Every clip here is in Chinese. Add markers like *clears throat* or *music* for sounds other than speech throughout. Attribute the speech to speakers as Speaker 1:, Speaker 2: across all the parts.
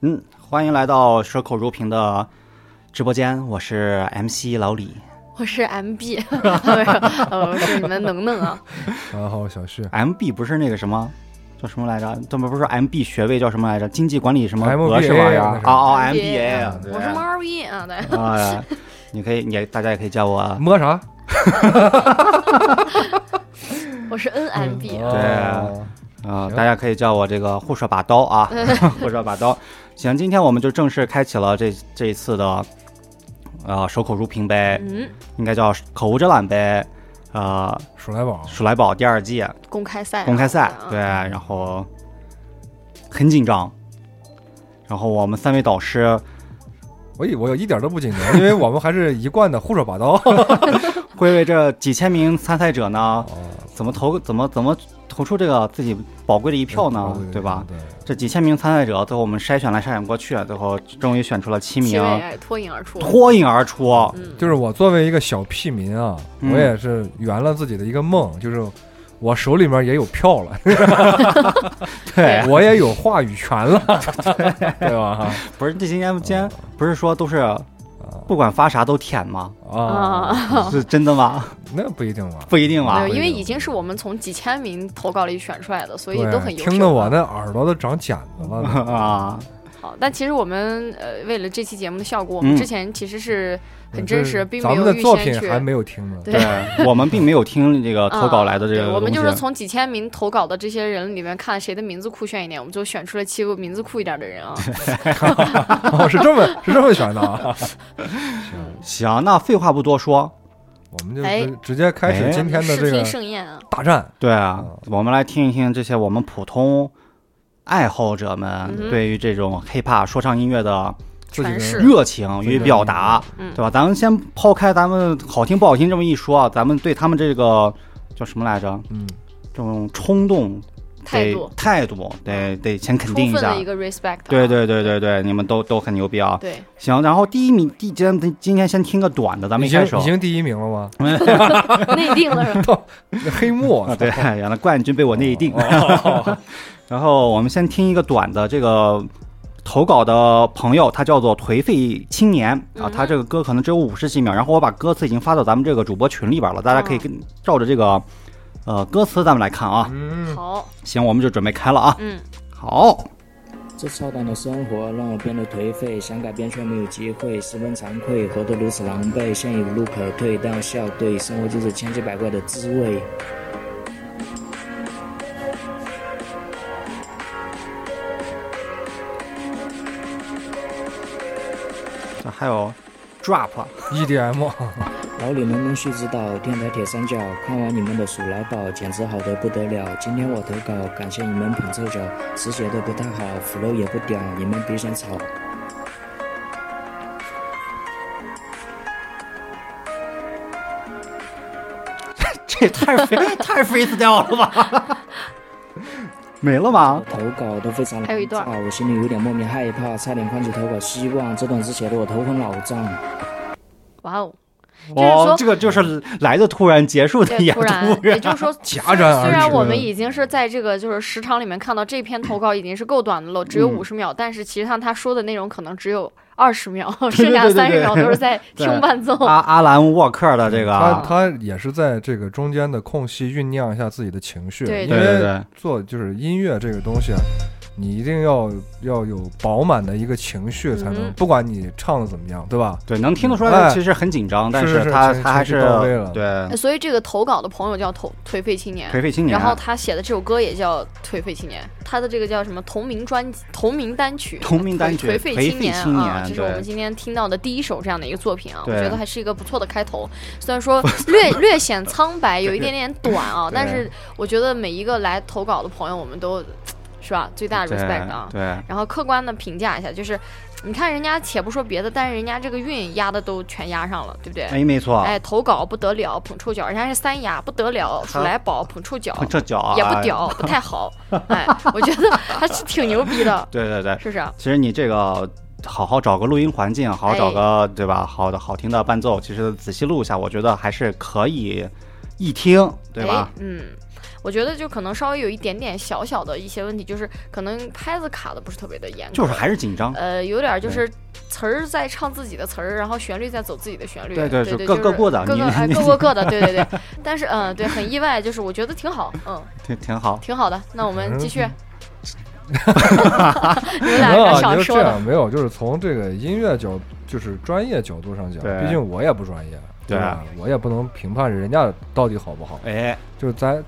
Speaker 1: 嗯，欢迎来到蛇口如瓶的直播间，我是 MC 老李
Speaker 2: 我是 MB，没 *laughs* 有呃我是你们能能
Speaker 3: *laughs*
Speaker 2: 啊，
Speaker 3: 大家好，小旭
Speaker 1: ，MB 不是那个什么叫什么来着？他们不是说 MB 学位叫什么来着？经济管理什么博士
Speaker 3: MBA
Speaker 1: 玩意儿
Speaker 3: 那？是
Speaker 1: 哦哦
Speaker 2: MBA
Speaker 1: ，MBA，
Speaker 3: 啊
Speaker 1: 对
Speaker 2: 我是猫 RV
Speaker 3: *laughs*
Speaker 2: 啊，对，
Speaker 1: 啊，你可以，你大家也可以叫我
Speaker 3: 啊摸啥？
Speaker 2: 我是 NMB，
Speaker 1: 对
Speaker 3: 哦
Speaker 1: 啊、
Speaker 3: 行
Speaker 1: 大家可以叫我这个护手把刀啊， *laughs* 护手把刀。行，今天我们就正式开启了这这一次的，呃，守口如瓶呗，
Speaker 2: 嗯，
Speaker 1: 应该叫口无遮拦呗，呃，
Speaker 3: 鼠来宝，
Speaker 1: 鼠来宝第二季
Speaker 2: 公开赛啊，
Speaker 1: 公开赛，
Speaker 2: 啊
Speaker 1: 对，，然后很紧张，然后我们三位导师
Speaker 3: 我哎以我有一点都不紧张，因为我们还是一贯的胡说八道。
Speaker 1: 会为这几千名参赛者呢，
Speaker 3: *laughs* 哦
Speaker 1: 怎么投，怎么怎么投出这个自己嗯宝贵的一票呢，对吧？？
Speaker 3: 对，
Speaker 1: 这几千名参赛者，最后我们筛选来筛选过去，最后终于选出了七
Speaker 2: 七
Speaker 1: 名。
Speaker 2: 位也脱颖而出，
Speaker 1: 脱颖而出。
Speaker 2: 嗯，
Speaker 3: 就是我作为一个小屁民啊，
Speaker 1: 嗯
Speaker 3: 我也是圆了自己的一个梦，就是我手里面也有票了， *laughs*
Speaker 2: 对
Speaker 3: 我也有话语权
Speaker 1: *laughs*
Speaker 3: 了，对吧？
Speaker 1: 不是这些年间不是说都是
Speaker 3: 啊
Speaker 1: 不管发啥都舔吗？
Speaker 2: *laughs*
Speaker 3: 啊，
Speaker 2: 哦
Speaker 1: 是真的吗？
Speaker 3: 那不一定吧？
Speaker 1: 不一定
Speaker 2: 没
Speaker 1: 吧
Speaker 2: 有，。因为
Speaker 3: 对
Speaker 2: 已经是我们从几千名投稿里选出来的， *laughs* 所以
Speaker 3: 对
Speaker 2: 都很优秀。啊
Speaker 3: 听得我那耳朵都长茧子
Speaker 1: *laughs*
Speaker 3: 了。
Speaker 1: 啊，
Speaker 2: 好，但其实我们呃，为了这期节目的效果，我们
Speaker 1: 嗯
Speaker 2: 之前其实是很
Speaker 3: 嗯
Speaker 2: 真
Speaker 3: 这
Speaker 2: 实，并没
Speaker 3: 咱们
Speaker 2: 有
Speaker 3: 的
Speaker 2: 预
Speaker 3: 作
Speaker 2: 先
Speaker 3: 品
Speaker 2: 去。
Speaker 3: 还没有听呢，
Speaker 2: 对
Speaker 1: 对，我们并没有听这个投稿来的这
Speaker 2: 对
Speaker 1: 个
Speaker 2: 我们就
Speaker 1: 东
Speaker 2: 是
Speaker 1: 西
Speaker 2: 从几千名投稿的这些人里面看谁的名字酷炫一点，我们就选出了七个名字酷一点的人啊。
Speaker 3: 哦，是这么是这么选的
Speaker 2: *laughs*
Speaker 3: 啊。行，
Speaker 1: 行，那废话不多说，
Speaker 3: 我们就
Speaker 2: 哎
Speaker 3: 直直接开始
Speaker 1: 哎
Speaker 3: 今天的
Speaker 2: 视
Speaker 3: 这
Speaker 2: 听
Speaker 3: 个
Speaker 2: 盛宴啊，
Speaker 3: 大战。
Speaker 1: 对啊
Speaker 3: 嗯，
Speaker 1: 我们来听一听这些我们普通爱好者
Speaker 2: 嗯
Speaker 1: 们
Speaker 2: 哼
Speaker 1: 对于这种 hiphop 说唱音乐的
Speaker 3: 自己
Speaker 2: 全
Speaker 3: 的
Speaker 2: 是
Speaker 1: 热情与表达，
Speaker 2: 嗯
Speaker 1: 对吧？咱们先抛开咱们好听不好听这么一说啊，咱们对他们这个叫什么来着？
Speaker 3: 嗯，
Speaker 1: 这种冲动
Speaker 2: 态
Speaker 1: 得
Speaker 2: 度嗯
Speaker 1: 态度得得先肯
Speaker 2: 充
Speaker 1: 定
Speaker 2: 分
Speaker 1: 一下
Speaker 2: 的一。个 respect 啊。
Speaker 1: 对对对对对，你们都都很牛逼
Speaker 2: *laughs*
Speaker 1: 啊！
Speaker 2: 对，
Speaker 1: 行，然后第一名，第今天今天先听个短的，咱们
Speaker 3: 已
Speaker 1: 一
Speaker 3: 经
Speaker 1: 开始啊
Speaker 3: 已经第一名了
Speaker 1: *laughs*
Speaker 3: 吗？
Speaker 2: 内定了是吧？
Speaker 3: 那黑幕
Speaker 2: *laughs*
Speaker 1: 啊，对，原来冠军被我内定。
Speaker 3: 哦
Speaker 1: *laughs* 然后我们先听一个短的，这个投稿的朋友他叫做颓废青年啊，
Speaker 2: 嗯
Speaker 1: 他这个歌可能只有五十几秒，然后我把歌词已经发到咱们这个主播群里边了，大家可以跟照着这个呃歌词咱们来看啊。
Speaker 3: 嗯，
Speaker 2: 好，
Speaker 1: 行，我们就准备开了啊。
Speaker 2: 嗯，
Speaker 1: 好，
Speaker 4: 这操蛋的生活让我变得颓废，想改变却没有机会，十分惭愧，活得如此狼狈，现已无路可退，但要笑对，生活就是千奇百怪的滋味。
Speaker 1: 这还有 drop，
Speaker 3: E ，EDM
Speaker 1: 啊
Speaker 4: 老李们能须知道，电台铁三角，看完你们的鼠来宝，简直好的不得了。今天我投稿，感谢你们捧臭脚，词写的不太好，flow 也不屌，你们别想吵。
Speaker 1: 这也太 free 太 freestyle 了吧？
Speaker 2: *laughs*
Speaker 1: 没了吗？
Speaker 4: 投稿都非常
Speaker 2: 还有一段
Speaker 4: 枯燥我心里有点莫名害怕，差点放弃投稿希望。这段字写的我头昏脑胀。
Speaker 2: 哇哦，就是
Speaker 1: 哦
Speaker 2: 说，
Speaker 1: 这个就是来的突然，结 *laughs* 束的
Speaker 2: 对，
Speaker 1: 也
Speaker 2: 突然，也就是
Speaker 1: *laughs*
Speaker 2: 说，
Speaker 3: 戛然而
Speaker 2: 虽然
Speaker 3: 止。
Speaker 2: 我们已经是在这个就是时长里面看到这篇投稿已经是够短的了，只有
Speaker 1: 嗯
Speaker 2: 五十秒，但是其实上他说的内容可能只有二十秒，
Speaker 1: 对
Speaker 2: 剩下
Speaker 1: 对对
Speaker 2: 三十
Speaker 1: 对
Speaker 2: 秒都是在
Speaker 1: *laughs* 对啊
Speaker 2: 听伴奏。
Speaker 1: 阿阿兰沃克的这个
Speaker 3: 他
Speaker 1: 啊，
Speaker 3: 他也是在这个中间的空隙酝酿一下自己的情绪，
Speaker 2: 对
Speaker 3: 因
Speaker 1: 对对
Speaker 3: 为
Speaker 1: 对，
Speaker 3: 做就是音乐这个东西啊，你一定要要有饱满的一个情绪，才能
Speaker 2: 嗯
Speaker 3: 不管你唱的怎么样，对吧？
Speaker 1: 对，能听得出来
Speaker 3: 哎
Speaker 1: 他其实很紧张，但
Speaker 3: 是是
Speaker 1: 他
Speaker 3: 情
Speaker 1: 他还
Speaker 3: 情
Speaker 1: 是
Speaker 3: 绪到位了
Speaker 1: 对
Speaker 2: 所以这个投稿的朋友叫颓颓废青年，
Speaker 1: 颓废青年，
Speaker 2: 然后他写的这首歌也叫颓废青年，他的这个叫什么同名专辑、同名单曲、
Speaker 1: 同名单曲
Speaker 2: 颓废
Speaker 1: 颓
Speaker 2: 青
Speaker 1: 废
Speaker 2: 年
Speaker 1: 青
Speaker 2: 啊，
Speaker 1: 年
Speaker 2: 这是我
Speaker 1: 对
Speaker 2: 们今天听到的第一首这样的一个作品啊，我
Speaker 1: 对
Speaker 2: 觉得还是一个不错的开头。虽然说略略显苍白，有一点点短啊，但是我觉得每一个来投稿的朋友，我们都是吧最大的
Speaker 1: 对
Speaker 2: respect 啊。
Speaker 1: 对
Speaker 2: 然后客观的评价一下，就是你看人家且不说别的，但是人家这个韵压的都全压上了，对不对？
Speaker 1: 哎，没错，
Speaker 2: 哎，投稿不得了，捧臭脚，人家是三亚不得了，鼠来宝捧臭脚，
Speaker 1: 这脚啊
Speaker 2: 也不，屌，不太好。哎，我觉得还是挺牛逼的，
Speaker 1: 对对对，
Speaker 2: 是啊不是？
Speaker 1: 其实你这个。好好找个录音环境，好好找
Speaker 2: 哎
Speaker 1: 个、对吧？好的好听的伴奏，其实仔细录一下，我觉得还是可以一听，对吧？
Speaker 2: 哎？嗯，我觉得就可能稍微有一点点小小的一些问题，就是可能拍子卡的不是特别的严格，
Speaker 1: 就是还是紧张。
Speaker 2: 呃，有点就是词儿在唱自己的词儿，然后旋律在走自己的旋律，
Speaker 1: 对
Speaker 2: 对
Speaker 1: 对就各
Speaker 2: 各
Speaker 1: 各过的
Speaker 2: 各
Speaker 1: 你
Speaker 2: 个哎
Speaker 1: 你
Speaker 2: 各过各
Speaker 1: *laughs*
Speaker 2: 的，对对对。但是嗯，对，很意外，就是我觉得挺好，嗯，
Speaker 1: 挺挺好。
Speaker 2: 挺好的。那我们继续， *laughs* 你
Speaker 3: 没
Speaker 2: 们俩
Speaker 3: 有
Speaker 2: 人
Speaker 3: 啊，
Speaker 2: 想
Speaker 3: 你就
Speaker 2: 说
Speaker 3: 这
Speaker 1: *laughs* 哦
Speaker 2: 的
Speaker 3: 样，没有，就是从这个音乐角，就是专业角度上讲，
Speaker 1: 对
Speaker 3: 毕竟我也不专业，
Speaker 1: 对啊
Speaker 3: 吧？我也不能评判人家到底好不好，
Speaker 1: 哎，
Speaker 3: 就是在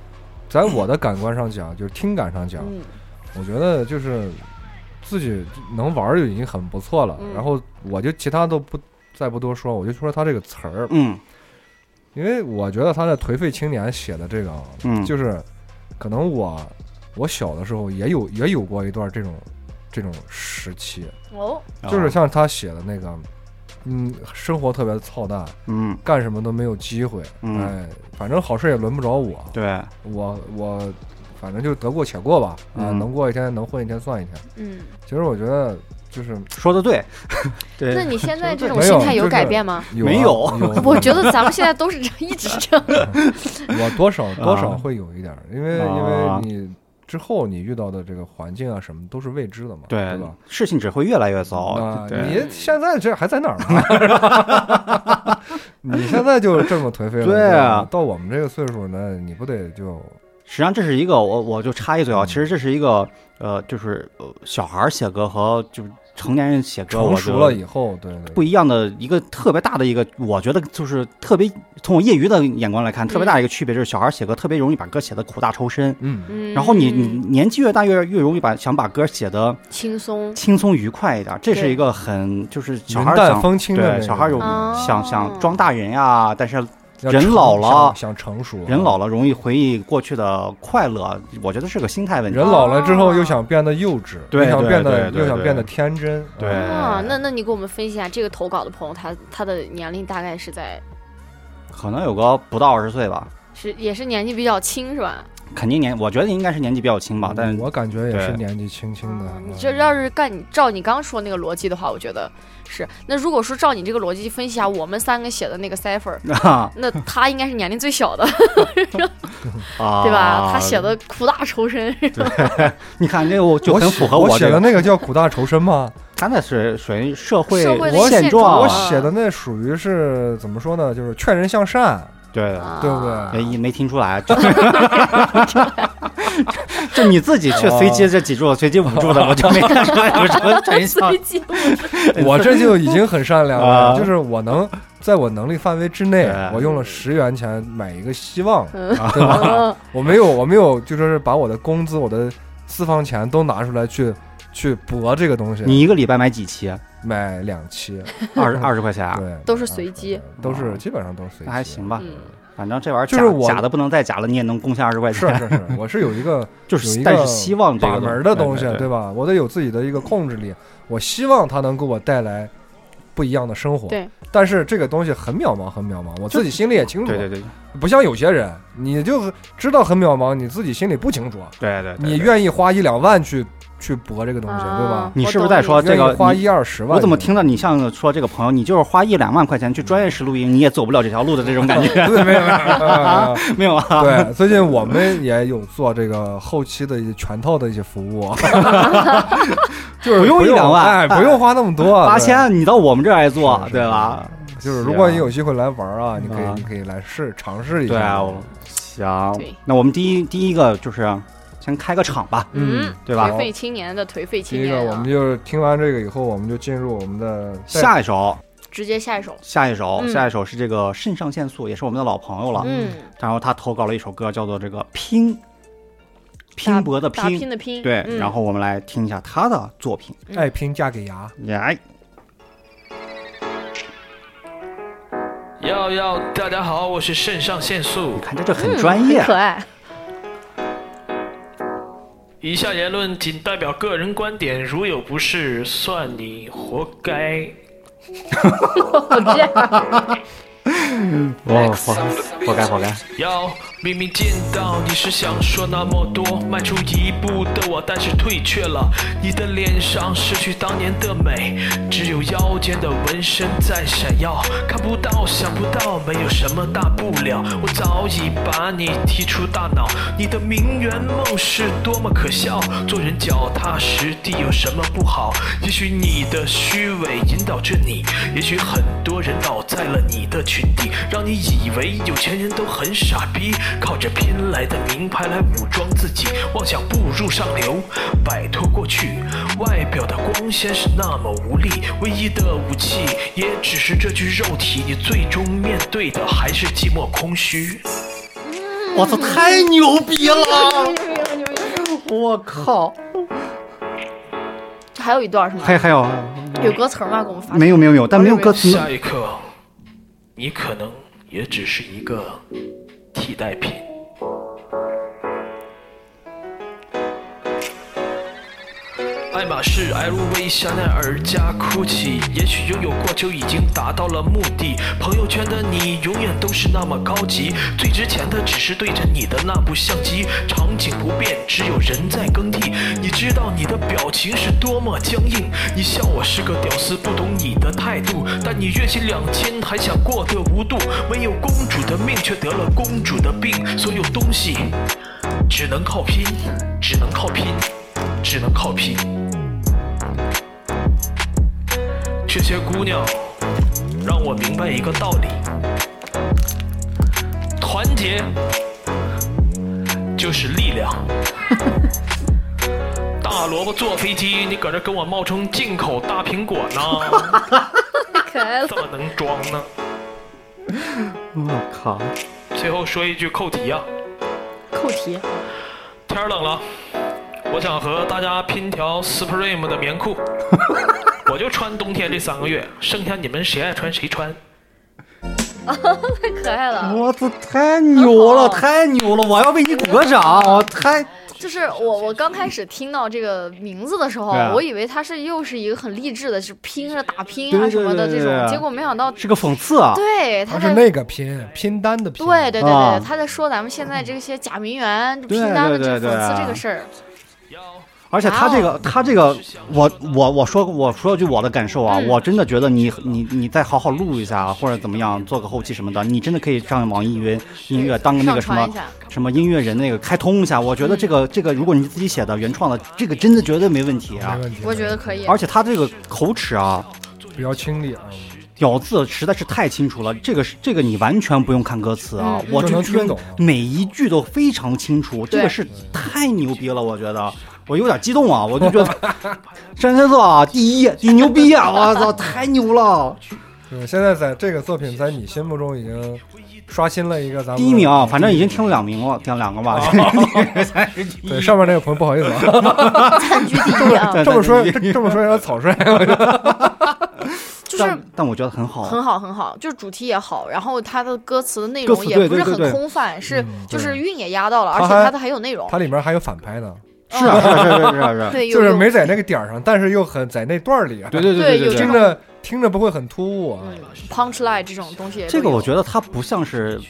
Speaker 3: 在我的感官上讲，就是听感上讲，
Speaker 2: 嗯
Speaker 3: 我觉得就是自己能玩儿就已经很不错了。
Speaker 2: 嗯
Speaker 3: 然后我就其他都不再不多说，我就说他这个词儿，
Speaker 1: 嗯
Speaker 3: 因为我觉得他在《颓废青年》写的这个啊，
Speaker 1: 嗯，
Speaker 3: 就是可能我我小的时候也有也有过一段这种这种时期，
Speaker 2: 哦，
Speaker 1: 啊
Speaker 3: 就是像他写的那个，嗯，生活特别操蛋，
Speaker 1: 嗯，
Speaker 3: 干什么都没有机会，
Speaker 1: 嗯
Speaker 3: 哎，反正好事也轮不着我，
Speaker 1: 对，
Speaker 3: 我我反正就得过且过吧，啊、
Speaker 1: 嗯
Speaker 3: 能过一天能混一天算一天。
Speaker 2: 嗯，
Speaker 3: 其实我觉得就是
Speaker 1: 说
Speaker 2: *laughs*
Speaker 1: 的对，对，
Speaker 2: 那你现在这种
Speaker 3: 没
Speaker 2: 心
Speaker 3: 有
Speaker 2: 态
Speaker 3: 就
Speaker 2: 有
Speaker 3: 是
Speaker 2: 改变吗？ *laughs*
Speaker 3: 有啊、
Speaker 1: 没有
Speaker 3: 有
Speaker 2: 我觉得咱们现在都是这样，一直这样。
Speaker 3: *laughs* 我多少多少会有一点儿，因为
Speaker 1: 啊
Speaker 3: 因为你之后你遇到的这个环境啊什么都是未知的嘛，
Speaker 1: 对
Speaker 3: 吧？
Speaker 1: 事情只会越来越糟
Speaker 3: 啊。，
Speaker 1: 对，
Speaker 3: 你现在这还在哪儿呢？
Speaker 1: *laughs*
Speaker 3: *laughs* 你现在就这么颓废了，
Speaker 1: 对啊
Speaker 3: 吧到我们这个岁数呢，你不得就
Speaker 1: 实际上这是一个我我就插一嘴啊，
Speaker 3: 嗯
Speaker 1: 其实这是一个呃，就是呃小孩儿写歌和就是成年人写歌，
Speaker 3: 成
Speaker 1: 我
Speaker 3: 熟
Speaker 1: 觉得
Speaker 3: 了以后，对对
Speaker 1: 不一样的一个特别大的一个，我觉得就是特别从我业余的眼光来
Speaker 2: 嗯
Speaker 1: 看，特别大的一个区别就是小孩写歌特别容易把歌写的苦大仇深，
Speaker 3: 嗯，
Speaker 2: 嗯，
Speaker 1: *laughs* 然后你你年纪越大越越容易把想把歌写的
Speaker 2: 轻松，
Speaker 1: 轻松愉快一点，这是
Speaker 2: 对
Speaker 1: 一个很就是小
Speaker 3: 云
Speaker 1: 孩
Speaker 3: 淡
Speaker 1: 想
Speaker 3: 风轻的
Speaker 1: 对
Speaker 3: 那个
Speaker 1: 小孩有
Speaker 2: 哦
Speaker 1: 想想装大人呀，但是
Speaker 3: 要
Speaker 1: 人
Speaker 3: 成
Speaker 1: 老了
Speaker 3: 想想成熟，
Speaker 1: 人老了容易回忆过去的快乐，我觉得是个心态问题
Speaker 3: 人。老了之后又想变得幼稚，
Speaker 1: 对
Speaker 3: 又想
Speaker 1: 对
Speaker 3: 变得
Speaker 1: 对对
Speaker 3: 又想
Speaker 1: 对
Speaker 3: 变得天真，
Speaker 1: 对
Speaker 3: 啊
Speaker 2: 啊，那那你给我们分析一下这个投稿的朋友，他他的年龄大概是在
Speaker 1: 可能有个不到二十岁吧，
Speaker 2: 是也是年纪比较轻是吧？
Speaker 1: 肯定年我觉得应该是年纪比较轻吧，但
Speaker 3: 嗯我感觉也是
Speaker 1: 对
Speaker 3: 年纪轻轻的。
Speaker 2: 嗯
Speaker 3: 嗯
Speaker 2: 你这要是干你照你刚说那个逻辑的话，我觉得是。那如果说照你这个逻辑分析啊，我们三个写的那个 cipher，
Speaker 3: *laughs*
Speaker 1: 啊
Speaker 2: 那他应该是年龄最小的，
Speaker 1: 对啊
Speaker 3: 啊
Speaker 2: 对吧？他写的苦大仇深，
Speaker 1: 你看这个我就
Speaker 3: 我
Speaker 1: 很
Speaker 3: 写
Speaker 1: 符合
Speaker 3: 我
Speaker 1: 这
Speaker 3: 写
Speaker 1: 个
Speaker 3: 的那个叫苦大仇深吗？
Speaker 1: 他那是属于社会
Speaker 2: 社会的
Speaker 1: 现
Speaker 2: 现
Speaker 1: 状，
Speaker 2: 状
Speaker 3: 我
Speaker 2: 啊
Speaker 3: 写的那属于是怎么说呢？就是劝人向
Speaker 1: *laughs*
Speaker 3: 善，
Speaker 1: 对，
Speaker 3: 对不对哎
Speaker 2: 啊
Speaker 1: 没没听出来，就就你自己去随
Speaker 3: 哦
Speaker 1: 机这几注随机五注的，我就没看出来有什
Speaker 2: *laughs*
Speaker 1: 么真相
Speaker 2: 随。机
Speaker 3: 我这就已经很善良了，
Speaker 1: 啊
Speaker 3: *laughs* 就是我能在我能力范围之内
Speaker 1: 对，
Speaker 3: 我用了十元钱买一个希望，
Speaker 2: 嗯
Speaker 3: 对吧？我没有，我没有，就说是把我的工资、我的私房钱都拿出来去去搏这个东西。
Speaker 1: 你一个礼拜买几期？
Speaker 3: 买两期，
Speaker 1: 二十二十块钱啊，
Speaker 3: 对，
Speaker 2: 都是随机，
Speaker 3: 都是基本上都是随机，
Speaker 1: 那还行吧。
Speaker 2: 嗯
Speaker 1: 反正这玩意儿
Speaker 3: 就是我
Speaker 1: 假假的不能再假了，你也能贡献二十块
Speaker 3: 是
Speaker 1: 钱。
Speaker 3: 是是，我是有一个
Speaker 1: 就
Speaker 3: 有
Speaker 1: 是，
Speaker 3: 一
Speaker 1: 但
Speaker 3: 个
Speaker 1: 是希望这
Speaker 3: 把
Speaker 1: 个
Speaker 3: 门儿的东西
Speaker 1: 对，
Speaker 3: 对吧？我得有自己的一个控制力，我希望它能给我带来不一样的生活。
Speaker 2: 对，
Speaker 3: 但是这个东西很渺茫，很渺茫，我自己心里也清楚。
Speaker 1: 对对对
Speaker 3: 不像有些人，你就知道很渺茫，你自己心里不清楚，啊
Speaker 1: 对对对。
Speaker 3: 你愿意花一两万去去搏这个东西，
Speaker 2: 啊
Speaker 3: 对吧？
Speaker 1: 你
Speaker 2: 我
Speaker 1: 是不是
Speaker 2: 懂
Speaker 1: 在
Speaker 2: 意
Speaker 1: 说
Speaker 2: 思
Speaker 1: 啊这个
Speaker 3: 愿意花
Speaker 1: 你
Speaker 3: 一二十万，
Speaker 1: 我怎么听到你像说这个朋友，你就是花一两万块钱去专业室录音，你也走不了这条路的这种感觉，
Speaker 3: *laughs* 对？没有没有没有没
Speaker 1: *laughs*
Speaker 3: 有，
Speaker 1: 没有啊？
Speaker 3: 对，最近我们也有做这个后期的一些全套的一些服务， *laughs* 就是
Speaker 1: *laughs* 不用一两万
Speaker 3: 哎，不用花那么多，
Speaker 1: 八
Speaker 3: 对
Speaker 1: 千，你到我们这儿来做，
Speaker 3: 是是
Speaker 1: 对吧？
Speaker 3: 就是如果你有机会来玩啊，你可以
Speaker 1: 啊
Speaker 3: 你可以来试尝试一下。
Speaker 1: 对啊，我行
Speaker 2: 对。
Speaker 1: 那我们第一第一个就是先开个场吧，
Speaker 3: 嗯
Speaker 1: 对吧
Speaker 2: 颓废青年的颓废青
Speaker 3: 第一个
Speaker 2: 年
Speaker 3: 我
Speaker 2: 啊
Speaker 3: 们，就是听完这个以后，我们就进入我们的
Speaker 1: 下一首，
Speaker 2: 直接下一首，
Speaker 1: 下一首，
Speaker 2: 嗯
Speaker 1: 下一首是这个肾上腺素，也是我们的老朋友了。
Speaker 2: 嗯，
Speaker 1: 然后他投稿了一首歌，叫做这个拼，拼搏的
Speaker 2: 打拼的拼，
Speaker 1: 对，
Speaker 2: 嗯
Speaker 1: 然后我们来听一下他的作品。哎
Speaker 2: 嗯
Speaker 3: 爱拼嫁给牙，
Speaker 1: 来，
Speaker 5: 要要，大家好，我是肾上腺素
Speaker 1: 你。看这就很
Speaker 2: 嗯
Speaker 1: 专业
Speaker 2: 很，可爱，
Speaker 5: 以下言论仅代表个人观点，如有不是，算你活该。
Speaker 2: 我这样
Speaker 1: 我活活该活该。
Speaker 5: 要明明见到你是想说那么多，迈出一步的我，但是退却了。你的脸上失去当年的美，只有腰间的纹身在闪耀。看不到，想不到，没有什么大不了。我早已把你踢出大脑。你的名媛梦是多么可笑，做人脚踏实地有什么不好？也许你的虚伪引导着你，也许很多人倒在了你的群体，让你以为有钱人都很傻逼，靠着拼来的名牌来武装自己，妄想步入上流，摆脱过去。外表的光鲜是那么无力，唯一的武器也只是这具肉体，你最终面对的还是寂寞空虚。
Speaker 1: 我操，太牛逼了！
Speaker 2: 嗯
Speaker 1: 我靠，
Speaker 2: 还有一段是吗？
Speaker 1: 还还有
Speaker 2: 有歌词吗？给我们发。
Speaker 1: 没有没有没有，但没有歌词。
Speaker 5: 下一刻，你可能也只是一个替代品。爱马仕、LV、香奈儿加 GUCCI，也许拥有过就已经达到了目的。朋友圈的你永远都是那么高级，最值钱的只是对着你的那部相机。场景不变，只有人在更替。你知道你的表情是多么僵硬，你笑我是个屌丝，不懂你的态度。但你月薪两千还想过得无度，没有公主的命却得了公主的病。所有东西只能靠拼，只能靠拼，只能靠拼。这些姑娘让我明白一个道理：团结就是力量。 *laughs* 大萝卜坐飞机，你搁这跟我冒充进口大苹果呢？
Speaker 2: 太可爱了
Speaker 5: 这。么能装呢？
Speaker 1: 我靠，
Speaker 5: 最后说一句扣题啊，
Speaker 2: 扣题，
Speaker 5: 天儿冷了，我想和大家拼条 Supreme 的棉裤， *laughs* 我就穿冬天这三个月，剩下你们谁爱穿谁穿。
Speaker 2: 太可爱了。
Speaker 1: 我操，太牛
Speaker 2: 很好嗯
Speaker 1: 了，太牛了！我要为你鼓个掌，我太
Speaker 2: 就是我，我刚开始听到这个名字的时候，
Speaker 1: 对啊
Speaker 2: 我以为它是又是一个很励志的，是拼着打拼啊
Speaker 1: 对对
Speaker 2: 什么的
Speaker 1: 对
Speaker 2: 这
Speaker 1: 对
Speaker 2: 种，
Speaker 1: 对
Speaker 2: 结果没想到，
Speaker 1: 是个讽刺啊！
Speaker 2: 对，他
Speaker 3: 他是
Speaker 2: 在
Speaker 3: 那个拼拼单的拼，
Speaker 2: 对对对对
Speaker 1: 啊，
Speaker 2: 他在说咱们现在这些假名媛
Speaker 1: 对
Speaker 2: 拼单的这
Speaker 1: 对对对
Speaker 2: 讽
Speaker 1: 啊
Speaker 2: 刺这个事儿，
Speaker 1: 而且他这
Speaker 2: 哦
Speaker 1: 个，他这个，我我我说我说句我的感受啊，
Speaker 2: 嗯
Speaker 1: 我真的觉得你你你再好好录一下，啊或者怎么样，做个后期什么的，你真的可以上网易云音乐当个那
Speaker 2: 上
Speaker 1: 个什
Speaker 2: 传
Speaker 1: 么
Speaker 2: 一下。嗯
Speaker 1: 什么音乐人那个开通一下。我觉得这个这个，如果你自己写的原创的，这个真的绝对没问题啊
Speaker 3: 没。问题。
Speaker 2: 我觉得可以，
Speaker 1: 而且他这个口齿啊，
Speaker 3: 比较清理啊，
Speaker 1: 咬字实在是太清楚了，这个是这个你完全不用看歌词啊
Speaker 2: 嗯，嗯
Speaker 1: 我
Speaker 3: 就
Speaker 1: 这
Speaker 3: 能
Speaker 1: 居然
Speaker 3: 听懂
Speaker 1: 每一句都非常清楚，这个
Speaker 2: 对
Speaker 1: 是太牛逼了，我觉得。我有点激动啊！我就觉得 *laughs* 山山座啊，第一，你牛逼啊！我操，太牛了！
Speaker 3: 对，现在在这个作品在你心目中已经刷新了一个咱们
Speaker 1: 第一名，啊，反正已经听了两名了，听两个吧。
Speaker 3: 哦对上面那个朋友不好意思啊，*laughs*
Speaker 1: *laughs*
Speaker 2: 暂居第一啊，
Speaker 1: 对
Speaker 3: 这么说
Speaker 1: 对
Speaker 3: 这这么说有点草率，
Speaker 2: 就是
Speaker 1: *laughs* 但但我觉得很好，啊
Speaker 2: 很好很好，就是主题也好，然后它的歌词的内
Speaker 1: 歌
Speaker 2: 容
Speaker 1: 词
Speaker 2: 也
Speaker 1: 对
Speaker 2: 不是
Speaker 1: 对对
Speaker 2: 很
Speaker 1: 对
Speaker 2: 空泛，是
Speaker 3: 嗯
Speaker 2: 就
Speaker 3: 对
Speaker 2: 是韵也压到了，而且
Speaker 3: 它还
Speaker 2: 它的很有内容，
Speaker 3: 它里面还有反拍呢，
Speaker 1: 是啊，是啊，是啊是啊是啊。
Speaker 2: 对，有
Speaker 3: 就是
Speaker 2: 有
Speaker 3: 没在那个点儿上，但是又很在那段儿里啊，
Speaker 1: 对对
Speaker 2: 对
Speaker 1: 对
Speaker 2: 有这
Speaker 1: 对
Speaker 3: 听着听着不会很突兀啊，
Speaker 2: 嗯 punch line 这种东西也都有，
Speaker 1: 这个我觉得他不像是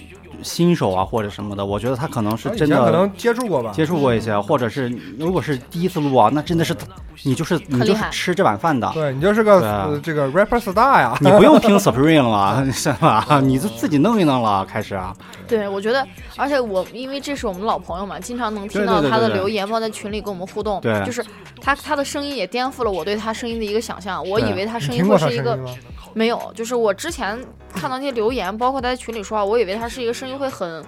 Speaker 1: 新手啊或者什么的，我觉得他可能是
Speaker 3: 以
Speaker 1: 真
Speaker 3: 前可
Speaker 1: 的
Speaker 3: 能接触过吧，
Speaker 1: 接触过一些，或者是如果是第一次录啊，那真的是你就是你
Speaker 2: 很厉
Speaker 1: 就是
Speaker 2: 害
Speaker 1: 吃这碗饭的，
Speaker 3: 对你就是个
Speaker 1: 对啊
Speaker 3: 呃这个 rapper star 呀，
Speaker 1: 你不用听 Supreme 了， *laughs* 是吧？你就自己弄一弄了，开始啊，
Speaker 2: 对，我觉得，而且我因为这是我们老朋友嘛，经常能听
Speaker 1: 对对
Speaker 2: 到
Speaker 1: 对
Speaker 2: 他
Speaker 1: 对
Speaker 2: 的
Speaker 1: 对
Speaker 2: 留言，包括在群里跟我们互动，
Speaker 1: 对
Speaker 2: 就是他他的声音也颠覆了我对他声音的一个想象，我以
Speaker 1: 对
Speaker 2: 为
Speaker 3: *laughs*
Speaker 2: 他
Speaker 3: 你
Speaker 2: 声音
Speaker 3: 听
Speaker 2: 会
Speaker 3: 过他声
Speaker 2: 是一
Speaker 3: 音
Speaker 2: 个
Speaker 3: 吗？
Speaker 2: 没有，就是我之前看到那些留言，包括他在群里说话，我以为他是一个声音会很。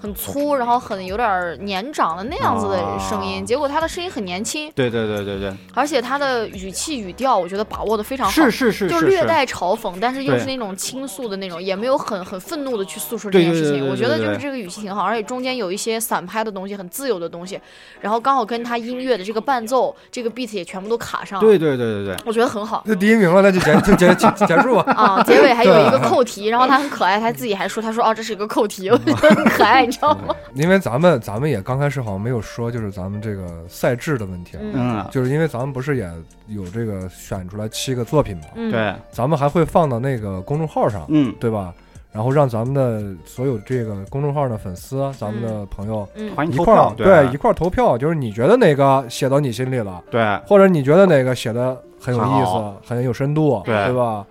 Speaker 2: 很粗，然后很有点儿年长的那样子的声音，
Speaker 1: 啊
Speaker 2: 结果他的声音很年轻，
Speaker 1: 对对对对对，
Speaker 2: 而且他的语气语调，我觉得把握的非常好，
Speaker 1: 是是是
Speaker 2: 哦就是略
Speaker 1: 是。
Speaker 2: 带嘲讽，但是又
Speaker 1: 对
Speaker 2: 是那种倾诉的那种，也没有很很愤怒的去诉说这
Speaker 1: 对
Speaker 2: 件
Speaker 1: 对
Speaker 2: 事情。
Speaker 1: 对对
Speaker 2: 我觉得
Speaker 1: 对
Speaker 2: 就是
Speaker 1: 对
Speaker 2: 这个语气挺好，而且中间有一些散拍的东西，很自由的东西，然后刚好跟他音乐的这个伴奏、这个 beat 也全部都卡上了，
Speaker 1: 对对对对对，
Speaker 2: 我觉得很好
Speaker 3: 那第一名了，那就结就结结结束 *laughs* 吧。
Speaker 2: 啊。结尾还有一个扣题，然后他很可爱，他自己还说，他说哦，这是一个扣题，我觉得很可爱，你知道吗？
Speaker 3: 因为咱们咱们也刚开始好像没有说，就是咱们这个赛制的问题啊，
Speaker 2: 嗯
Speaker 1: 嗯，
Speaker 3: 就是因为咱们不是也有这个选出来七个作品嘛，
Speaker 2: 嗯，
Speaker 1: 对，
Speaker 3: 咱们还会放到那个公众号上，
Speaker 1: 嗯，
Speaker 3: 对吧？然后让咱们的所有这个公众号的粉丝、咱们的朋友
Speaker 2: 嗯
Speaker 1: 欢迎
Speaker 3: 一
Speaker 1: 投
Speaker 3: 块
Speaker 1: 票
Speaker 3: 儿，
Speaker 1: 对啊
Speaker 3: 一块儿投票，就是你觉得哪个写到你心里了，
Speaker 1: 对
Speaker 3: 或者你觉得哪个写的很有意
Speaker 1: 好
Speaker 3: 思、很有深度，
Speaker 1: 对
Speaker 3: 对吧？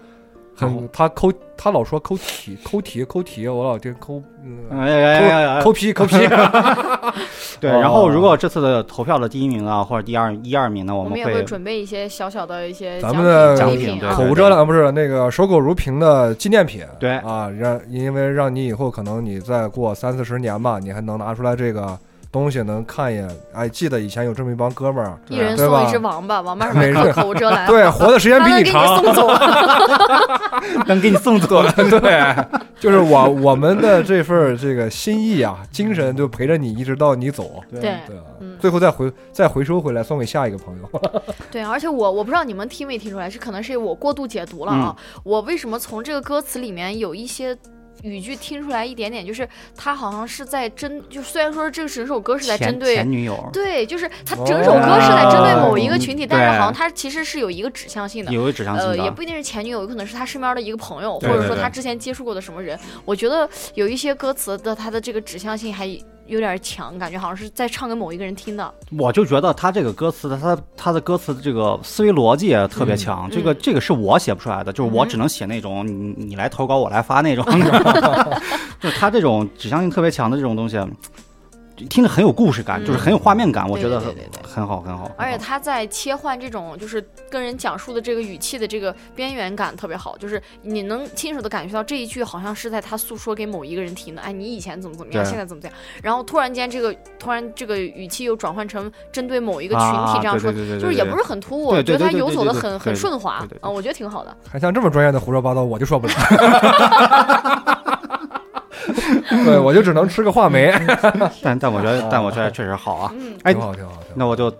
Speaker 1: 然后
Speaker 3: 很他抠，他老说抠题、抠题、抠题，我老听抠，嗯
Speaker 1: 哎呀呀呀呀
Speaker 3: 抠皮、抠皮。
Speaker 1: 对，然
Speaker 3: 哦
Speaker 1: 后如果这次的投票的第一名啊，或者第二一二名呢，我
Speaker 2: 我
Speaker 1: 们
Speaker 2: 们也
Speaker 1: 会
Speaker 2: 会准备一些小小的一些
Speaker 3: 咱们的
Speaker 2: 奖
Speaker 1: 奖品
Speaker 2: 品
Speaker 1: 对
Speaker 2: 啊
Speaker 3: 口无遮拦不是那个守口如瓶的纪念品，
Speaker 1: 对
Speaker 3: 啊，让因为让你以后可能你再过三四十年吧，你还能拿出来这个东西能看一眼，哎，记得以前有这么一帮哥们儿，
Speaker 2: 一人
Speaker 3: 对
Speaker 2: 送
Speaker 3: 吧
Speaker 2: 一只王八，王八
Speaker 3: 每
Speaker 2: 上
Speaker 3: 日
Speaker 2: 刻
Speaker 3: *laughs*
Speaker 2: 口无遮拦，
Speaker 3: 对，活的时间
Speaker 2: 他
Speaker 3: 比
Speaker 2: 能 *laughs*
Speaker 3: 你
Speaker 2: 给你
Speaker 3: 长，
Speaker 2: 送走。
Speaker 1: 能给你送走了。
Speaker 3: *laughs* 对，
Speaker 1: *laughs*
Speaker 3: 就是我我们的这份儿这个心意啊，精神就陪着你一直到你走，
Speaker 2: 对
Speaker 3: 对啊
Speaker 2: 嗯
Speaker 3: 最后再回再回收回来送给下一个朋友， *laughs*
Speaker 2: 对，而且我我不知道你们听没听出来，这可能是我过度解读了啊。
Speaker 1: 嗯
Speaker 2: 我为什么从这个歌词里面有一些语句听出来一点点，就是他好像是在针，就虽然说这个整首歌是在针
Speaker 1: 前
Speaker 2: 对
Speaker 1: 前女友
Speaker 2: 对，就是它整首歌是在针对某一个群体，
Speaker 1: 哦
Speaker 2: 但是好像
Speaker 1: 对
Speaker 2: 它其实是有一个指向性的。
Speaker 1: 有个指向性
Speaker 2: 呃，
Speaker 1: 的，啊
Speaker 2: 也不一定是前女友，有可能是他身边的一个朋友，
Speaker 1: 对
Speaker 2: 或者说
Speaker 1: 对对
Speaker 2: 他之前接触过的什么人。我觉得有一些歌词的它的这个指向性还有点强，感觉好像是在唱给某一个人听的。
Speaker 1: 我就觉得他这个歌词，他他他的歌词的这个思维逻辑也特别
Speaker 2: 嗯
Speaker 1: 强，这个这个是我写不出来的，就是我只能写那种你你来投稿我来发那种， *laughs* 就他这种指向性特别强的这种东西，听着很有故事感，
Speaker 2: 嗯
Speaker 1: 就是很有画面感，我
Speaker 2: 对
Speaker 1: 觉得
Speaker 2: 对对对对
Speaker 1: 很好很好。
Speaker 2: 而且他在切换这种就是跟人讲述的这个语气的这个边缘感特别好，就是你能亲手的感觉到这一句好像是在他诉说给某一个人听的，哎，你以前怎么怎么样，
Speaker 1: 对
Speaker 2: 现在怎么怎么样，然后突然间这个突然这个语气又转换成针对某一
Speaker 1: 一
Speaker 2: 个群体这样说，
Speaker 1: 啊对对对对对
Speaker 2: 就是也不是很突兀，我
Speaker 1: 对
Speaker 2: 觉
Speaker 1: 对
Speaker 2: 得他
Speaker 1: 对对
Speaker 2: 游走的
Speaker 1: 对对
Speaker 2: 很
Speaker 1: 对
Speaker 2: 很
Speaker 1: 对
Speaker 2: 顺滑
Speaker 1: 对对对
Speaker 2: 啊，我觉得挺好的。
Speaker 3: 还像这么专业的胡说八道，我就说不了。 *laughs* 对，我就只能吃个话梅，
Speaker 1: 但但我觉得
Speaker 3: 啊
Speaker 1: 但我觉得确实好啊。
Speaker 2: 嗯，
Speaker 1: *laughs* 哎
Speaker 3: 挺好，挺好，挺好。
Speaker 1: 那我就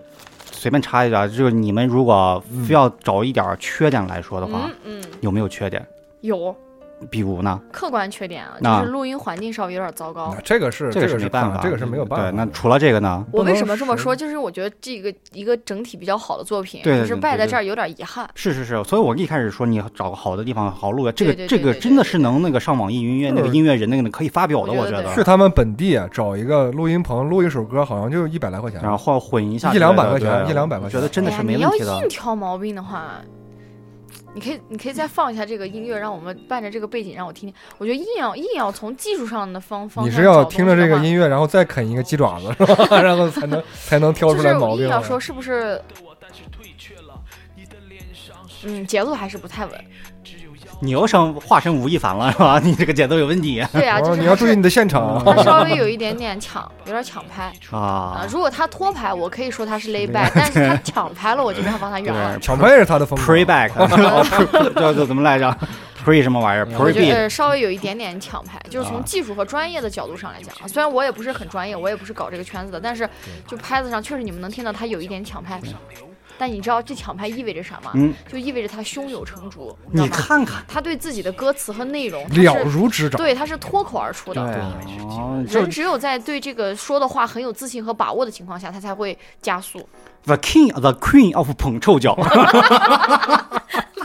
Speaker 1: 随便插一句啊，就是你们如果非要找一点缺点来说的话
Speaker 2: 嗯，嗯，
Speaker 1: 有没有缺点？
Speaker 2: 有
Speaker 1: 比如呢？
Speaker 2: 客观缺点啊，
Speaker 1: 那
Speaker 2: 就是录音环境稍微有点糟糕
Speaker 3: 那。这个是
Speaker 1: 这
Speaker 3: 个
Speaker 1: 个
Speaker 3: 是
Speaker 1: 没办
Speaker 3: 看
Speaker 1: 法，
Speaker 3: 这个是没有办法的。
Speaker 1: 对，那除了这个呢？
Speaker 2: 我
Speaker 3: 不能
Speaker 2: 为什么这么
Speaker 3: 是
Speaker 2: 说？就是我觉得这个一个整体比较好的作品，
Speaker 1: 对对
Speaker 2: 就是
Speaker 1: 对
Speaker 2: 败在
Speaker 1: 对
Speaker 2: 这儿有点遗憾。
Speaker 1: 是是是，所以我一开始说你找个好的地方好录，这
Speaker 2: 对对
Speaker 1: 个这
Speaker 2: 对
Speaker 1: 个
Speaker 2: 对
Speaker 1: 真的是能那个上网易云音乐
Speaker 3: 就是
Speaker 1: 那个音乐人那个可以发表的，
Speaker 2: 我
Speaker 1: 我
Speaker 2: 觉
Speaker 1: 觉
Speaker 2: 得
Speaker 3: 去
Speaker 1: 得。
Speaker 3: 他们本地啊找一个录音棚录一首歌，好像就一百来块钱。
Speaker 1: 然后或混一下
Speaker 3: 一
Speaker 1: 之类的，
Speaker 3: 两百块钱
Speaker 1: 对
Speaker 3: 一两百块
Speaker 1: 我
Speaker 3: 钱
Speaker 1: 觉得真的
Speaker 2: 哎呀
Speaker 1: 是没问题
Speaker 2: 你要
Speaker 1: 的
Speaker 2: 硬。挑毛病的话，你可以你可以再放一下这个音乐，让我们伴着这个背景让我听听。我觉得硬要硬要从技术上的方方
Speaker 3: 你
Speaker 2: 向
Speaker 3: 是要
Speaker 2: 找
Speaker 3: 听
Speaker 2: 东
Speaker 3: 着
Speaker 2: 西
Speaker 3: 这
Speaker 2: 的
Speaker 3: 个
Speaker 2: 话
Speaker 3: 音乐，然后再啃一个鸡爪子，是吧？ *laughs* 然后才能才能挑
Speaker 2: 就
Speaker 3: 出
Speaker 2: 是
Speaker 3: 来
Speaker 2: 我
Speaker 3: 毛病啊
Speaker 2: 硬
Speaker 3: 来
Speaker 2: 要。说是不是嗯节奏还是不
Speaker 3: *laughs*
Speaker 2: 太稳？
Speaker 1: 你又生化身吴亦凡了是吧？ *laughs* 你这个节奏有问题
Speaker 2: 对 *laughs* 啊，就
Speaker 3: 哦
Speaker 2: 是
Speaker 3: 你要
Speaker 2: 还
Speaker 3: 注意
Speaker 2: 是
Speaker 3: 你的现场啊。
Speaker 2: 它稍微有一点点抢，有点抢拍。啊
Speaker 1: 啊，！
Speaker 2: 如果他拖拍，我可以说他
Speaker 3: *laughs*
Speaker 2: 是 lay back，但是他抢拍了，我就没法帮他圆
Speaker 3: *laughs*
Speaker 2: 了。
Speaker 3: 抢拍也是他的风格。
Speaker 2: *laughs*
Speaker 1: pre back 叫叫怎么来着？pre 什么玩意儿
Speaker 2: 我
Speaker 1: ？pre
Speaker 2: 觉
Speaker 1: beat
Speaker 2: 得稍微有一点点抢拍，就是从
Speaker 1: 啊
Speaker 2: 技术和专业的角度上来讲啊，虽然我也不是很专业，我也不是搞这个圈子的，但是就拍子上确实你们能听到他有一点抢拍。但你知道这抢拍意味着啥吗？
Speaker 1: 嗯
Speaker 2: 就意味着他胸有成竹，你
Speaker 1: 你
Speaker 2: 知道吗？
Speaker 1: 看看，
Speaker 2: 他对自己的歌词和内容，他
Speaker 3: 了
Speaker 2: 是
Speaker 3: 如指掌。
Speaker 2: 对他是脱口而出的。
Speaker 1: 哦，就
Speaker 2: 人只有在对这个说的话很有自信和把握的情况下，他才会加速。
Speaker 1: the king the queen of 捧臭脚， *laughs*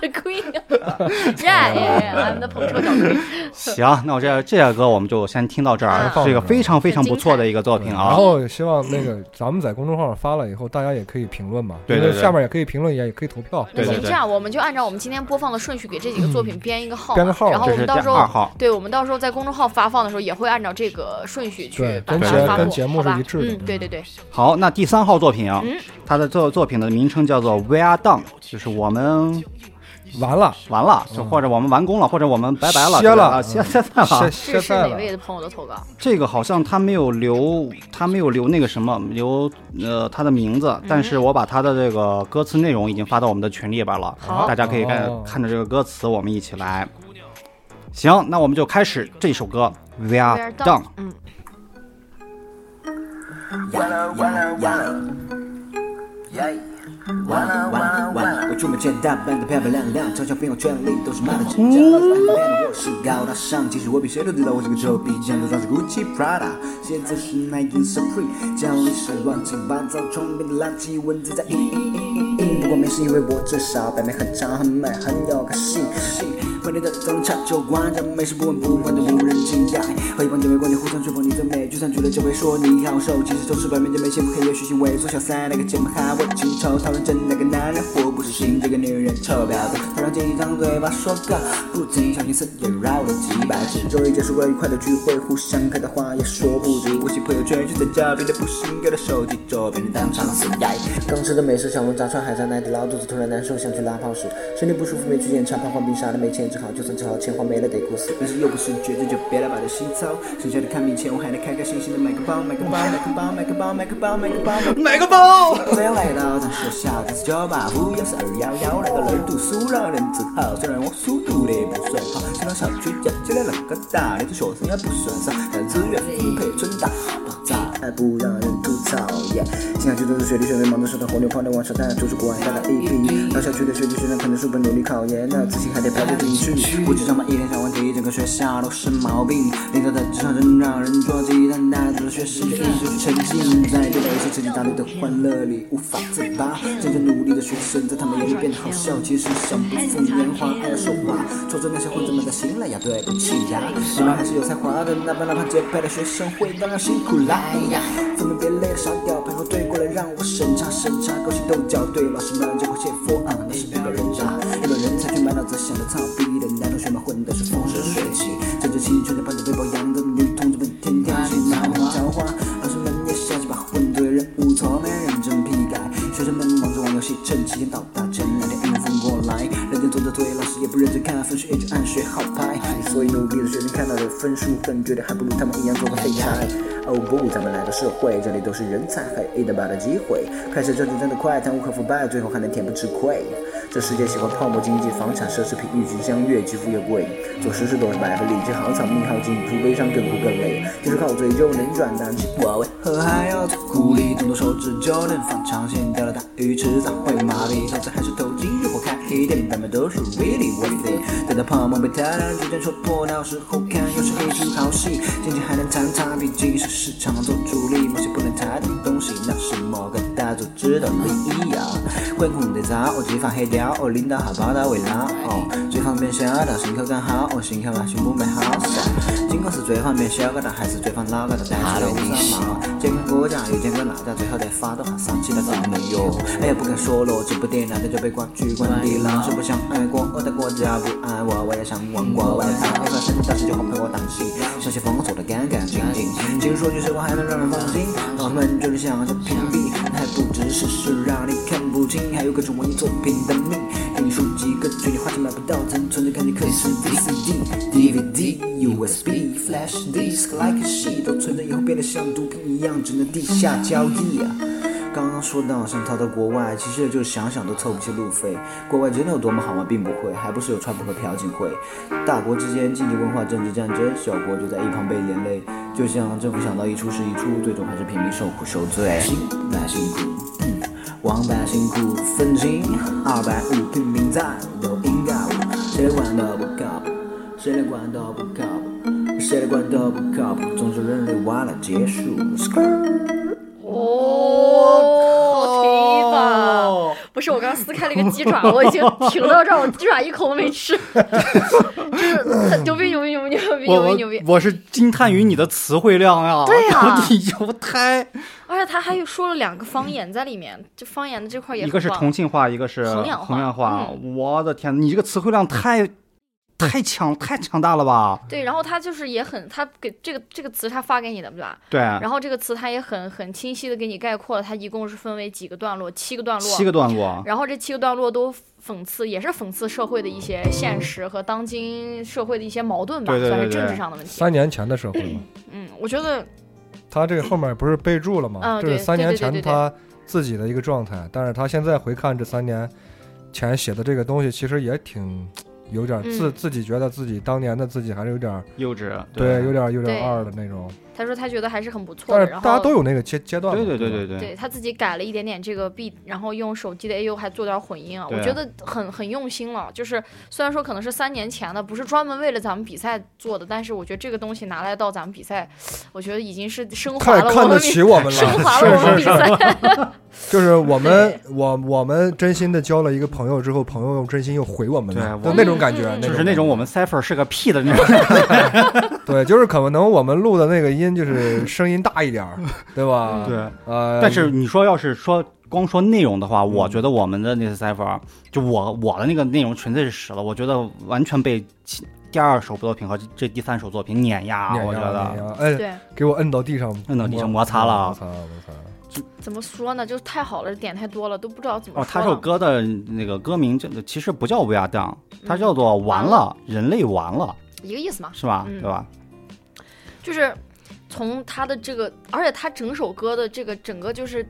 Speaker 2: The Queen，yeah yeah，I'm the 捧臭脚 queen。
Speaker 1: 行，那我这这首歌我们就先听到这儿
Speaker 2: 啊，
Speaker 1: 这个非常非常不错的一个作
Speaker 3: 对
Speaker 1: 品
Speaker 3: 然
Speaker 1: 啊。
Speaker 3: 后希望那个咱们在公众号上发了以后，大家也可以评论嘛，
Speaker 1: 对
Speaker 3: 因为
Speaker 1: 对对
Speaker 3: 下面也可以评论一下，也可以投票。
Speaker 2: 那
Speaker 1: 对对
Speaker 2: 行，
Speaker 1: 对
Speaker 2: 这样我们就按照我们今天播放的顺序给这几个作品编一个号嘛，
Speaker 3: 编个号
Speaker 2: 然后
Speaker 1: 这
Speaker 2: 我
Speaker 1: 是
Speaker 2: 们到
Speaker 1: 这
Speaker 2: 时候
Speaker 1: 二号，
Speaker 2: 对，我们到时候在公众号发放的时候，也会按照这个顺序去
Speaker 3: 对
Speaker 2: 把
Speaker 3: 跟
Speaker 2: 它
Speaker 1: 节
Speaker 2: 发布，
Speaker 3: 跟节目
Speaker 2: 好
Speaker 3: 是
Speaker 2: 吧
Speaker 3: 一致的
Speaker 2: 嗯，对对对，
Speaker 1: 好，那第三号作品啊
Speaker 2: 嗯，
Speaker 1: 它的作作品的名称叫做《We Are Done》，就是我们
Speaker 3: 完了，
Speaker 1: 完了，就或者我们完工了，或者我们拜拜了，
Speaker 3: 歇了
Speaker 1: 对吧啊歇
Speaker 3: 嗯
Speaker 1: 歇菜
Speaker 3: 歇
Speaker 1: 了。
Speaker 2: 这
Speaker 3: 歇
Speaker 2: 是
Speaker 3: 菜
Speaker 2: 哪
Speaker 3: 了。
Speaker 2: 位的朋友的投稿？
Speaker 1: 这个好像他没有留，他没有留那个什么，留呃他的名字，但是我把他的这个歌词内容已经发到我们的群里边了，
Speaker 2: 好
Speaker 1: 大家可以看
Speaker 3: 哦
Speaker 1: 看着这个歌词，我们一起来。行，那我们就开始这首歌《We Are
Speaker 2: We're
Speaker 1: Done
Speaker 2: done》。嗯，
Speaker 6: 完了完了完了！我出门见大班的漂漂亮亮，嘲笑朋友圈里都是骂的嗯真真。我是高大上，其实我比谁都知道我是个臭逼。这样的装是 Gucci Prada，鞋子是 Nike Supreme，家里是乱七八糟窗边的垃圾，蚊子嗯在嘤嘤嘤嘤嘤。不过没事，因为我至少表面很长很美，很有个性。捧你的灯插酒馆，咱们没事不闻不问的无人惊讶。和一帮姐妹关系互相吹捧你的美，就算觉得这位说你好瘦，其实都是表面姐妹幸福黑夜虚心伪装。小三那个姐妹喊我情仇，讨论真那个男人活不是心，这个女人臭婊子，她让这一张嘴巴说个不停，小心思也绕了几百次。周一结束了愉快的聚会，互相开的话也说不停，微信朋友圈却在家变得不行，给了手机就变成当场死癌。刚吃的美食小龙炸串海鲜奶的拉肚子，突然难受想去拉泡屎，身体不舒服没去检查，怕患病啥的没钱治好，就算治好钱花没了得哭死。但是又不是绝症，就别来把这心操。剩下的看病前，我还得开开心心的买个包，买个包，买个包，买个包，买个包，买个包，买个包。
Speaker 1: 买个包。
Speaker 6: 欢迎来到咱学校的酒吧，不要是二幺幺，来到那儿读书让人自豪。虽然我书读的不算好，虽然小区压起来那个大，那些学生也不算少，但资源分嗯配准打爆炸，还哎不让人吐槽耶。现在就都是学弟学妹忙着收到红牛泡的往小蛋，图书馆大的 A B，到小区的学弟学妹啃着书本努力考研，那自习还得排着队去。我就这么一点小问题，整个学校都是毛病。领导在职场真让人着急，但大多数学生就是沉浸在这游戏成绩大陆的欢乐里无法自拔。真正努力的学生在他们眼里变得好笑，其实想不负年华，爱说话，戳着那些混子们的心了呀，对不起呀，你们还是有才华的，哪怕哪怕结拜的学生会当然辛苦啦呀。分门别类的傻屌，朋友对过来让我审查审查，勾心斗角对老师们这块写佛啊，那是一个人渣，一个人才去买脑子想的操逼的男同学们混的是风生水起，趁着青春的盼着被包养的 *laughs* 女同志们天天去拿红桃花，老师们也想起把混对人物错，没人认真批改，学生们忙着玩游戏，趁期间到达，趁两天应付过来，认真做着作业，老师也不认真看，分数也就按学好拍，所以努力的学生看到的分数，更觉得还不如他们一样做个废柴。哦不，咱们来到社会，这里都是人才和一等把的机会，开始赚钱赚得快，贪污和腐败，最后还能恬不吃亏。这世界喜欢泡沫经济，房产、奢侈品日趋相越，肌肤越贵。做实事都是白费，理智好草命耗尽，不悲伤更苦更累，就是靠嘴就能赚大钱。我为何还要做苦力？动动手指就能放长线，钓到大鱼迟早会麻痹，投资还是投机，日活开一点，表面都是 really worthy。等到泡沫被太阳逐渐戳破，到时候看又是一出好戏，经济还能参差，毕竟是市场做主力，某些不能谈的东西，那是某个大组织的利益啊。关控得杂，我只放黑掉，我领导好报道未啦哦，最方便小到心口刚好，哦我心口嘛胸啊部没好噻。尽管是最方便小个的，还是最方老个的，但是我不上毛。见过国家又见过老家，最后再发都还上起了怎么哟？哎呀，不敢说了，这部电影早就被关去关闭了。哎是不想爱国，我的国家啊不爱我，我也想往国外跑。我转身，但是就红陪我党性，像些风做的干干净净。其实说句实话，还能让人放心。他们就是想着屏蔽，还不只是是让你看不清，还有各种文艺作品的命。给你书籍，各种你花钱买不到，咱存着看你可以是 VCD、DVD、USB、Flash Disk、Like Sheet，都存着以后变得像毒品一样，只能地下交易啊。刚刚说到想逃到国外，其实也就是想想都凑不齐路费。国外真的有多么好吗？并不会，还不是有川普和朴槿惠。大国之间经济文化政治战争，小国就在一旁被连累。就像政府想到一出是一出，最终还是平民受苦受罪。辛苦辛苦，嗯，王八辛苦分清，二百五平民债都应该，谁管都不靠谱，谁来管都不靠谱，谁来管都不靠谱，总之人类完了结束。
Speaker 2: 哦，天吧！不是，我刚撕开了一个鸡爪，我已经停到这儿，我鸡爪一口都没吃， *laughs* 就是很牛逼，牛逼，牛逼，牛逼，牛
Speaker 1: 我
Speaker 2: 逼，
Speaker 1: 我
Speaker 2: 牛逼！
Speaker 1: 我是惊叹于你的词汇量呀！
Speaker 2: 对啊
Speaker 1: *laughs*
Speaker 2: 呀
Speaker 1: 你有太
Speaker 2: 而且他还有说了两个方言在里面，就方言的这块也
Speaker 1: 一
Speaker 2: 很
Speaker 1: 个是
Speaker 2: 棒
Speaker 1: 重庆话，一个是
Speaker 2: 衡阳话嗯
Speaker 1: 衡阳话。我的天，你这个词汇量太太强太强大了吧？
Speaker 2: 对，然后他就是也很，他给这个这个词他发给你的对吧？
Speaker 1: 对，
Speaker 2: 然后这个词他也很很清晰的给你概括了，它一共是分为几个段落，七个段落，
Speaker 1: 七个段落，
Speaker 2: 然后这七个段落都讽刺，也是讽刺社会的一些现实和当今社会的一些矛盾吧，
Speaker 1: 对对
Speaker 2: 算是
Speaker 1: 对
Speaker 2: 政治
Speaker 1: 对
Speaker 2: 上的问题。
Speaker 3: 三年前的社会嘛，
Speaker 2: 嗯，我觉得
Speaker 3: 他这个后面不是备注了吗？
Speaker 2: 嗯
Speaker 3: 这
Speaker 2: 对
Speaker 3: 是三年
Speaker 2: 对对对
Speaker 3: 前
Speaker 2: 对
Speaker 3: 他自己的一个状态，但是他现在回看这三年前写的这个东西，其实也挺有点自、
Speaker 2: 嗯
Speaker 3: 自己觉得自己当年的自己还是有点
Speaker 1: 幼稚，
Speaker 3: 对，有点有
Speaker 2: 对
Speaker 3: 点二的那种。
Speaker 2: 他说他觉得还是很不错
Speaker 3: 但
Speaker 2: 的，
Speaker 3: 是
Speaker 2: 然后
Speaker 3: 大家都有那个阶阶段嘛，
Speaker 1: 对对对对
Speaker 3: 吧
Speaker 1: 对
Speaker 2: 对他自己改了一点点这个 beat，然后用手机的 AU 还做点混音啊，我
Speaker 1: 对
Speaker 2: 觉得很很用心了。就是虽然说可能是三年前的，不是专门为了咱们比赛做的，但是我觉得这个东西拿来到咱们比赛，我觉得已经是升华
Speaker 3: 太
Speaker 2: 了
Speaker 3: 看得
Speaker 2: 我们
Speaker 3: 起
Speaker 2: 比
Speaker 3: 我们
Speaker 2: 升
Speaker 3: 了，
Speaker 2: 华了我们比赛。
Speaker 3: *laughs* 就是我们我我们真心的交了一个朋友之后，朋友用真心又回我们
Speaker 1: 对
Speaker 3: 了，
Speaker 1: 我
Speaker 3: 就那种感觉，
Speaker 2: 嗯嗯嗯
Speaker 1: 就是
Speaker 3: 种
Speaker 1: 那种我们 cipher 是个屁的那种。
Speaker 3: 对，就是可能我们录的那个音就是声音大一点
Speaker 1: *laughs*
Speaker 3: 儿，对吧？
Speaker 1: 嗯对，
Speaker 3: 呃，嗯
Speaker 1: 但是你说要是说光说内容的话，我觉得我们的那些 cipher，就我我的那个内容纯粹是屎了，我觉得完全被其第二首作品和这这第三首作品碾压，
Speaker 3: 碾
Speaker 1: 我觉
Speaker 3: 压了，
Speaker 1: 得。
Speaker 3: 碾压哎，
Speaker 2: 对，
Speaker 3: 给我摁到地上，
Speaker 1: 摁到地上摩擦了啊
Speaker 3: 摩擦摩擦。
Speaker 2: *laughs* 怎么说呢？就太好了，点太多了，都不知道怎么
Speaker 1: 哦，他
Speaker 2: 说
Speaker 1: 这首
Speaker 2: 了。
Speaker 1: 歌的那个歌名叫其实不叫 We Are Done，它
Speaker 2: 嗯
Speaker 1: 叫做
Speaker 2: 完
Speaker 1: 完了，人类完了，
Speaker 2: 一个意思嘛，
Speaker 1: 是吧？
Speaker 2: 嗯
Speaker 1: 对吧？
Speaker 2: 就是从他的这个，而且他整首歌的这个整个就是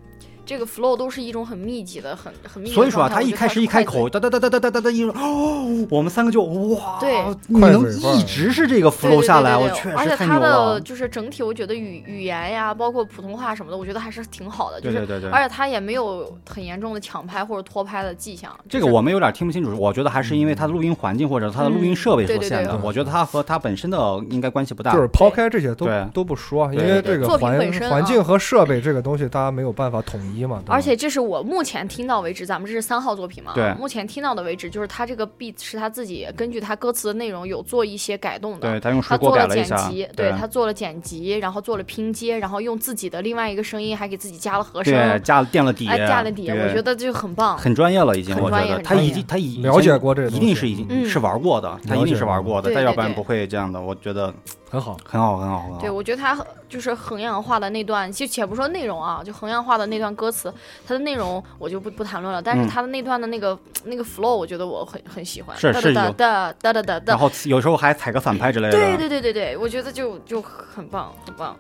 Speaker 2: 这个 flow 都是一种很密集的、很很密集的状态。
Speaker 1: 所以说啊，他
Speaker 2: 我觉
Speaker 1: 一
Speaker 2: 得
Speaker 1: 开始一开
Speaker 2: 是快嘴
Speaker 1: 口，哒哒哒哒哒哒哒哒，一说哦，我们三个就哇，
Speaker 2: 对
Speaker 1: 你
Speaker 3: 快
Speaker 1: 能
Speaker 3: 嘴范儿
Speaker 1: 一直是这个
Speaker 2: 对对
Speaker 1: flow
Speaker 2: 对
Speaker 1: 下来，
Speaker 2: 对
Speaker 1: 我
Speaker 2: 对
Speaker 1: 确
Speaker 2: 而
Speaker 1: 实
Speaker 2: 且
Speaker 1: 太
Speaker 2: 他
Speaker 1: 牛了
Speaker 2: 的。就是整体，我觉得语语言呀，包括普通话什么的，我觉得还是挺好的。就
Speaker 1: 对
Speaker 2: 是
Speaker 1: 对对对，
Speaker 2: 而且他也没有很严重的抢拍或者拖拍的迹象。
Speaker 1: 这个
Speaker 2: 就是
Speaker 1: 我们有点听不清楚，我觉得还是因为它的录音环境或者它的录音设备所限的。
Speaker 2: 嗯对对
Speaker 3: 对
Speaker 1: 我觉得它和它本身的应该关系不大。
Speaker 3: 就是抛开这些都
Speaker 1: 对
Speaker 3: 都不说，因
Speaker 1: 对
Speaker 3: 为
Speaker 1: 对
Speaker 3: 这个
Speaker 2: 作品
Speaker 3: 环
Speaker 2: 本身啊
Speaker 3: 环境和设备这个东西，大家没有办法统一嘛。对吧
Speaker 2: 而且这是我目前听到为止，咱们这是三号作品嘛？
Speaker 1: 对
Speaker 2: 目前听到的为止，就是他这个 beat 是他自己根据他歌词的内容有做一些改动的。
Speaker 1: 对，他用水
Speaker 2: 他
Speaker 1: 果
Speaker 2: 做
Speaker 1: 改
Speaker 2: 了
Speaker 1: 了一
Speaker 2: 剪
Speaker 1: 下
Speaker 2: 辑，，
Speaker 1: 对
Speaker 2: 他做了剪辑，然后做了拼接，然后用自己的另外一个声音，还给自己加了和声，
Speaker 1: 对加了垫了底，啊
Speaker 2: 哎，加了底，
Speaker 1: 对
Speaker 2: 我觉得就很棒。
Speaker 1: 很专业了，已经
Speaker 2: 很
Speaker 1: 我觉
Speaker 2: 专业
Speaker 1: 得
Speaker 2: 很
Speaker 1: 他
Speaker 2: 专
Speaker 1: 已
Speaker 2: 业
Speaker 1: 经他已
Speaker 3: 了解
Speaker 1: 经
Speaker 3: 过这个东
Speaker 1: 一
Speaker 3: 西，
Speaker 1: 定是已经
Speaker 2: 嗯
Speaker 1: 是玩过的，他一
Speaker 3: 了
Speaker 1: 定
Speaker 3: 解
Speaker 1: 是玩过的，
Speaker 2: 对
Speaker 1: 他
Speaker 2: 对
Speaker 1: 要不然
Speaker 2: 对
Speaker 1: 不会这样的。我觉得
Speaker 3: 很好。
Speaker 1: 很好，很好，很好。
Speaker 2: 对，我觉得他就是衡阳话的那段，就且不说内容啊，就衡阳话的那段歌词，它的内容我就不不谈论了。但
Speaker 1: 嗯
Speaker 2: 是他的那段的那个、那个 flow，我觉得我很很喜欢。
Speaker 1: 是
Speaker 2: 哒
Speaker 1: 是
Speaker 2: 哒
Speaker 1: 有
Speaker 2: 哒哒哒哒
Speaker 1: 然
Speaker 2: 哒。
Speaker 1: 后有时候还踩个反拍之类的。
Speaker 2: 对对对对对，我觉得就就很棒，很棒。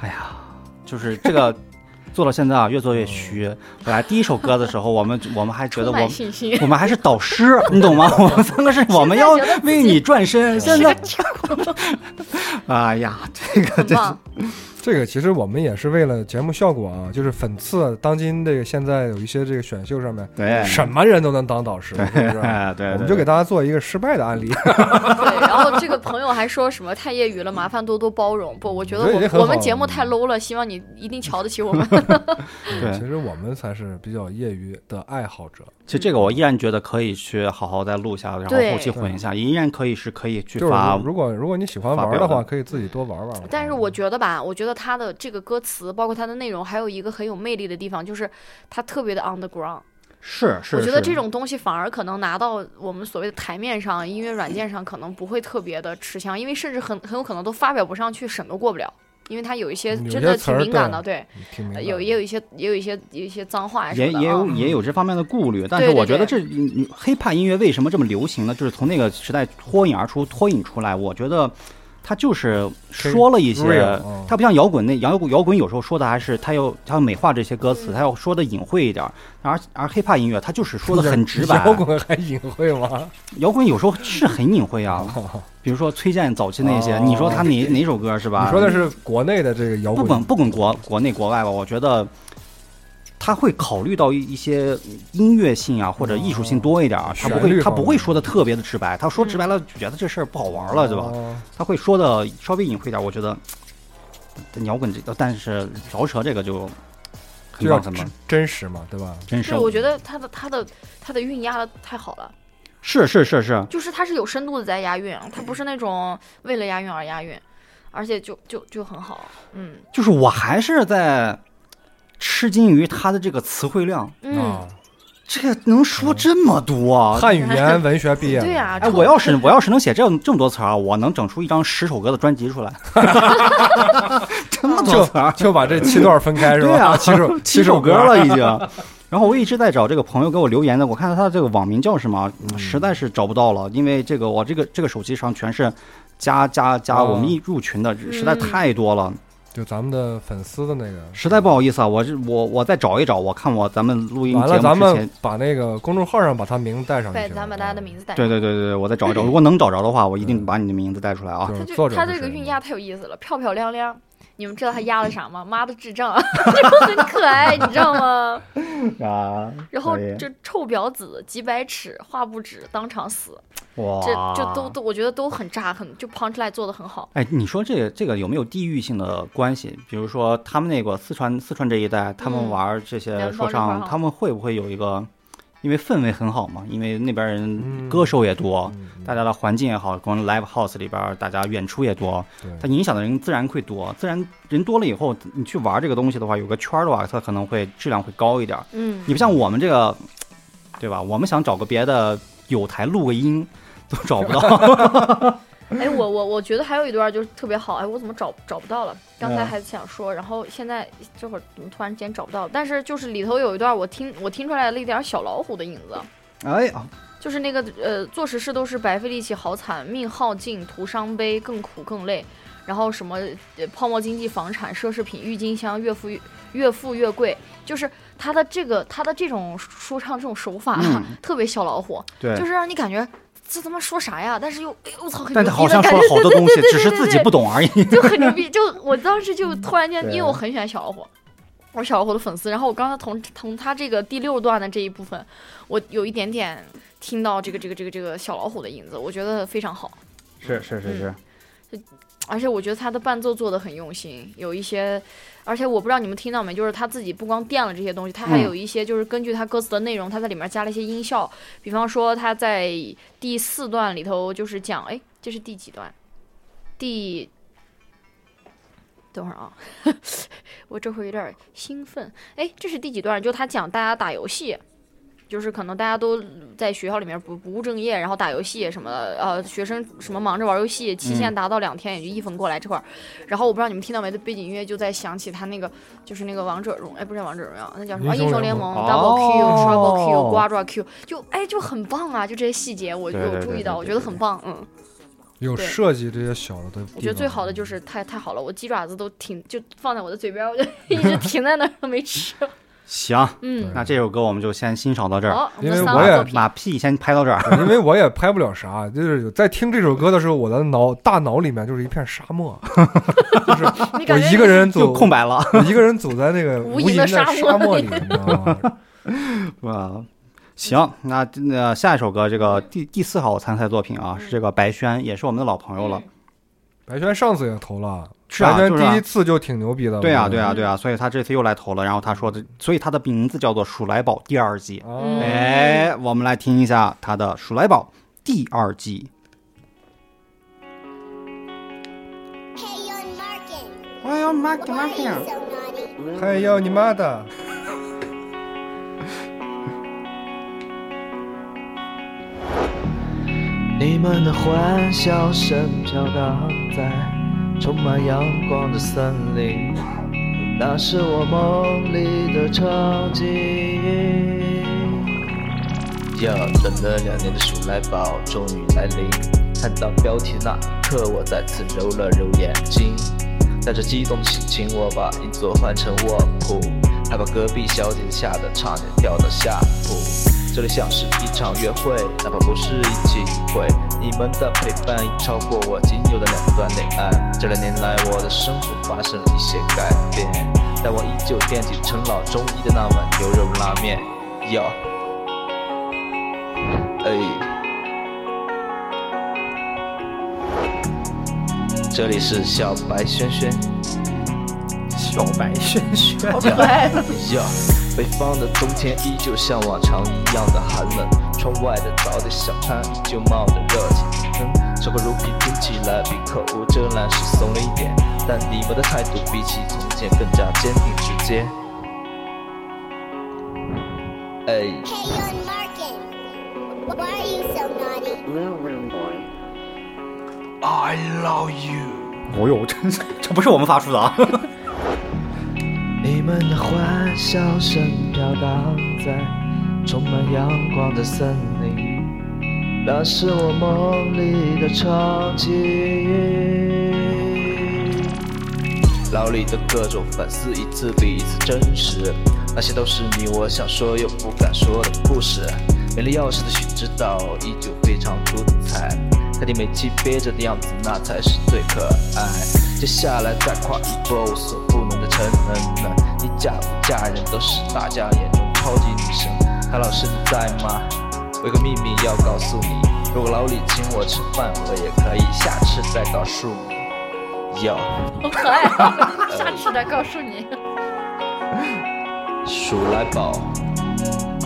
Speaker 1: 哎呀，就是这个做到现在啊，越做越虚。本来第一首歌的时候，我们我们还觉得
Speaker 2: 充
Speaker 1: 我们
Speaker 2: 满信心。
Speaker 1: 我们还是导师，你懂吗？我们三个是我们要为你转身。现在， *laughs* 哎呀，这个
Speaker 2: 很
Speaker 1: 这 *laughs*
Speaker 2: 棒，
Speaker 3: 这个其实我们也是为了节目效果啊，就是粉刺当今这个现在有一些这个选秀上面，
Speaker 1: 对
Speaker 3: 什么人都能当导师，是不是？
Speaker 1: *laughs* 哎对，
Speaker 3: 我们
Speaker 1: 对
Speaker 3: 就给大家做一个失败的
Speaker 1: *laughs*
Speaker 3: 案例。
Speaker 2: 对。然后这个朋友还说什么太业余了，麻烦多多包容。不，我觉得
Speaker 3: 我觉得
Speaker 2: 我
Speaker 3: 已经
Speaker 2: 们
Speaker 3: 很好
Speaker 2: 我们节
Speaker 1: 嗯
Speaker 2: 目太 low 了，希望你一定瞧得起我
Speaker 1: *laughs*
Speaker 2: 们。
Speaker 1: 对
Speaker 3: 嗯其实我们才是比较业余的爱好者，
Speaker 1: 其实这个我依然觉得可以去好好再录一下，然后
Speaker 2: 对
Speaker 1: 后期混一下，依然可以是可以去
Speaker 3: 就是
Speaker 1: 发。
Speaker 3: 如果如果你喜欢
Speaker 1: 发
Speaker 3: 玩
Speaker 1: 表
Speaker 3: 的
Speaker 1: 的
Speaker 3: 话，可以自己多玩玩。
Speaker 2: 但是我觉得吧，我觉得他的这个歌词，包括他的内容，还有一个很有魅力的地方，就是他特别的 on the ground。
Speaker 1: 是是，
Speaker 2: 我觉得
Speaker 1: 是
Speaker 2: 这种东西反而可能拿到我们所谓的台面上、音乐软件上，可能不会特别的吃香，因为甚至很很有可能都发表不上去，审都过不了，因为他有一些
Speaker 3: 嗯有
Speaker 2: 真
Speaker 3: 些
Speaker 2: 的
Speaker 3: 词
Speaker 2: 挺
Speaker 3: 儿
Speaker 2: 敏感
Speaker 3: 对
Speaker 2: 的，对，
Speaker 3: 嗯挺明白
Speaker 2: 呃有也有一些也有一些有一些脏话呀什
Speaker 1: 也
Speaker 2: 么的
Speaker 1: 也有
Speaker 2: 啊。
Speaker 1: 也有这方面的顾虑，但是
Speaker 2: 对对
Speaker 1: 我觉得这嗯嗯黑怕音乐为什么这么流行呢？就是从那个时代脱颖而出，脱颖出来。我觉得他就是说了一
Speaker 3: 黑
Speaker 1: 些
Speaker 3: real，嗯，
Speaker 1: 他不像摇滚那摇滚摇滚有时候说的还是他要他要美化这些歌词，他要说的隐晦一点儿。而而黑怕音乐他就是说的很直白，
Speaker 3: 摇滚还隐晦吗？
Speaker 1: 摇滚有时候是很隐晦啊，比如说崔健早期那些，
Speaker 3: 哦
Speaker 1: 你说他哪哪首歌是
Speaker 3: *laughs*
Speaker 1: 吧？
Speaker 3: 你说的是国内的这个摇
Speaker 1: 不管
Speaker 3: 滚，
Speaker 1: 不管国国内国外吧，我觉得他会考虑到一一些音乐性啊或者艺术性多一点啊，他不
Speaker 3: 哦旋
Speaker 1: 会
Speaker 3: 律
Speaker 1: 他
Speaker 3: 方面
Speaker 1: 不会说的特别的直白，他说直白了就觉得这事儿不好玩了，对吧？
Speaker 3: 哦？
Speaker 1: 他会说的稍微隐晦一点，我觉得但摇滚这个，但是饶舌这个就很
Speaker 3: 就要
Speaker 1: 棒很
Speaker 3: 真
Speaker 1: 棒，
Speaker 3: 真实嘛，对吧？
Speaker 1: 真是
Speaker 2: 对，我觉得他的他的他的韵压的太好了，
Speaker 1: 是是是是，
Speaker 2: 就是他是有深度的在押韵，他不是那种为了押韵而押韵，而且就就就很好，嗯
Speaker 1: 就是我还是在吃惊于他的这个词汇量，
Speaker 2: 嗯，
Speaker 3: 啊，
Speaker 1: 这能
Speaker 3: 嗯
Speaker 1: 说这么多啊！
Speaker 3: 汉语言文学毕业，
Speaker 2: 对，啊呀、
Speaker 1: 哎，
Speaker 2: 创
Speaker 1: 我
Speaker 3: *laughs*
Speaker 1: 要是我要是能写这么这么多词儿，啊我能整出一张十首歌的专辑
Speaker 3: *laughs*
Speaker 1: 出来。这么多
Speaker 3: 就
Speaker 1: 词
Speaker 3: *laughs*
Speaker 1: 儿，
Speaker 3: 就把这七段分开是
Speaker 1: 对
Speaker 3: 吧？
Speaker 1: 啊，
Speaker 3: *laughs* 七首
Speaker 1: *laughs* 七
Speaker 3: 首
Speaker 1: 首歌，了已经。然后我一直在找这个朋友给我留言的，我看到他这个网名叫什么，嗯实在是找不到了，因为这个我这个这个手机上全是加加加
Speaker 3: 哦
Speaker 1: 我们一入群的，实
Speaker 3: 嗯
Speaker 1: 在太多了，
Speaker 3: 就咱们的粉丝的那个。
Speaker 1: 实在不好意思啊，我这我我再找一找，我看我咱们录音
Speaker 3: 完
Speaker 1: 节
Speaker 3: 了，咱
Speaker 1: 目之前
Speaker 3: 们。把那个公众号上把他名带上去
Speaker 2: 对，
Speaker 3: 行吗。
Speaker 2: 咱把大家的名字带上。
Speaker 1: 对对对对对，我再找一找，如果能找着的话，我一定把你的名字带出来
Speaker 3: 就
Speaker 1: 啊。
Speaker 2: 他
Speaker 3: 嗯是
Speaker 2: 就
Speaker 3: 作者
Speaker 2: 他
Speaker 3: 是
Speaker 2: 这个
Speaker 3: 谁
Speaker 2: 韵
Speaker 3: 呢
Speaker 2: 押太有意思了，漂漂亮亮。你们知道他押的啥吗？妈的智
Speaker 1: *laughs*
Speaker 2: 障，就很可爱，你知道吗？
Speaker 1: 啊，
Speaker 2: 然后
Speaker 1: 可以
Speaker 2: 这臭婊子几百尺，画不止，当场死。
Speaker 1: 哇，
Speaker 2: 这就都都我觉得都很炸，很就 punchline 做的很好。
Speaker 1: 哎，你说这这个有没有地域性的关系？比如说他们那个四川四川这一带，他们
Speaker 2: 嗯
Speaker 1: 玩这些
Speaker 2: 南方
Speaker 1: 说
Speaker 2: 这块儿
Speaker 1: 唱，
Speaker 2: 哈
Speaker 1: 他们会不会有一个？因为氛围很好嘛，因为那边人歌手也多，
Speaker 3: 嗯
Speaker 1: 大家的环境也好，光 live house 里边儿大家演出也多，它
Speaker 3: 对，
Speaker 1: 影响的人自然会多。自然人多了以后，你去玩这个东西的话，有个圈儿的话，它可能会质量会高一点儿。
Speaker 2: 嗯，
Speaker 1: 你不像我们这个，对吧？我们想找个别的有台录个音都找不到。
Speaker 2: *laughs* 哎，我我我觉得还有一段就是特别好，哎，我怎么找找不到了？刚才
Speaker 1: 嗯
Speaker 2: 还想说，然后现在这会儿怎么突然间找不到了？但是就是里头有一段我听我听出来了一点小老虎的影子，
Speaker 1: 哎呀，
Speaker 2: 就是那个呃，做实事都是白费力气，好惨，命耗尽，徒伤悲，更苦更累。然后什么呃泡沫经济、房产、奢侈品、郁金香，越富越越富越贵，就是他的这个他的这种说唱这种手法、
Speaker 1: 嗯
Speaker 2: 特别小老虎，
Speaker 1: 对
Speaker 2: 就是让你感觉这他妈说啥呀？但是又哎呦我操，很牛
Speaker 1: 但
Speaker 2: 逼的
Speaker 1: 他好像
Speaker 2: 感
Speaker 1: 说了
Speaker 2: 觉，
Speaker 1: 好多东西，只是
Speaker 2: 对对
Speaker 1: 自己
Speaker 2: 对
Speaker 1: 不懂而已。
Speaker 2: 就很牛逼。就我当时就突然间，
Speaker 1: 对
Speaker 2: 因为我很喜欢小老虎，我是小老虎的粉丝。然后我刚才从从他这个第六段的这一部分，我有一点点听到这个这个这个这个小老虎的影子，我觉得非常好。
Speaker 1: *laughs* 是是是
Speaker 2: 嗯
Speaker 1: 是，
Speaker 2: 而且我觉得他的伴奏做的很用心，有一些，而且我不知道你们听到没，就是他自己不光垫了这些东西，他还
Speaker 1: 嗯
Speaker 2: 有一些就是根据他歌词的内容，他在里面加了一些音效，比方说他在第四段里头就是讲，哎，这是第几段？第，等会儿啊， *laughs* 我这会儿有点兴奋，哎，这是第几段？就他讲大家打游戏。就是可能大家都在学校里面不不务正业，然后打游戏什么的，呃，学生什么忙着玩游戏，期
Speaker 3: 嗯
Speaker 2: 限达到两天也就一分过来这块儿。然后我不知道你们听到没，背景音乐就在响起他那个就是那个王者荣，哎，不是王者荣耀，那叫什么？啊
Speaker 3: 英雄
Speaker 2: 英雄
Speaker 3: 联
Speaker 2: 联
Speaker 3: 盟
Speaker 2: 盟 Double Q、Trouble Q、
Speaker 1: 哦
Speaker 2: 瓜抓 Q，就哎就很棒啊！就这些细节我，我
Speaker 1: 对对对
Speaker 2: 注意
Speaker 1: 对
Speaker 2: 到，
Speaker 1: 对
Speaker 2: 我觉得
Speaker 1: 对
Speaker 2: 很
Speaker 1: 对
Speaker 2: 棒，嗯。
Speaker 3: 有
Speaker 2: 对
Speaker 3: 设计这些小的地方。嗯
Speaker 2: 我觉得最好的就是太太好了，我鸡爪子都停，就放在我的嘴边儿，我就 *laughs* 一直停在那儿都没吃。
Speaker 1: 行，
Speaker 2: 嗯，
Speaker 1: 那这首歌我们就先欣赏到这儿。
Speaker 2: 好，我们
Speaker 3: 因为
Speaker 2: 的三
Speaker 3: 我
Speaker 2: 号
Speaker 3: 也
Speaker 2: 作品
Speaker 1: 马屁先拍到这 *laughs* 儿，
Speaker 3: 啊因为我也拍不了啥，就是在听这首歌的时候，我的脑大脑里面就是一片沙漠，就是
Speaker 2: *laughs* 你
Speaker 3: 我
Speaker 2: 感觉
Speaker 3: 一个人走
Speaker 1: 就，空白 *laughs* 了。
Speaker 3: 我一个人走在那个
Speaker 2: *laughs* 无
Speaker 3: 无
Speaker 2: 垠
Speaker 3: 垠
Speaker 2: 的
Speaker 3: 的
Speaker 2: 沙漠
Speaker 3: 沙漠里，你知道
Speaker 1: *laughs*
Speaker 3: 吗？
Speaker 1: 啊，行，那那下一首歌，这个第第四号参赛作品啊，是这个白轩，也是我们的老朋友了。
Speaker 3: 白轩上次也投了，
Speaker 1: 是啊
Speaker 3: 白轩
Speaker 1: 就是啊
Speaker 3: 第一次就挺牛逼
Speaker 2: 嗯
Speaker 3: 的，
Speaker 1: 对
Speaker 3: 呀、
Speaker 1: 啊，对啊，对啊，所以他这次又来投了。然后他说的，所以他的名字叫做《鼠来宝》第二季。
Speaker 3: 啊
Speaker 2: 嗯
Speaker 1: 哎，我们来听一下他的《鼠来宝》第二季。
Speaker 7: Hey, on Markin.
Speaker 1: 哎呀妈，干
Speaker 7: Why are you so naughty?
Speaker 3: 还要你妈的！
Speaker 8: 你们的欢笑声飘荡在充满阳光的森林，那是我梦里的场景。呀，等了两年的鼠来宝终于来临，看到标题那一刻，我再次揉了揉眼睛，带着激动的心情，我把银座换成卧铺，还把隔壁小姐姐吓得差点跳到下铺。这里像是一场约会，哪怕不是一起约会，你们的陪伴已超过我仅有的两段恋爱。这两年来，我的生活发生了一些改变，但我依旧惦记陈老中医的那碗牛肉拉面。哟。哎，这里是小白轩轩，
Speaker 1: 小白轩轩，
Speaker 8: 呀，北方的冬天依旧像往常一样的寒冷，窗外的早点小摊依旧冒着热气嗯腾，烧烤乳品听起来比口无遮拦时怂了一点，但你们的态度比起从前更加坚定直接。哎。
Speaker 7: Hey, on Markin. Why are you so naughty?
Speaker 5: I love you。
Speaker 1: 哦呦，这这不是我们发出的啊！ *laughs*
Speaker 8: 你们的欢笑声飘荡在充满阳光的森林，那是我梦里的场景。牢里的各种反思，一次比一次真实。那些都是你我想说又不敢说的故事。没了钥匙的许知道依旧非常出彩，看你每期憋着的样子，那才是最可爱。接下来再跨一波我所不能的成人们，你嫁不嫁人都是大家眼中超级女神。韩老师你在吗？我有个秘密要告诉你，如果老李请我吃饭，我也可以下次再告诉你。要
Speaker 2: 好可爱啊！下次再告诉你，
Speaker 8: 数来宝，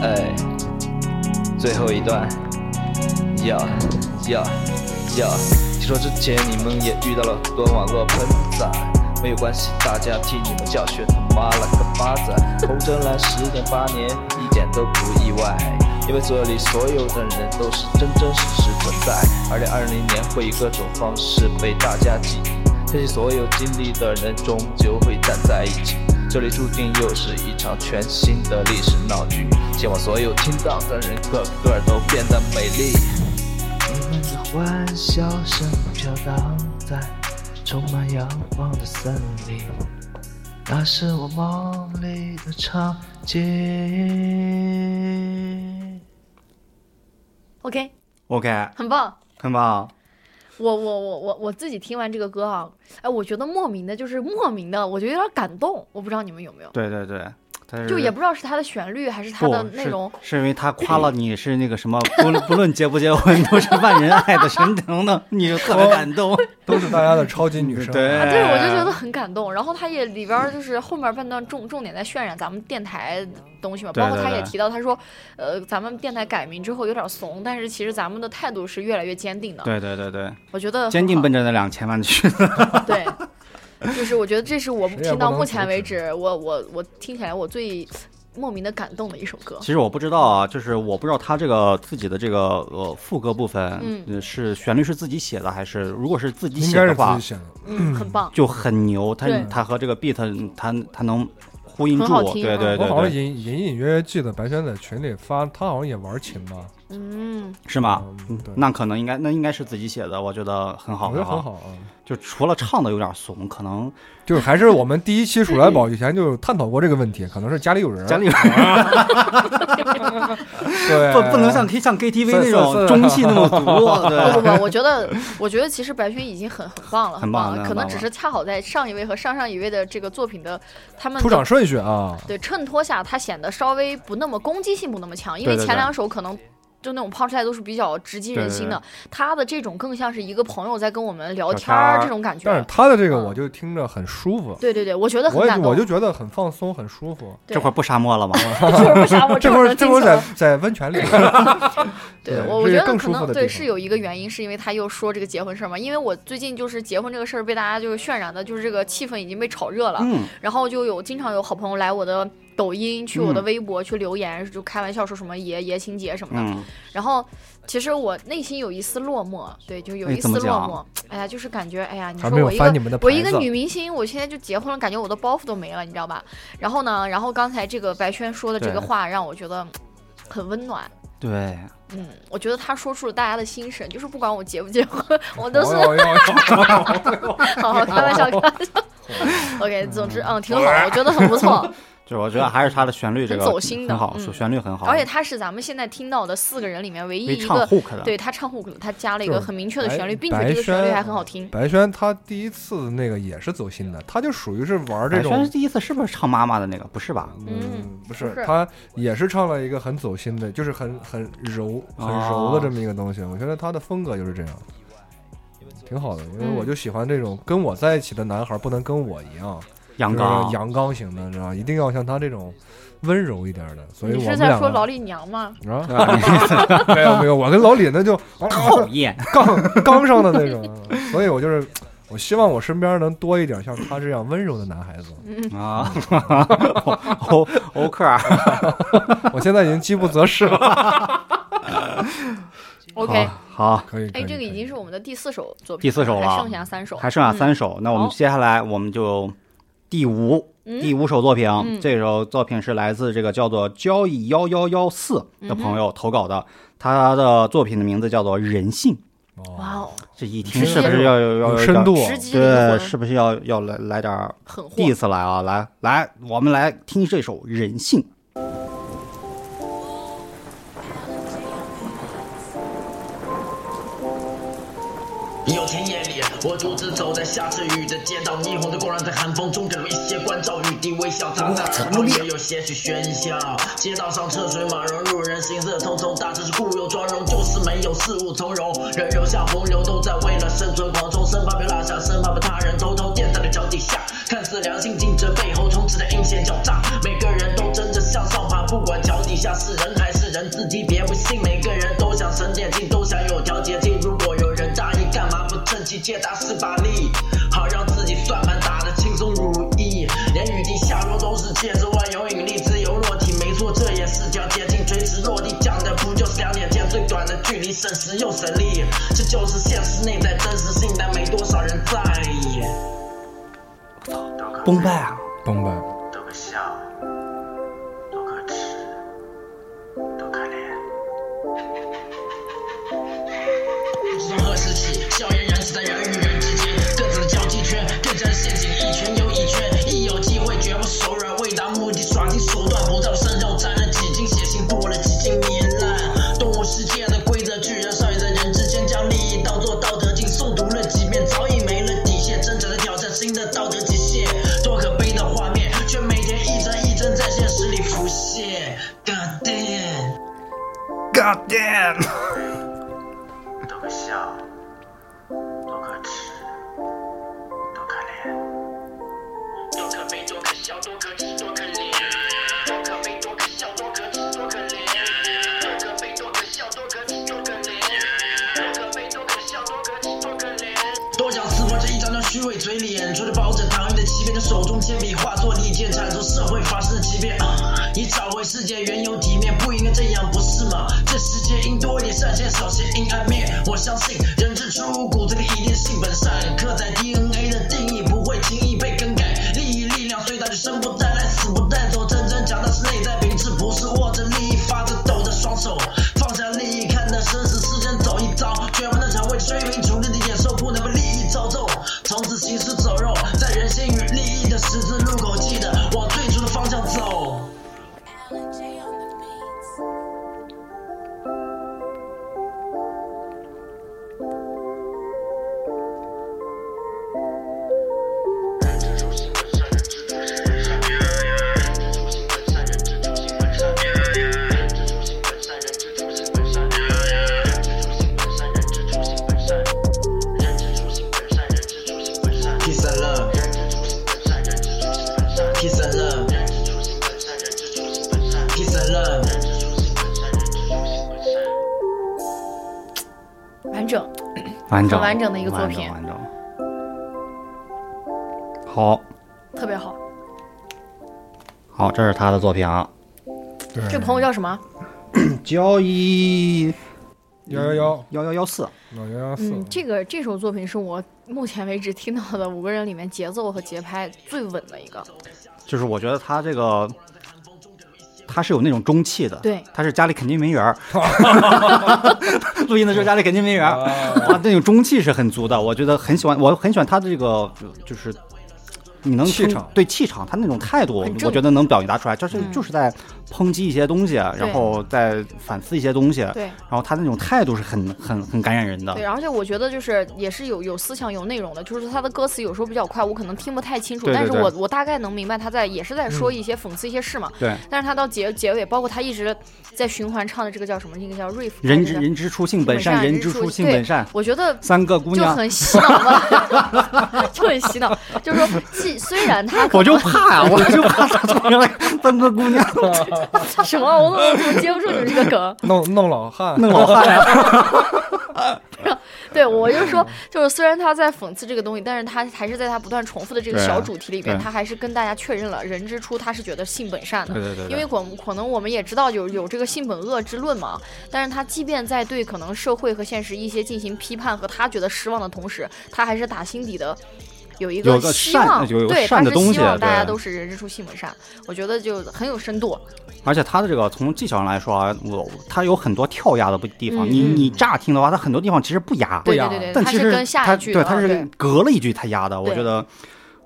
Speaker 8: 哎，最后一段，要要要。听说之前你们也遇到了很多网络喷仔，没有关系，大家替你们教训。他妈了个巴仔，红灯来十点八年，一点都不意外。因为这里所有的人都是真真实实存在。二零二零年会以各种方式被大家记忆，相信所有经历的人终究会站在一起。这里注定又是一场全新的历史闹剧，希望所有听到的人个个都变得美丽。你们的欢笑声飘荡在充满阳光的森林，那是我梦里的场景。
Speaker 2: ，OK，
Speaker 1: OK，
Speaker 2: 很棒。
Speaker 1: 很棒。
Speaker 2: 我我我我我自己听完这个歌啊，哎，我觉得莫名的，就是莫名的，我觉得有点感动。我不知道你们有没有，
Speaker 1: 对对对，他是
Speaker 2: 就也不知道是它的旋律还是它
Speaker 1: 不
Speaker 2: 的内容。
Speaker 1: 是，是因为他夸了你是那个什么， *laughs* 不论不论结不结婚都是万人爱的 *laughs* 神童呢，你就特别感
Speaker 2: *laughs*
Speaker 1: 动。
Speaker 3: 都是大家的超级女生。啊
Speaker 1: 对，
Speaker 2: 对，我就
Speaker 1: 哎
Speaker 2: 觉得很感动。然后它也里边儿就是后面半段重重点在渲染咱们电台东西嘛，
Speaker 1: 对
Speaker 2: 包括
Speaker 1: 对
Speaker 2: 他也
Speaker 1: 对
Speaker 2: 提到，他说，呃，咱们电台改名之后有点怂，但是其实咱们的态度是越来越坚定的。
Speaker 1: 对对对对，
Speaker 2: 我觉得很
Speaker 1: 坚定
Speaker 2: 好
Speaker 1: 奔着那两千万去 *laughs* 的。
Speaker 2: 对，就是我觉得这是我
Speaker 3: 谁也
Speaker 2: 听
Speaker 3: 不
Speaker 2: 到
Speaker 3: 能
Speaker 2: 目
Speaker 3: 阻
Speaker 2: 前为
Speaker 3: 止
Speaker 2: 止，我我我听起来我最莫名的感动的一首歌。
Speaker 1: 其实我不知道啊，就是我不知道他这个自己的这个呃副歌部分，
Speaker 2: 嗯
Speaker 1: 呃，是旋律是自己写的还是如果是自己
Speaker 3: 应
Speaker 1: 写
Speaker 3: 该
Speaker 1: 的
Speaker 3: 是自
Speaker 1: 话
Speaker 3: 己，写的，
Speaker 2: 嗯，很
Speaker 3: *laughs*
Speaker 2: 棒。
Speaker 1: 就很牛。他
Speaker 2: 对
Speaker 1: 他和这个 beat 他他能呼应
Speaker 2: 很
Speaker 1: 住
Speaker 2: 好
Speaker 1: 我，
Speaker 2: 听
Speaker 1: 对
Speaker 2: 嗯
Speaker 1: 对对
Speaker 3: 我好像
Speaker 1: 对，
Speaker 3: 隐隐隐约约记得白轩在群里发，他好像也玩琴吧？
Speaker 2: 嗯，
Speaker 1: 是吗？
Speaker 3: 嗯，对，
Speaker 1: 那可能应该那应该是自己写的，我觉得很好
Speaker 3: 我觉得
Speaker 1: 好
Speaker 3: 很。好啊。
Speaker 1: 就除了唱的有点怂，可能
Speaker 3: 就是还是我们第一期鼠来宝以前就探讨过这个问题，可能是家里有人，
Speaker 1: 家里有
Speaker 3: 啊对
Speaker 1: *laughs* 不不能像 K 像 KTV
Speaker 3: 是
Speaker 1: 那种
Speaker 3: 是
Speaker 1: 中气那
Speaker 3: *laughs*
Speaker 1: 么足，
Speaker 2: 不不
Speaker 1: 对。
Speaker 2: 不，我觉得，我觉得其实白轩已经很很棒了，
Speaker 1: 很棒
Speaker 2: 棒了，
Speaker 1: 很
Speaker 2: 可能
Speaker 1: 棒
Speaker 2: 只
Speaker 1: 了
Speaker 2: 是恰好在上一位和上上一位的这个作品的他们
Speaker 3: 出
Speaker 2: 的
Speaker 3: 场顺序啊，
Speaker 2: 对衬托下，它显得稍微不那么攻击性不那么强，因为
Speaker 1: 对对
Speaker 2: 前
Speaker 1: 对
Speaker 2: 两首可能。就那种抛出来都是比较直击人心的，他的这种更像是一个朋友在跟我们聊
Speaker 1: 聊
Speaker 2: 天儿
Speaker 1: 天儿
Speaker 2: 这种感
Speaker 3: 但是
Speaker 2: 觉。
Speaker 3: 他的这个
Speaker 1: 嗯
Speaker 3: 我就听着很舒服，
Speaker 2: 对对对，我觉得很
Speaker 3: 我也
Speaker 2: 感动。
Speaker 3: 我就觉得很放松，很舒服。
Speaker 1: *laughs* 这会儿不沙漠了吗？
Speaker 2: *laughs* 就是为啥我
Speaker 3: *laughs* 这
Speaker 2: 么
Speaker 3: 会儿
Speaker 2: 能
Speaker 3: 这
Speaker 2: 听
Speaker 3: 会儿
Speaker 2: 起来
Speaker 3: 在在温泉里， *laughs*
Speaker 2: 对
Speaker 3: 对
Speaker 2: 我，我
Speaker 3: 这
Speaker 2: 觉
Speaker 3: 是
Speaker 2: 得
Speaker 3: 更
Speaker 2: 可
Speaker 3: 舒服
Speaker 2: 能
Speaker 3: 的
Speaker 2: 对
Speaker 3: 地
Speaker 2: 是
Speaker 3: 方
Speaker 2: 有一个原因，是因为他又说这个结婚事儿嘛。因为我最近就是结婚这个事儿被大家就是渲染的，就是这个气氛已经被炒热了。
Speaker 3: *laughs*
Speaker 1: 嗯，
Speaker 2: 然后就有经常有好朋友来我的抖音、去我的
Speaker 1: 嗯
Speaker 2: 微博、去留言，就开玩笑说什么爷爷情节什么的。
Speaker 1: 嗯，
Speaker 2: 然后其实我内心有一丝落寞，对，就有
Speaker 1: 哎
Speaker 2: 一丝
Speaker 1: 怎么
Speaker 2: 落
Speaker 1: 讲
Speaker 2: 寞。哎呀，就是感觉哎呀，你
Speaker 3: 啊还
Speaker 2: 说
Speaker 3: 没有
Speaker 2: 我一
Speaker 3: 翻
Speaker 2: 个
Speaker 3: 你们的
Speaker 2: 我一个
Speaker 3: 牌子
Speaker 2: 女明星，我现在就结婚了，感觉我的包袱都没了，你知道吧？然后呢，然后刚才这个白轩说的这个
Speaker 1: 对
Speaker 2: 话让我觉得嗯很温暖。
Speaker 1: 对，
Speaker 2: 嗯，我觉得他说出了大家的心声，就是不管我结不结 *laughs* 婚，我都
Speaker 3: 哦
Speaker 2: 是好好开玩笑，开 *laughs* 玩笑。OK，总之，嗯，挺好的，我觉得很不 *laughs* 错。
Speaker 1: 就是我觉得还是他的旋律这个
Speaker 2: 很走心的
Speaker 1: 很好，
Speaker 2: 嗯
Speaker 1: 旋律很好，
Speaker 2: 而且他是咱们现在听到的四个人里面唯一
Speaker 1: 为
Speaker 2: 一
Speaker 1: 唱
Speaker 2: 个，
Speaker 1: hook 的，
Speaker 2: 对他唱 hook 的，他加了一
Speaker 3: 就
Speaker 2: 个
Speaker 3: 是
Speaker 2: 很明确的
Speaker 3: 白
Speaker 2: 旋律，并
Speaker 3: 白
Speaker 2: 且这个旋律
Speaker 3: 轩
Speaker 2: 还很好听。
Speaker 3: 白轩他第一次那个也是走心的，他就属于是玩这
Speaker 1: 哎。轩
Speaker 3: 种
Speaker 1: 是，第一次是不是唱妈妈的那个？不是吧？
Speaker 2: 嗯，
Speaker 3: 不是
Speaker 2: 不是
Speaker 3: 他也是唱了一个很走心的，就是很很柔很柔的这么一个东西。我觉得他的风格就是这样，挺好的，因为
Speaker 2: 嗯
Speaker 3: 我就喜欢这种跟我在一起的男孩不能跟我一样，
Speaker 1: 杨
Speaker 3: 就
Speaker 1: 刚 *laughs*
Speaker 3: 是，阳刚型的，你知道，一定要像他这种温柔一点的。所以
Speaker 2: 你
Speaker 3: 我们
Speaker 2: 是
Speaker 1: 啊
Speaker 2: 在
Speaker 3: 两
Speaker 2: 说老
Speaker 3: 个。
Speaker 2: 李娘吗？
Speaker 3: 啊，
Speaker 2: *laughs*
Speaker 3: 没有没有，我跟老李那就 *laughs*
Speaker 1: 讨厌， *laughs*
Speaker 3: 杠杠上的那种，所以我就是，我希望我身边能多一点像他这样温柔的男孩子。
Speaker 2: 嗯
Speaker 1: 啊， *laughs* 欧欧克尔，
Speaker 3: 我现在已经饥不择食
Speaker 2: *laughs*
Speaker 3: 了。
Speaker 2: OK，
Speaker 1: 好，好
Speaker 3: 可以，
Speaker 2: 哎，这个已经
Speaker 3: 是
Speaker 2: 是我们的第四首作品，
Speaker 1: 第四首
Speaker 2: 还
Speaker 1: 了
Speaker 2: 剩下三首，
Speaker 1: 还剩下
Speaker 2: 嗯
Speaker 1: 三首，那我们
Speaker 2: 好
Speaker 1: 接下来我们就第五
Speaker 2: 嗯
Speaker 1: 第五首作品
Speaker 2: 嗯，
Speaker 1: 这首作品是来自这个叫做交易幺幺幺四
Speaker 2: 嗯
Speaker 1: 的朋友投稿的，他的作品的名字叫做《人性》。
Speaker 2: 哇哦，
Speaker 1: 这一
Speaker 3: 你
Speaker 1: 听
Speaker 3: 是
Speaker 1: 是不是要要要
Speaker 3: 有
Speaker 1: 要
Speaker 3: 深度，
Speaker 2: 直击灵
Speaker 1: 哦对，
Speaker 2: 魂，
Speaker 1: 是不是要要来来点儿
Speaker 2: 狠货。
Speaker 1: diss 来啊？来来，我们来听这首《人性》。
Speaker 5: 有群眼里
Speaker 9: 我独自走在下着雨的街道，霓虹的光亮在寒风中给了一些关照，雨滴微笑它在耳畔也有些许喧嚣。街道上车水马龙，路人行色匆匆，大城市固有妆容就是没有事物从容。人流像洪流，都在为了生存狂冲，生怕被落下，生怕被他人偷偷垫在了脚底下。看似良性竞争，背后充斥着阴险狡诈，每个人都争着向上爬，不管脚底下是人还是人，自己别不信，每个人都想省点劲，都想有条捷径。如果有人大意，干嘛不趁机借他施把力，好让自己算盘打得轻松如意？连雨滴下落都是借着万有引力，自由落体。没错，这也是条捷径，垂直落地讲的不就是两点间最短的距离，省时又省力。这就是现实内在真实性，但没多少人在意。
Speaker 1: 崩败啊！
Speaker 3: 崩吧，
Speaker 9: 都个笑，多可耻，多可怜。不知从何时起，硝烟燃起在人与人之间，各自的交际圈变成了陷阱，一圈又一圈。一有机会绝不手软，为达目的耍尽手段，不照身肉沾了几斤血腥，堕了几斤糜烂。动物世界的规则居然少于在人之间，将利益当作道德经诵读了几遍，早已没了底线，挣扎的挑战新的道德极限。多可悲的画面，却每天一帧一帧在现实里浮现。God damn！
Speaker 3: God damn！
Speaker 9: 多可笑，多可耻，多可怜，多可悲，多可笑，多可耻，多可怜，多可悲，多可笑，多可耻，多可怜，多可悲，多可笑，多可耻，多可怜，多可悲，多可笑，多可耻，多可怜。多想撕破这一张张虚伪嘴脸，嘴里包着糖衣的欺骗，的手中铅笔化作利剑，阐述社会发生的欺骗，啊以找回世界原有体面，不应该这样，不是吗？这世界应多一点善，先少些阴暗面。我相信人之初骨子里一定性本善，刻在 DNA 的定义不会轻易被更改。利益力量虽大，却生不带来，死不带走。真正强大是内在品质，不是握着利益发着抖的双手。放下利益，看得生死世间走一遭。绝望的肠胃，追名逐利的野兽，不能被利益操纵。从此行尸走肉，在人性与利益的十字路口，记得往最初的方向走。Peace and love. Peace and love. Peace and love.
Speaker 2: 完整。
Speaker 1: 完整，
Speaker 2: 很完整的一个作品
Speaker 1: 完整。完整好，
Speaker 2: 特别好，
Speaker 1: 好，这是他的作品啊。
Speaker 3: 对，
Speaker 2: 这朋友叫什么？
Speaker 1: 交易
Speaker 3: 幺幺幺
Speaker 1: 幺幺幺四，
Speaker 3: 幺幺
Speaker 1: 啊
Speaker 3: 幺四
Speaker 2: 嗯，，这个这首作品是我目前为止听到的五个人里面节奏和节拍最稳的一个。
Speaker 1: 就是我觉得他这个，他是有那种中气的，
Speaker 2: 对
Speaker 1: 他是家里肯定没
Speaker 2: *laughs*
Speaker 1: 园儿，录音的时候家里肯定没园儿，
Speaker 3: 啊
Speaker 1: 哇，那种中气是很足的，我觉得很喜欢，我很喜欢他的这个就是。你能
Speaker 3: 气
Speaker 1: 听
Speaker 3: 场
Speaker 1: 对气场，他那种态度，
Speaker 2: 很正
Speaker 1: 我觉得能表达出来，就是
Speaker 2: 嗯
Speaker 1: 就是在抨击一些东西，然后再反思一些东西，
Speaker 2: 对
Speaker 1: 然后他那种态度是很很很感染人的
Speaker 2: 对，，而且我觉得就是也是有有思想、有内容的，就是他的歌词有时候比较快，我可能听不太清楚，
Speaker 1: 对对
Speaker 2: 但
Speaker 1: 对嗯
Speaker 2: 是我我大概能明白他在也是在说一些讽刺一些事嘛。
Speaker 1: 对，
Speaker 2: 但是他到结结尾，包括他一直在循环唱的这个叫什么？那个叫 riff，
Speaker 1: 人
Speaker 2: 还是
Speaker 1: 之人之初性本
Speaker 2: 善，
Speaker 1: 善，人
Speaker 2: 人
Speaker 1: 之初
Speaker 2: 初
Speaker 1: 性本善
Speaker 2: 对，我觉得
Speaker 1: 三个姑
Speaker 2: 就
Speaker 1: 娘，
Speaker 2: 很洗脑嘛， *laughs* 就很洗脑。就是说，既虽然 *laughs* 他可
Speaker 1: 我
Speaker 2: 能
Speaker 1: 就怕呀、我就怕他怎么样三个姑娘
Speaker 2: 什么，我都怎么接不住你们这个梗？
Speaker 3: 弄弄老汉，
Speaker 1: 弄老汉呀、
Speaker 2: 对，我就说，就是虽然他在讽刺这个东西，但是他还是在他不断重复的这个
Speaker 1: 对啊
Speaker 2: 小主题里边，
Speaker 1: 对
Speaker 2: 他还是跟大家确认了人之初他是觉得性本善的。
Speaker 1: 对对对对
Speaker 2: 因为可可能我们也知道有有这个性本恶之论嘛，但是他即便在对可能社会和现实一些进行批判和他觉得失望的同时，他还是打心底的有一
Speaker 1: 有个
Speaker 2: 希
Speaker 1: 善
Speaker 2: 望，
Speaker 1: 有有个
Speaker 2: 对，
Speaker 1: 善
Speaker 2: 他
Speaker 1: 的
Speaker 2: 是
Speaker 1: 东西啊
Speaker 2: 希望大家
Speaker 1: 对
Speaker 2: 都是人之初性本善，我觉得就很有深度。
Speaker 1: *laughs* 而且他的这个从技巧上来说啊，我他有很多跳压的不地方，
Speaker 2: 嗯
Speaker 1: 你你乍听的话，他很多地方其实不压，
Speaker 2: 对
Speaker 3: 呀
Speaker 2: 对对对，
Speaker 1: 但
Speaker 2: 他
Speaker 1: 其
Speaker 2: 是
Speaker 1: 实
Speaker 2: 跟下
Speaker 1: 他
Speaker 2: 一句
Speaker 1: 对
Speaker 2: 的，
Speaker 1: 他
Speaker 2: 对
Speaker 1: 是隔了一句他压的，我
Speaker 2: 对 *laughs*
Speaker 1: 觉得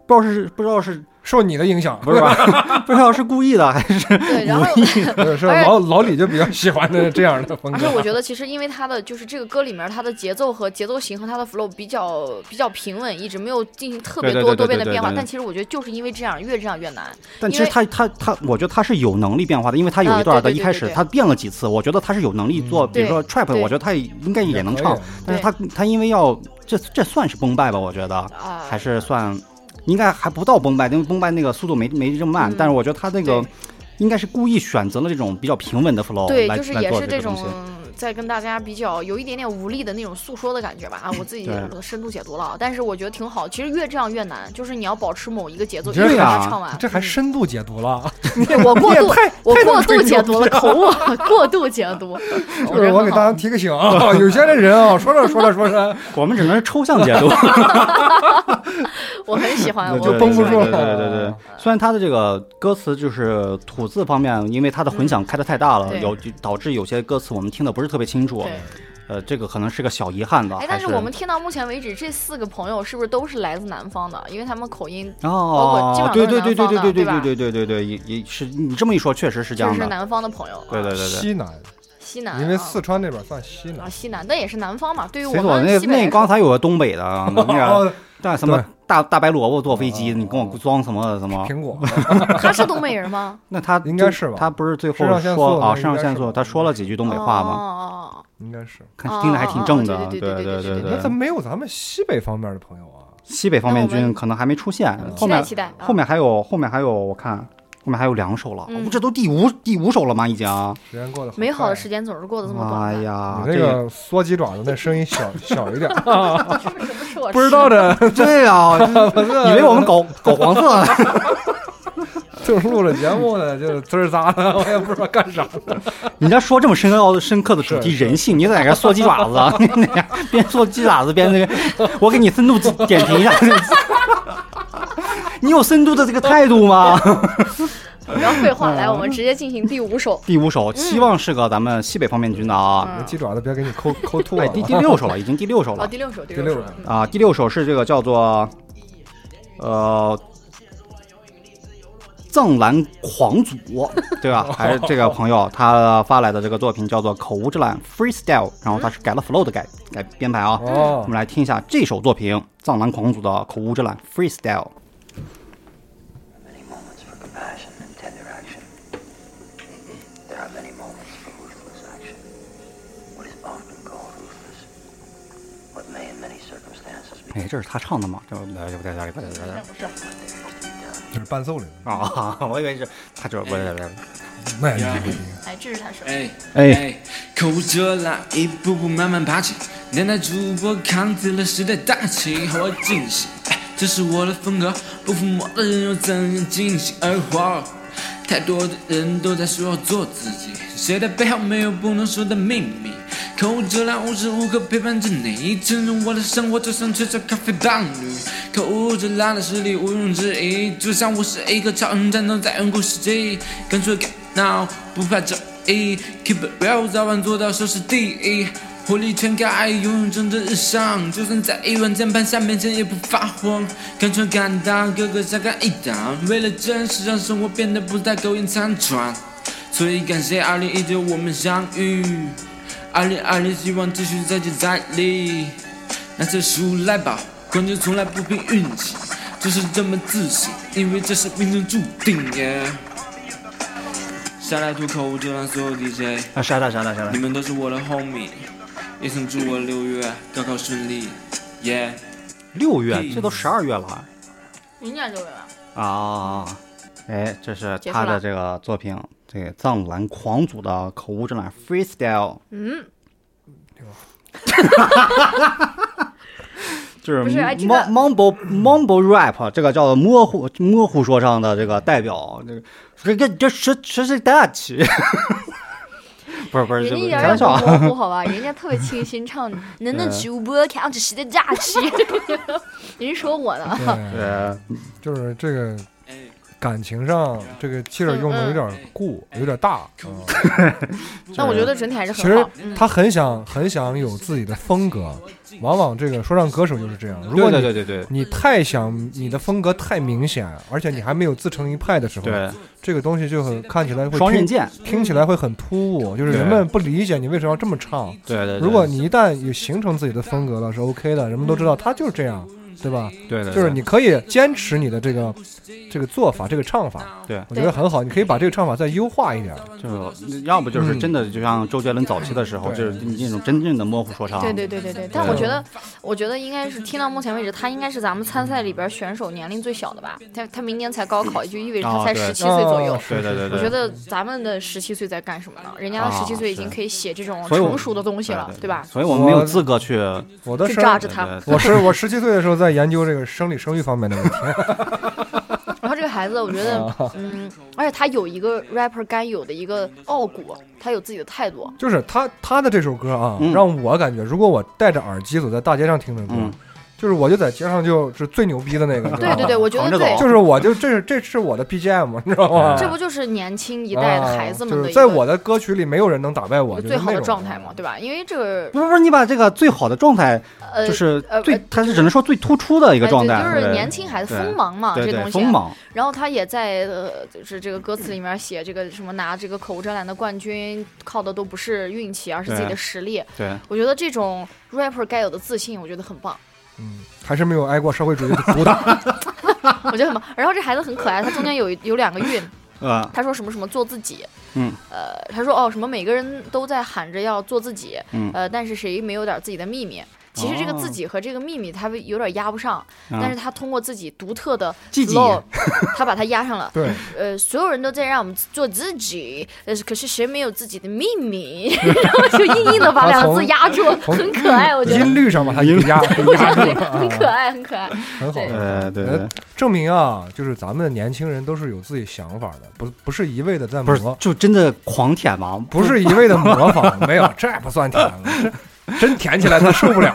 Speaker 1: 不知道是不知道是
Speaker 3: 受你的影响， *laughs*
Speaker 1: 不是吧？ *laughs* 不知道是故意的还是
Speaker 2: 对，
Speaker 1: *laughs*
Speaker 2: 然后
Speaker 3: 是？是
Speaker 2: 而且
Speaker 3: 老老李就比较喜欢的这样的风
Speaker 2: 而
Speaker 3: 格
Speaker 2: 且。我觉得，其实因为他的就是这个歌里面他的节奏和节奏型和他的 flow 比较比较平稳，一直没有进行特别
Speaker 1: 对对
Speaker 2: 多
Speaker 1: 对
Speaker 2: 多变的
Speaker 1: 对对
Speaker 2: 变化。
Speaker 1: 对对
Speaker 2: 但其实我觉得就是因为这样，越这样越难。
Speaker 1: 但其实
Speaker 2: 因为
Speaker 1: 他他他，我觉得他是有能力变化的，因为他有
Speaker 2: 啊
Speaker 1: 一段
Speaker 2: 对
Speaker 1: 的
Speaker 2: 对
Speaker 1: 一
Speaker 2: 对
Speaker 1: 开
Speaker 2: 对
Speaker 1: 始
Speaker 2: 对
Speaker 1: 他变了几次，我觉得他是有能力做，比如说 trap，
Speaker 2: 对
Speaker 1: 我觉得他也应该 *laughs* 也能
Speaker 3: 嗯可以，
Speaker 1: 唱
Speaker 3: 啊
Speaker 1: 但是他他因为要这这算是崩败吧，我觉得
Speaker 2: 啊
Speaker 1: 还是算应该还不到崩败，因为崩败那个速度没没这么慢
Speaker 2: 嗯，
Speaker 1: 但是我觉得他那个
Speaker 2: 对
Speaker 1: 应该是故意选择了这种比较平稳的 flow
Speaker 2: 对，
Speaker 3: 哦
Speaker 1: 来
Speaker 2: 就是
Speaker 1: 来
Speaker 2: 也
Speaker 1: 做
Speaker 2: 是
Speaker 1: 这个
Speaker 2: 种
Speaker 1: 东西。
Speaker 2: 在跟大家比较有一点点无力的那种诉说的感觉吧啊，我自己
Speaker 1: 对
Speaker 2: 深度解读了啊，但是我觉得挺好。其实越这样越难，就是你要保持某一个节奏，一
Speaker 3: 这
Speaker 2: 直
Speaker 1: 个
Speaker 2: 把
Speaker 1: 啊
Speaker 2: 它唱完。
Speaker 3: 这还
Speaker 2: 嗯
Speaker 3: 深度解读了，
Speaker 2: 对
Speaker 3: *laughs*
Speaker 2: 我过
Speaker 3: 你也
Speaker 2: 度
Speaker 3: 太，
Speaker 2: 我
Speaker 3: 太能
Speaker 2: 过度
Speaker 3: 吹
Speaker 2: 解
Speaker 3: 牛
Speaker 2: 读
Speaker 3: 逼
Speaker 2: 了，
Speaker 3: 了
Speaker 2: 口误， *laughs* 过度解读。
Speaker 3: 就是 *laughs* 我给大家提个醒啊， *laughs* 有些人啊，说着说着说着，
Speaker 1: 我们只能是抽
Speaker 2: *laughs*
Speaker 1: 象解读，
Speaker 2: 我很喜欢，我
Speaker 3: 就
Speaker 2: 很
Speaker 3: 绷不
Speaker 2: 喜
Speaker 3: 住
Speaker 2: 欢
Speaker 1: 对
Speaker 3: 了
Speaker 1: 对对对对。虽然他的这个歌词就是吐字方面，因为他的混响开的太大了，
Speaker 2: 嗯对
Speaker 1: 有导致有些歌词我们听的不是特别清楚。
Speaker 2: 对，
Speaker 1: 呃，这个可能是个小遗憾吧。
Speaker 2: 哎，
Speaker 1: 啊还
Speaker 2: 但
Speaker 1: 是
Speaker 2: 是我们听到目前为止，这四个朋友是不是都是来自南方的？因为他们口音包括基本上，
Speaker 1: 哦对
Speaker 2: 都是
Speaker 1: 对对
Speaker 2: 南
Speaker 1: 对
Speaker 2: 方的
Speaker 1: 对
Speaker 2: 对吧
Speaker 1: 对对对对对对，也也是你这么一说，确实是这
Speaker 2: 就
Speaker 1: 样
Speaker 2: 是
Speaker 1: 的。
Speaker 2: 南方的朋友，
Speaker 1: *laughs*
Speaker 2: 啊
Speaker 1: 对对对对。
Speaker 3: 西南，
Speaker 2: 西南，
Speaker 3: 因为
Speaker 2: 啊
Speaker 3: 四川那边算西
Speaker 2: 啊
Speaker 3: 南。
Speaker 2: 西南，但也是南方嘛。对于
Speaker 1: 随
Speaker 2: 我
Speaker 1: 所那
Speaker 2: 们西北
Speaker 1: 那
Speaker 2: 来
Speaker 1: 刚
Speaker 2: 说，
Speaker 1: 才有个东北的啊，那个
Speaker 3: 哦，
Speaker 1: 带什么
Speaker 3: 对
Speaker 1: 大大白萝卜坐飞机，
Speaker 3: 哦
Speaker 1: 你跟我装什么什么？
Speaker 3: 苹果，
Speaker 2: 他是东北人吗？
Speaker 1: 那他
Speaker 3: 应该
Speaker 1: 就是
Speaker 3: 吧
Speaker 1: 他不是最后
Speaker 3: 肾上腺素
Speaker 1: 说
Speaker 3: 那
Speaker 1: 啊，
Speaker 3: 应
Speaker 1: 肾上
Speaker 3: 该
Speaker 1: 腺
Speaker 3: 是
Speaker 1: 素，
Speaker 3: 吧
Speaker 1: 他说了几句 *laughs* 东北话嘛，
Speaker 2: 哦哦哦
Speaker 3: 应该是。
Speaker 1: 看
Speaker 2: 哦
Speaker 1: 听着还挺正的
Speaker 2: 哦哦。对对对对对
Speaker 1: 对
Speaker 2: 对
Speaker 3: 那
Speaker 1: 对
Speaker 3: 怎么没有咱们西北方面的朋友啊？
Speaker 1: 西北方面
Speaker 2: 那我
Speaker 1: 军
Speaker 2: 们
Speaker 1: 可能还没出现，
Speaker 2: 哦，
Speaker 1: 后
Speaker 2: 期待
Speaker 1: 面
Speaker 2: 期待。啊
Speaker 1: 后面还有后面还有我看后面还有两首了，
Speaker 2: 嗯
Speaker 1: 哦这都第五第五首了吗？已经。
Speaker 3: 时间过得
Speaker 2: 美好的时
Speaker 3: 间。
Speaker 2: 间总是过得这么
Speaker 1: 哎
Speaker 2: 短。
Speaker 1: 呀，
Speaker 3: 你那
Speaker 1: 这
Speaker 3: 个缩鸡爪子那声音
Speaker 1: *laughs*
Speaker 3: 小小一点， *laughs*
Speaker 2: 是我
Speaker 3: 不知道的，
Speaker 1: 对呀，以为我们搞搞黄色呢。
Speaker 3: 就是录了节目呢，就是滋儿咋的，我也不知道干
Speaker 1: *laughs*
Speaker 3: 啥
Speaker 1: 啊
Speaker 3: 的。
Speaker 1: 人家说这么深奥的、深刻的主题
Speaker 3: 是
Speaker 1: 人性，你在那缩鸡爪
Speaker 3: *laughs*
Speaker 1: 子啊，你在那边缩鸡爪子边那个，我给你深度点评一下。 *laughs* 你有深度的这个态度 *laughs* 吗？
Speaker 2: 不要废话，来，我们直接进行第五首。
Speaker 1: 第五首，希望是个咱们西北方面军的啊。
Speaker 3: 那鸡爪子别给你抠抠哎吐了
Speaker 1: 哎，
Speaker 3: 啊。
Speaker 1: 第
Speaker 3: *laughs*
Speaker 1: 第六首了，已经第六首
Speaker 2: 哦，
Speaker 1: 了
Speaker 2: 第六首，第
Speaker 3: 第六
Speaker 2: 六首
Speaker 3: 首。
Speaker 1: 啊。第六首是这个叫做，呃，藏蓝狂祖，对吧？还是这个朋友他发来的这个作品叫做《口无遮拦 Freestyle》，然后他是改了 flow 的改改编排啊。我
Speaker 3: 哦
Speaker 1: 们，来听一下这首作品《藏蓝狂祖》的口无遮拦 Freestyle。
Speaker 9: many moments for compassion and tender action. There are many moments for ruthless action. What is often called ruthless, what may in many circumstances be
Speaker 1: 哎，这是他唱的吗？这来来来来来
Speaker 3: 就是伴奏里的，
Speaker 1: 啊！ *laughs* 我以为是他这我来来
Speaker 3: *laughs* 那也不一定。
Speaker 2: 哎，这是他首。
Speaker 10: 哎
Speaker 1: 哎
Speaker 10: 哎，口无遮拦，一步步慢慢爬起，年代主播扛起了时代大旗，好好进行。哎这是我的风格，不服魔的人又怎样进行而活？太多的人都在说要做自己，谁的背后没有不能说的秘密？口无遮拦，无时无刻陪伴着你，浸润我的生活，就像吹着咖啡伴侣。口无遮拦的实力毋庸置疑，就像我是一个超人，战斗在远古世纪，干脆干闹，不怕这。一 keep it real，早晚做到收视第一，火力全开，永远蒸蒸日上。就算在亿万键盘下面前也不发慌，敢闯敢当，个个下岗一档。为了真实，让生活变得不再苟延残喘。所以感谢2019我们相遇，2 0 2 0希望继续再接再厉。拿起书来吧，冠军从来不凭运气，就是这么自信，因为这是命中注定。耶。下来吐口无遮拦所有 DJ。
Speaker 1: 啊！啥的啥的啥
Speaker 10: 你们都是我的 homie，也请祝我六月高考顺利，yeah。
Speaker 1: 六月，这都十二月了
Speaker 2: 明年就有了。
Speaker 1: 啊！哎，这是他
Speaker 2: 结束
Speaker 1: 的
Speaker 2: 了
Speaker 1: 这个作品，这个藏蓝狂祖的口无遮拦 Freestyle，
Speaker 2: 嗯，
Speaker 1: *laughs* 就是
Speaker 2: 不是哎这个
Speaker 1: Mum- Mumble Mumble Rap，这个叫做模糊模糊说唱的这个代表，这个这这这这这是大气， *laughs* 不是不是，
Speaker 2: 人
Speaker 1: 这
Speaker 2: 家一
Speaker 1: 不是
Speaker 2: 点
Speaker 1: 开
Speaker 2: 儿也不
Speaker 1: 玩笑啊。
Speaker 2: 模糊，好吧？人家特别清新，唱的“能能主播扛着时代 *laughs* 假期”，人家说我呢。
Speaker 3: 对，
Speaker 1: 呃，
Speaker 3: 就是这个
Speaker 10: 哎，
Speaker 3: 感情上这个气儿用的有点
Speaker 1: 嗯
Speaker 3: 固，有点大。
Speaker 1: 哎 *laughs*
Speaker 3: 嗯
Speaker 2: 那我觉得整体还是
Speaker 3: 其
Speaker 2: 很
Speaker 3: 实
Speaker 2: 好。嗯
Speaker 3: 他很想很想有自己的风格，往往这个说唱歌手就是这样。如果
Speaker 1: 对
Speaker 3: 你
Speaker 1: 对对对
Speaker 3: 你太想你的风格太明显，而且你还没有自成一派的时候，
Speaker 1: 对，
Speaker 3: 这个东西就很看起来会
Speaker 1: 双刃
Speaker 3: 听
Speaker 1: 剑，
Speaker 3: 听起来会很突兀，就是人
Speaker 1: 对
Speaker 3: 们不理解你为什么要这么唱。
Speaker 1: 对对对。
Speaker 3: 如果你一旦有形成自己的风格了，是 OK 的，人们都
Speaker 1: 嗯
Speaker 3: 知道他就是这样，对吧？
Speaker 1: 对对，
Speaker 3: 就是你可以坚持你的这个这个做法，这个唱法，
Speaker 1: 对
Speaker 3: 我觉得很好。你可以把这个唱法再优化一点，
Speaker 1: 就是要不就是真的就像周杰伦早期的时候，
Speaker 3: 对
Speaker 1: 就是你那种真正的模糊说唱，
Speaker 2: 对对对对对，但我觉得，我觉得应该是听到目前为止，他应该是咱们参赛里边选手年龄最小的吧？他他明年才高考，也就意味着他
Speaker 1: 啊
Speaker 2: 才
Speaker 1: 对
Speaker 2: 十七岁左右。
Speaker 3: 啊是
Speaker 1: 对对对对，
Speaker 2: 我觉得咱们的十七岁在干什么呢？人家的
Speaker 1: 啊
Speaker 2: 十七岁已经
Speaker 1: 是
Speaker 2: 可以写这种
Speaker 1: 所以我
Speaker 2: 成熟的东西
Speaker 1: 对
Speaker 2: 了，
Speaker 1: 对
Speaker 2: 对吧？
Speaker 1: 所以我们没有
Speaker 3: 我
Speaker 1: 资格去
Speaker 3: 我的
Speaker 2: 去
Speaker 3: 生，
Speaker 2: 抓着
Speaker 1: 对
Speaker 2: 他。
Speaker 1: 对
Speaker 3: 我是我十七岁的时候在研究这个生理生育方面的问题。
Speaker 2: 然后这个孩子，我觉得，
Speaker 1: 啊
Speaker 2: 嗯，而且他有一个 rapper 该有的一个傲骨，他有自己的态
Speaker 1: 啊
Speaker 2: 度。
Speaker 3: *laughs* 就是他他的这首歌啊，
Speaker 1: 嗯
Speaker 3: 让我感觉，如果我戴着耳机走在大街上听的歌，
Speaker 1: 嗯
Speaker 3: 就是我就在街上就是最牛逼的那个，你知道
Speaker 2: 对
Speaker 3: 吗
Speaker 2: 嗯对对，我觉
Speaker 1: 扛
Speaker 2: 得
Speaker 1: 着
Speaker 2: 对
Speaker 1: 走，啊
Speaker 3: 就是我就这是这是我的 BGM，你知道吗？
Speaker 1: 哎
Speaker 2: 这不嗯就是年轻一代的孩子们
Speaker 3: 啊
Speaker 2: 的
Speaker 3: 就
Speaker 2: 一
Speaker 3: 是在
Speaker 2: 个
Speaker 3: 我的歌曲里，没有人能打败我，就是
Speaker 2: 最好
Speaker 3: 那
Speaker 2: 的
Speaker 3: 种
Speaker 2: 状态嘛，。对吧？因为这个
Speaker 1: 不是不是，你把这个最好的状态，
Speaker 2: 呃，
Speaker 1: 就是
Speaker 2: 呃
Speaker 1: 最
Speaker 2: 呃，
Speaker 1: 他是只能说最突出的一
Speaker 2: 一
Speaker 1: 个状态，
Speaker 2: 哎就是
Speaker 1: 对
Speaker 2: 年轻孩子
Speaker 1: 对
Speaker 2: 锋芒嘛，
Speaker 1: 对
Speaker 2: 这
Speaker 1: 对
Speaker 2: 东西啊
Speaker 1: 锋。芒，
Speaker 2: 然后他也在呃，就是这个歌词里面写这个什么拿这个口无遮拦的冠军，靠的都不是运气，而是自己
Speaker 1: 对
Speaker 2: 的实力。
Speaker 1: 对
Speaker 2: 我觉得这种 rapper 该有的自信，我觉得很棒，
Speaker 3: 嗯，还是没有挨过社会主义的毒
Speaker 2: *laughs*
Speaker 3: 打。
Speaker 2: 我觉得很棒。然后这孩子很可爱，他中间有有两个韵，
Speaker 1: 啊，
Speaker 2: 他说什么什么做自己，
Speaker 1: 嗯，
Speaker 2: 呃，他说哦什么每个人都在喊着要做自己，
Speaker 1: 嗯哦
Speaker 2: 呃，但是谁没有点自己的秘密？其实这个自己和这个秘密，他有点压不上，
Speaker 1: 嗯
Speaker 2: 但是他通过自己独特的
Speaker 1: 自己 *laughs*
Speaker 2: flow，他把它压上了。
Speaker 3: 对，
Speaker 2: 呃，所有人都在让我们做自己，但是可是谁没有自己的秘
Speaker 3: *laughs*
Speaker 2: 密？然后就硬硬的把两个字压住，
Speaker 3: 从
Speaker 2: 很可爱，我觉得
Speaker 3: 音律上把它给压给压住了，啊
Speaker 2: 很可爱，很可爱。
Speaker 3: 很好。
Speaker 2: 对
Speaker 1: 呃对对
Speaker 3: 呃，证明啊，就是咱们的年轻人都是有自己想法的，不不是一味的在
Speaker 1: 不是
Speaker 3: 模，
Speaker 1: 就真的狂舔吗？
Speaker 3: 不是一味的模
Speaker 1: *laughs*
Speaker 3: 仿，没有，这不算甜了，真甜起来他受不了。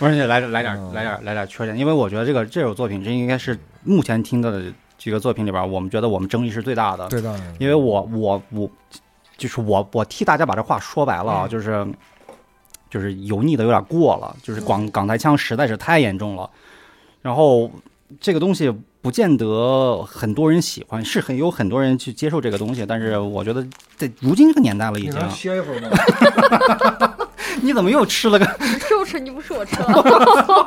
Speaker 1: 不是，来点来
Speaker 3: 嗯
Speaker 1: 点来点来点缺点，因为我觉得这个这首作品真应该是目前听到的几个作品里边儿，我们觉得我们争议是最大的。
Speaker 3: 对的，
Speaker 1: 因为我我我就是我我替大家把这话说白了啊，
Speaker 3: 嗯
Speaker 1: 就是就是油腻的有点过了，就是
Speaker 3: 嗯
Speaker 1: 港港台腔实在是太严重了。然后这个东西不见得很多人喜欢，是很有很多人去接受这个东西，但是我觉得在如今这个年代了已
Speaker 3: 你
Speaker 1: 经
Speaker 3: 能，歇一会儿吗？
Speaker 1: 你怎么又吃了个？
Speaker 2: 肉吃你不吃我吃了，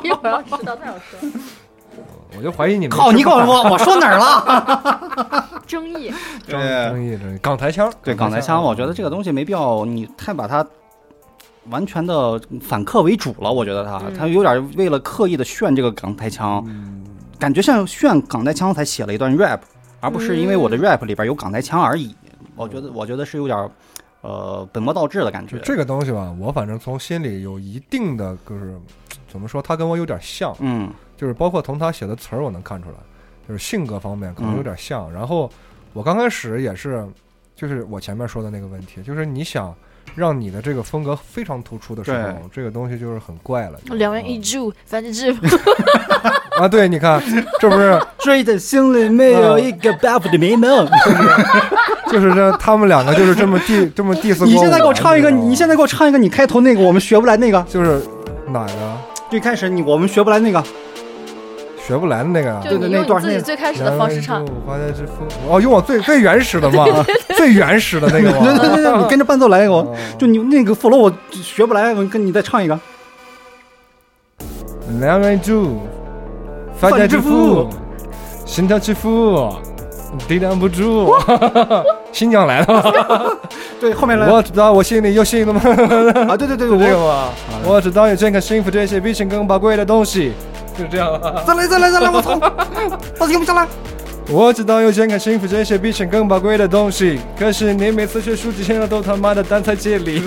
Speaker 2: 一会儿要吃到太好吃了。
Speaker 3: 我就怀疑你们
Speaker 1: 靠！你告诉我我说哪儿了？
Speaker 2: 争议，
Speaker 1: 对
Speaker 3: 争议争议，港台腔，嗯
Speaker 1: 对，港台腔，我觉得这个
Speaker 3: 西
Speaker 1: 东西没必要，你太把它。完全的反客为主了，我觉得他
Speaker 2: 嗯
Speaker 1: 他有点为了刻意的炫这个港台腔，感觉像炫港台腔才写了一段 rap，而不是因为我的 rap 里边有港台腔而已。我觉得我觉得是有点呃本末倒置的感觉
Speaker 3: 就。这个东西吧，我反正从心里有一定的，就是怎么说，他跟我有点像，
Speaker 1: 嗯
Speaker 3: 就是包括从他写的词儿我能看出来，就是性格方面可
Speaker 1: 嗯
Speaker 3: 能有点像。然后我刚开始也是，就是我前面说的那个问题，就是你想让你的这个风格非常突出的时候
Speaker 1: 对，
Speaker 3: 这个东西就是很怪了。就
Speaker 2: 两人一住，反正是
Speaker 3: 啊，对，你看，这不是
Speaker 1: 谁的心里没
Speaker 3: 有一
Speaker 1: 个漂浮的美梦？
Speaker 3: 就是这他们两个就是这么 diss 这么 diss 过
Speaker 1: *laughs* 你现在给我
Speaker 3: 我
Speaker 1: 唱 *laughs* 一个，
Speaker 3: 知道吗
Speaker 1: 你现在给我唱一个，你开头那个我们学不来那个，
Speaker 3: 就是哪个
Speaker 1: 最开始你我们学不来那个，
Speaker 3: 学不来的那个啊。
Speaker 2: 就
Speaker 1: 对
Speaker 2: 你
Speaker 1: 那
Speaker 2: 用你
Speaker 1: 段
Speaker 2: 自己
Speaker 1: 那个
Speaker 2: 最开始的方式唱
Speaker 3: 然，后发现是风哦，用我最最原始的
Speaker 2: *laughs*
Speaker 3: 嘛，最原始的那个
Speaker 1: *laughs* 对对
Speaker 3: 嘛。
Speaker 1: 对，对你跟着伴奏来一个
Speaker 3: 哦，
Speaker 1: 就你那个 flow 我学不来，我跟你再唱一个。
Speaker 3: 两人住，发家致富，心跳起伏，抵挡不住。 *laughs* 新疆来了，
Speaker 1: 对，后面来
Speaker 3: 我知道我心里有幸的吗？ *laughs*
Speaker 1: 啊，对对对，
Speaker 3: 就这个
Speaker 1: 我
Speaker 3: 嘛，我知道有健康、幸福这些比钱更宝贵的东西。就这样啊，
Speaker 1: 再来再来再来，我操，我停不下来。
Speaker 3: 我知道有健康、幸福这些比钱更宝贵的东西，可是你每次学书籍，现在都他妈的单在这里。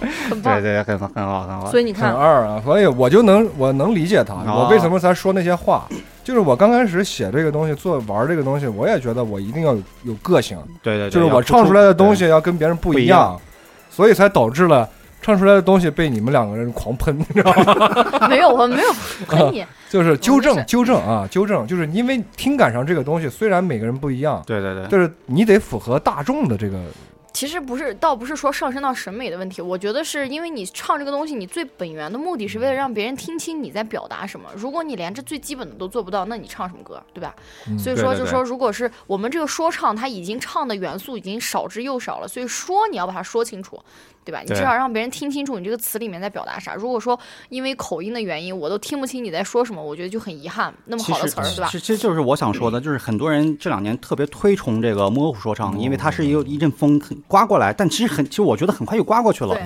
Speaker 2: 很棒
Speaker 1: 对。对，很好很好很好。
Speaker 2: 所以你
Speaker 3: 很
Speaker 2: 看，
Speaker 3: 二啊，所以我就能我能理解他，
Speaker 1: 哦
Speaker 3: 我为什么才说那些话，就是我刚开始写这个东西，做玩这个东西，我也觉得我一定要有有个性，
Speaker 1: 对对，对
Speaker 3: 就是我
Speaker 1: 要
Speaker 3: 唱出来的东西
Speaker 1: 对
Speaker 3: 要跟别人不
Speaker 1: 不
Speaker 3: 一
Speaker 1: 一
Speaker 3: 样，所以才导致了唱出来的东西被你们两个人狂喷，你知道吗？
Speaker 2: 没有，我没
Speaker 3: *laughs*
Speaker 2: 有喷你。
Speaker 3: 就是纠
Speaker 2: 没
Speaker 3: 正
Speaker 2: 事
Speaker 3: 纠正啊，纠正，就是因为听感上这个东西虽然每个人不一样，
Speaker 1: 对对对，
Speaker 3: 但是你得符合大众的这个
Speaker 2: 其实不是，倒不是说上升到审美的问题，我觉得是因为你唱这个东西，你最本源的目的是
Speaker 1: 嗯
Speaker 2: 为了让别人听清你在表达什么。如果你连这最基本的都做不到，那你唱什么歌，对吧？
Speaker 3: 嗯
Speaker 2: 所以
Speaker 1: 对
Speaker 2: 说，
Speaker 1: 对
Speaker 2: 就
Speaker 1: 对
Speaker 2: 说如果是我们这个说唱，它已经唱的元素已经少之又少了，所以说你要把它说清楚，对吧？你至
Speaker 1: 对
Speaker 2: 少让别人听清楚你这个词里面在表达啥。如果说因为口音的原因，我都听不清你在说什么，我觉得就很遗憾。那么
Speaker 1: 其
Speaker 2: 好的
Speaker 1: 实
Speaker 2: 词儿，对吧
Speaker 1: 其？其实就是我想说的，就是很多人这两年特别推崇这个模糊说唱，因为它是一个一阵风刮过来，但其实很，其实我觉得很快就刮过去了
Speaker 2: 对。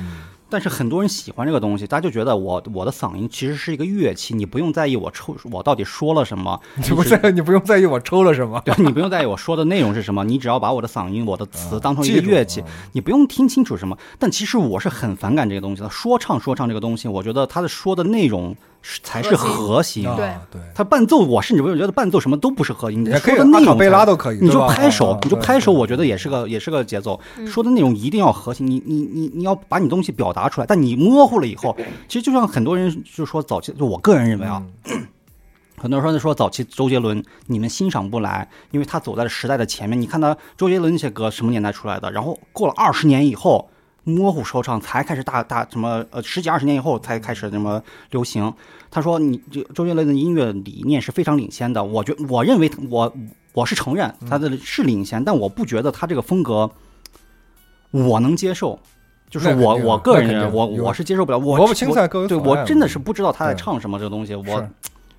Speaker 1: 但是很多人喜欢这个东西，大家就觉得我我的嗓音其实是一个乐器，你不用在意我抽我到底说了什 *laughs* 么，
Speaker 3: 你不在，你不用在意我抽了什么，
Speaker 1: 对你不用在意我说的内容是什么，你只要把我的嗓音、我的词当成一
Speaker 3: 记
Speaker 1: 个
Speaker 3: 住
Speaker 1: 乐器
Speaker 3: 啊，
Speaker 1: 你不用听清楚什么。但其实我是很反感这个东西的。说唱，说唱这个东西，我觉得它的说的内容是才是核
Speaker 2: 核
Speaker 1: 心。
Speaker 3: 啊
Speaker 2: 对
Speaker 3: 对。
Speaker 1: 它伴奏，我甚至我觉得伴奏什么都不是核心，你
Speaker 3: 也可
Speaker 1: 说
Speaker 3: 以
Speaker 1: 的内
Speaker 3: 阿卡
Speaker 1: 容
Speaker 3: 贝拉
Speaker 1: 才
Speaker 3: 都可以
Speaker 1: 你
Speaker 3: 对
Speaker 1: 就
Speaker 3: 吧
Speaker 1: 拍手
Speaker 3: 啊，
Speaker 1: 你就
Speaker 3: 对
Speaker 1: 拍手，
Speaker 3: 对
Speaker 1: 我觉得也是个也是个节奏。说的内容一定要核心，你你你你要把你东西表达出来，但你模糊了以后，其实就像很多人就说早期，就我个人认为啊，
Speaker 3: 嗯
Speaker 1: *clears throat* 很多人说早期周杰伦你们欣赏不来，因为他走在了时代的前面。你看他周杰伦那些歌什么年代出来的，然后过了二十年以后，模糊说唱才开始大大什么呃十几二十年以后才开始什么流行。他说你这周杰伦的音乐理念是非常领先的，我觉我认为我我是承认
Speaker 3: 嗯
Speaker 1: 他的是领先，但我不觉得他这个风格我能接受。就是
Speaker 3: 那肯
Speaker 1: 我
Speaker 3: 定啊
Speaker 1: 我个
Speaker 3: 那
Speaker 1: 人
Speaker 3: 肯
Speaker 1: 认为，
Speaker 3: 定
Speaker 1: 我
Speaker 3: 有
Speaker 1: 我是接受不了。我
Speaker 3: 萝卜青菜各有啊
Speaker 1: 对
Speaker 3: 所
Speaker 1: 我
Speaker 3: 爱
Speaker 1: 真的
Speaker 3: 嘛
Speaker 1: 是不知道他在
Speaker 3: 对
Speaker 1: 唱什么这个东西，我
Speaker 3: 是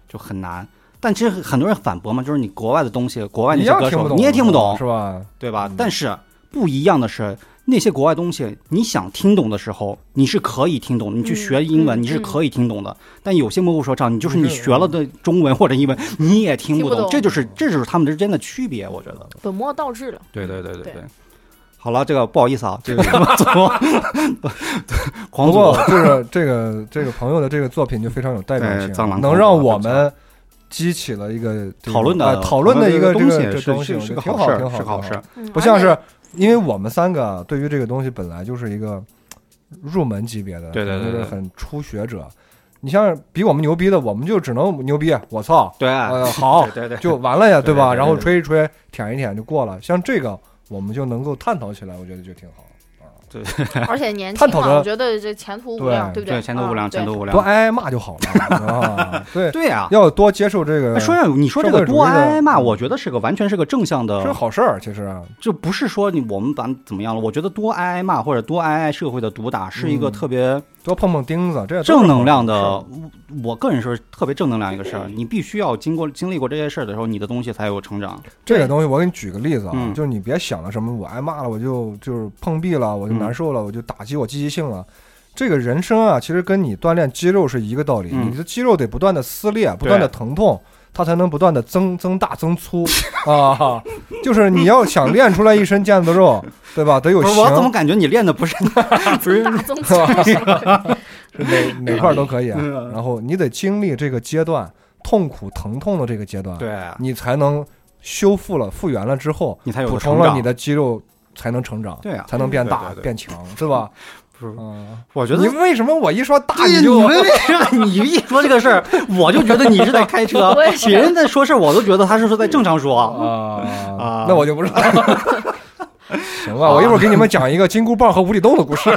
Speaker 1: 就很难。但其实很多人反驳嘛，就是你国外的东西，国外那
Speaker 3: 一
Speaker 1: 些
Speaker 3: 样
Speaker 1: 歌
Speaker 3: 听不
Speaker 1: 手
Speaker 3: 懂，啊
Speaker 1: 你也听不懂
Speaker 3: 是，吧？
Speaker 1: 对吧
Speaker 3: 嗯？
Speaker 1: 但是不一样的是，那些国外东西你想听懂的时候，你是可以听懂，你去
Speaker 2: 嗯
Speaker 1: 学英文
Speaker 2: 嗯
Speaker 1: 你是
Speaker 2: 嗯
Speaker 1: 可以听懂的。但有些模糊说唱，你就是
Speaker 3: 你
Speaker 1: 你
Speaker 3: 是
Speaker 1: 学了的中文或者英文你也嗯听不
Speaker 2: 听不
Speaker 1: 懂
Speaker 2: 懂，
Speaker 1: 这就是这就是他们之间的区别，我觉得。
Speaker 2: 本末倒置了。
Speaker 1: 对对对对
Speaker 2: 对对。
Speaker 1: 好了，这个不好意思啊，这个 *laughs* 左狂
Speaker 3: 不过
Speaker 1: 左，
Speaker 3: 就是这个这个朋友的这个作品就非常有代表
Speaker 1: 对哎藏
Speaker 3: 性，啊
Speaker 1: 狼
Speaker 3: 能
Speaker 1: 狂
Speaker 3: 让
Speaker 1: 徒
Speaker 3: 我
Speaker 1: 非常
Speaker 3: 们激起了一个这个
Speaker 1: 讨论的
Speaker 3: 哎讨论的一
Speaker 1: 个
Speaker 3: 这
Speaker 1: 东
Speaker 3: 个
Speaker 1: 西
Speaker 3: 这
Speaker 1: 是
Speaker 3: 东西，
Speaker 1: 是
Speaker 3: 我觉
Speaker 1: 是
Speaker 3: 得
Speaker 1: 个
Speaker 3: 挺
Speaker 1: 好事
Speaker 3: 好，
Speaker 1: 儿，
Speaker 3: 挺
Speaker 1: 是
Speaker 3: 好，
Speaker 1: 个好事
Speaker 3: 挺
Speaker 1: 儿。
Speaker 2: 嗯，
Speaker 3: 不像是因为我们三个啊对于这个东西本来就是一个入门级别的，
Speaker 1: 对对对
Speaker 3: 就是
Speaker 1: 对
Speaker 3: 很初学者。你像比我们牛逼的，我们就只能牛逼，我操，
Speaker 1: 对 *laughs*
Speaker 3: 呃，好，
Speaker 1: 啊对对对
Speaker 3: 就完了呀，
Speaker 1: 对对
Speaker 3: 吧？
Speaker 1: 对对
Speaker 3: 然后
Speaker 1: 对
Speaker 3: 吹一吹，舔一舔就过了。像这个，我们就能够探讨起来，我觉得就挺好。
Speaker 2: 而且年轻
Speaker 3: 探讨
Speaker 2: 嘛，
Speaker 3: 的
Speaker 2: 我觉得这前途无
Speaker 3: 对
Speaker 2: 量，对不
Speaker 1: 对，前途无量，
Speaker 2: 啊
Speaker 1: 前途无
Speaker 3: 多
Speaker 1: 量。
Speaker 3: 挨挨骂就好了啊！ *laughs* 对，
Speaker 1: 对啊，
Speaker 3: 要多接受这个，
Speaker 1: 哎说
Speaker 3: 这
Speaker 1: 要你说这
Speaker 3: 社
Speaker 1: 个
Speaker 3: 会主义
Speaker 1: 多
Speaker 3: 的嗯
Speaker 1: 挨骂，我觉得是个完全是个正向
Speaker 3: 是
Speaker 1: 的，
Speaker 3: 好事儿。其实啊
Speaker 1: 就不是说你我们把怎么样了。我觉得多挨挨骂或者多挨挨社会的毒打是一个
Speaker 3: 嗯
Speaker 1: 特别
Speaker 3: 多碰碰钉子，这也都是
Speaker 1: 正能量
Speaker 3: 好嗯
Speaker 1: 的哦
Speaker 3: 事。
Speaker 1: 我个人说是特别正能量一个事儿，你必须要经过经历过这些事儿的时候，你的东西才有成长。
Speaker 3: 儿。这个东西我给你举个例子啊
Speaker 1: 嗯，
Speaker 3: 就是你别想了什么，我挨骂了，我就就是碰壁了，我就
Speaker 1: 嗯
Speaker 3: 难受了，我就打击我积极性了。这个人生啊，其实跟你锻炼肌肉是一个道理，
Speaker 1: 嗯
Speaker 3: 你的肌肉得不断的撕裂，不断的疼痛，它才能不断的增增大增粗啊。就是你要想练出来一身腱子肉， *laughs* 对吧？得有
Speaker 1: 不是，
Speaker 3: 型，
Speaker 1: 我怎么感觉你练的不是
Speaker 3: *laughs*
Speaker 1: 不是？
Speaker 2: 大宗
Speaker 1: *laughs*
Speaker 2: 旨
Speaker 3: 哪哪块儿都可以啊。
Speaker 1: 嗯
Speaker 3: 然后你得经历这个阶段痛苦疼痛的这个阶段，
Speaker 1: 对，啊
Speaker 3: 你才能修复了复原了之后，
Speaker 1: 你才有
Speaker 3: 补
Speaker 1: 个
Speaker 3: 充
Speaker 1: 成
Speaker 3: 了你
Speaker 1: 长。
Speaker 3: 的肌肉才能成长，
Speaker 1: 对啊
Speaker 3: 才能变大
Speaker 1: 对对对
Speaker 3: 变强，对吧？
Speaker 1: *laughs* 不是
Speaker 3: 嗯，
Speaker 1: 我觉得
Speaker 3: 你为什么我一说大
Speaker 1: 对
Speaker 3: 你
Speaker 1: 呀，你
Speaker 3: 就
Speaker 1: 们为什么你一说这个事儿，我就觉得你是在开
Speaker 2: *laughs*
Speaker 1: 车
Speaker 2: 我也，是
Speaker 1: 别人在说事儿，我都觉得他是说在正
Speaker 3: *laughs*
Speaker 1: 常说。
Speaker 3: 啊
Speaker 1: 啊
Speaker 3: 那我就不知道。
Speaker 1: *laughs*
Speaker 3: 行吧，我一会儿给你们讲一个金箍棒和无底洞的故事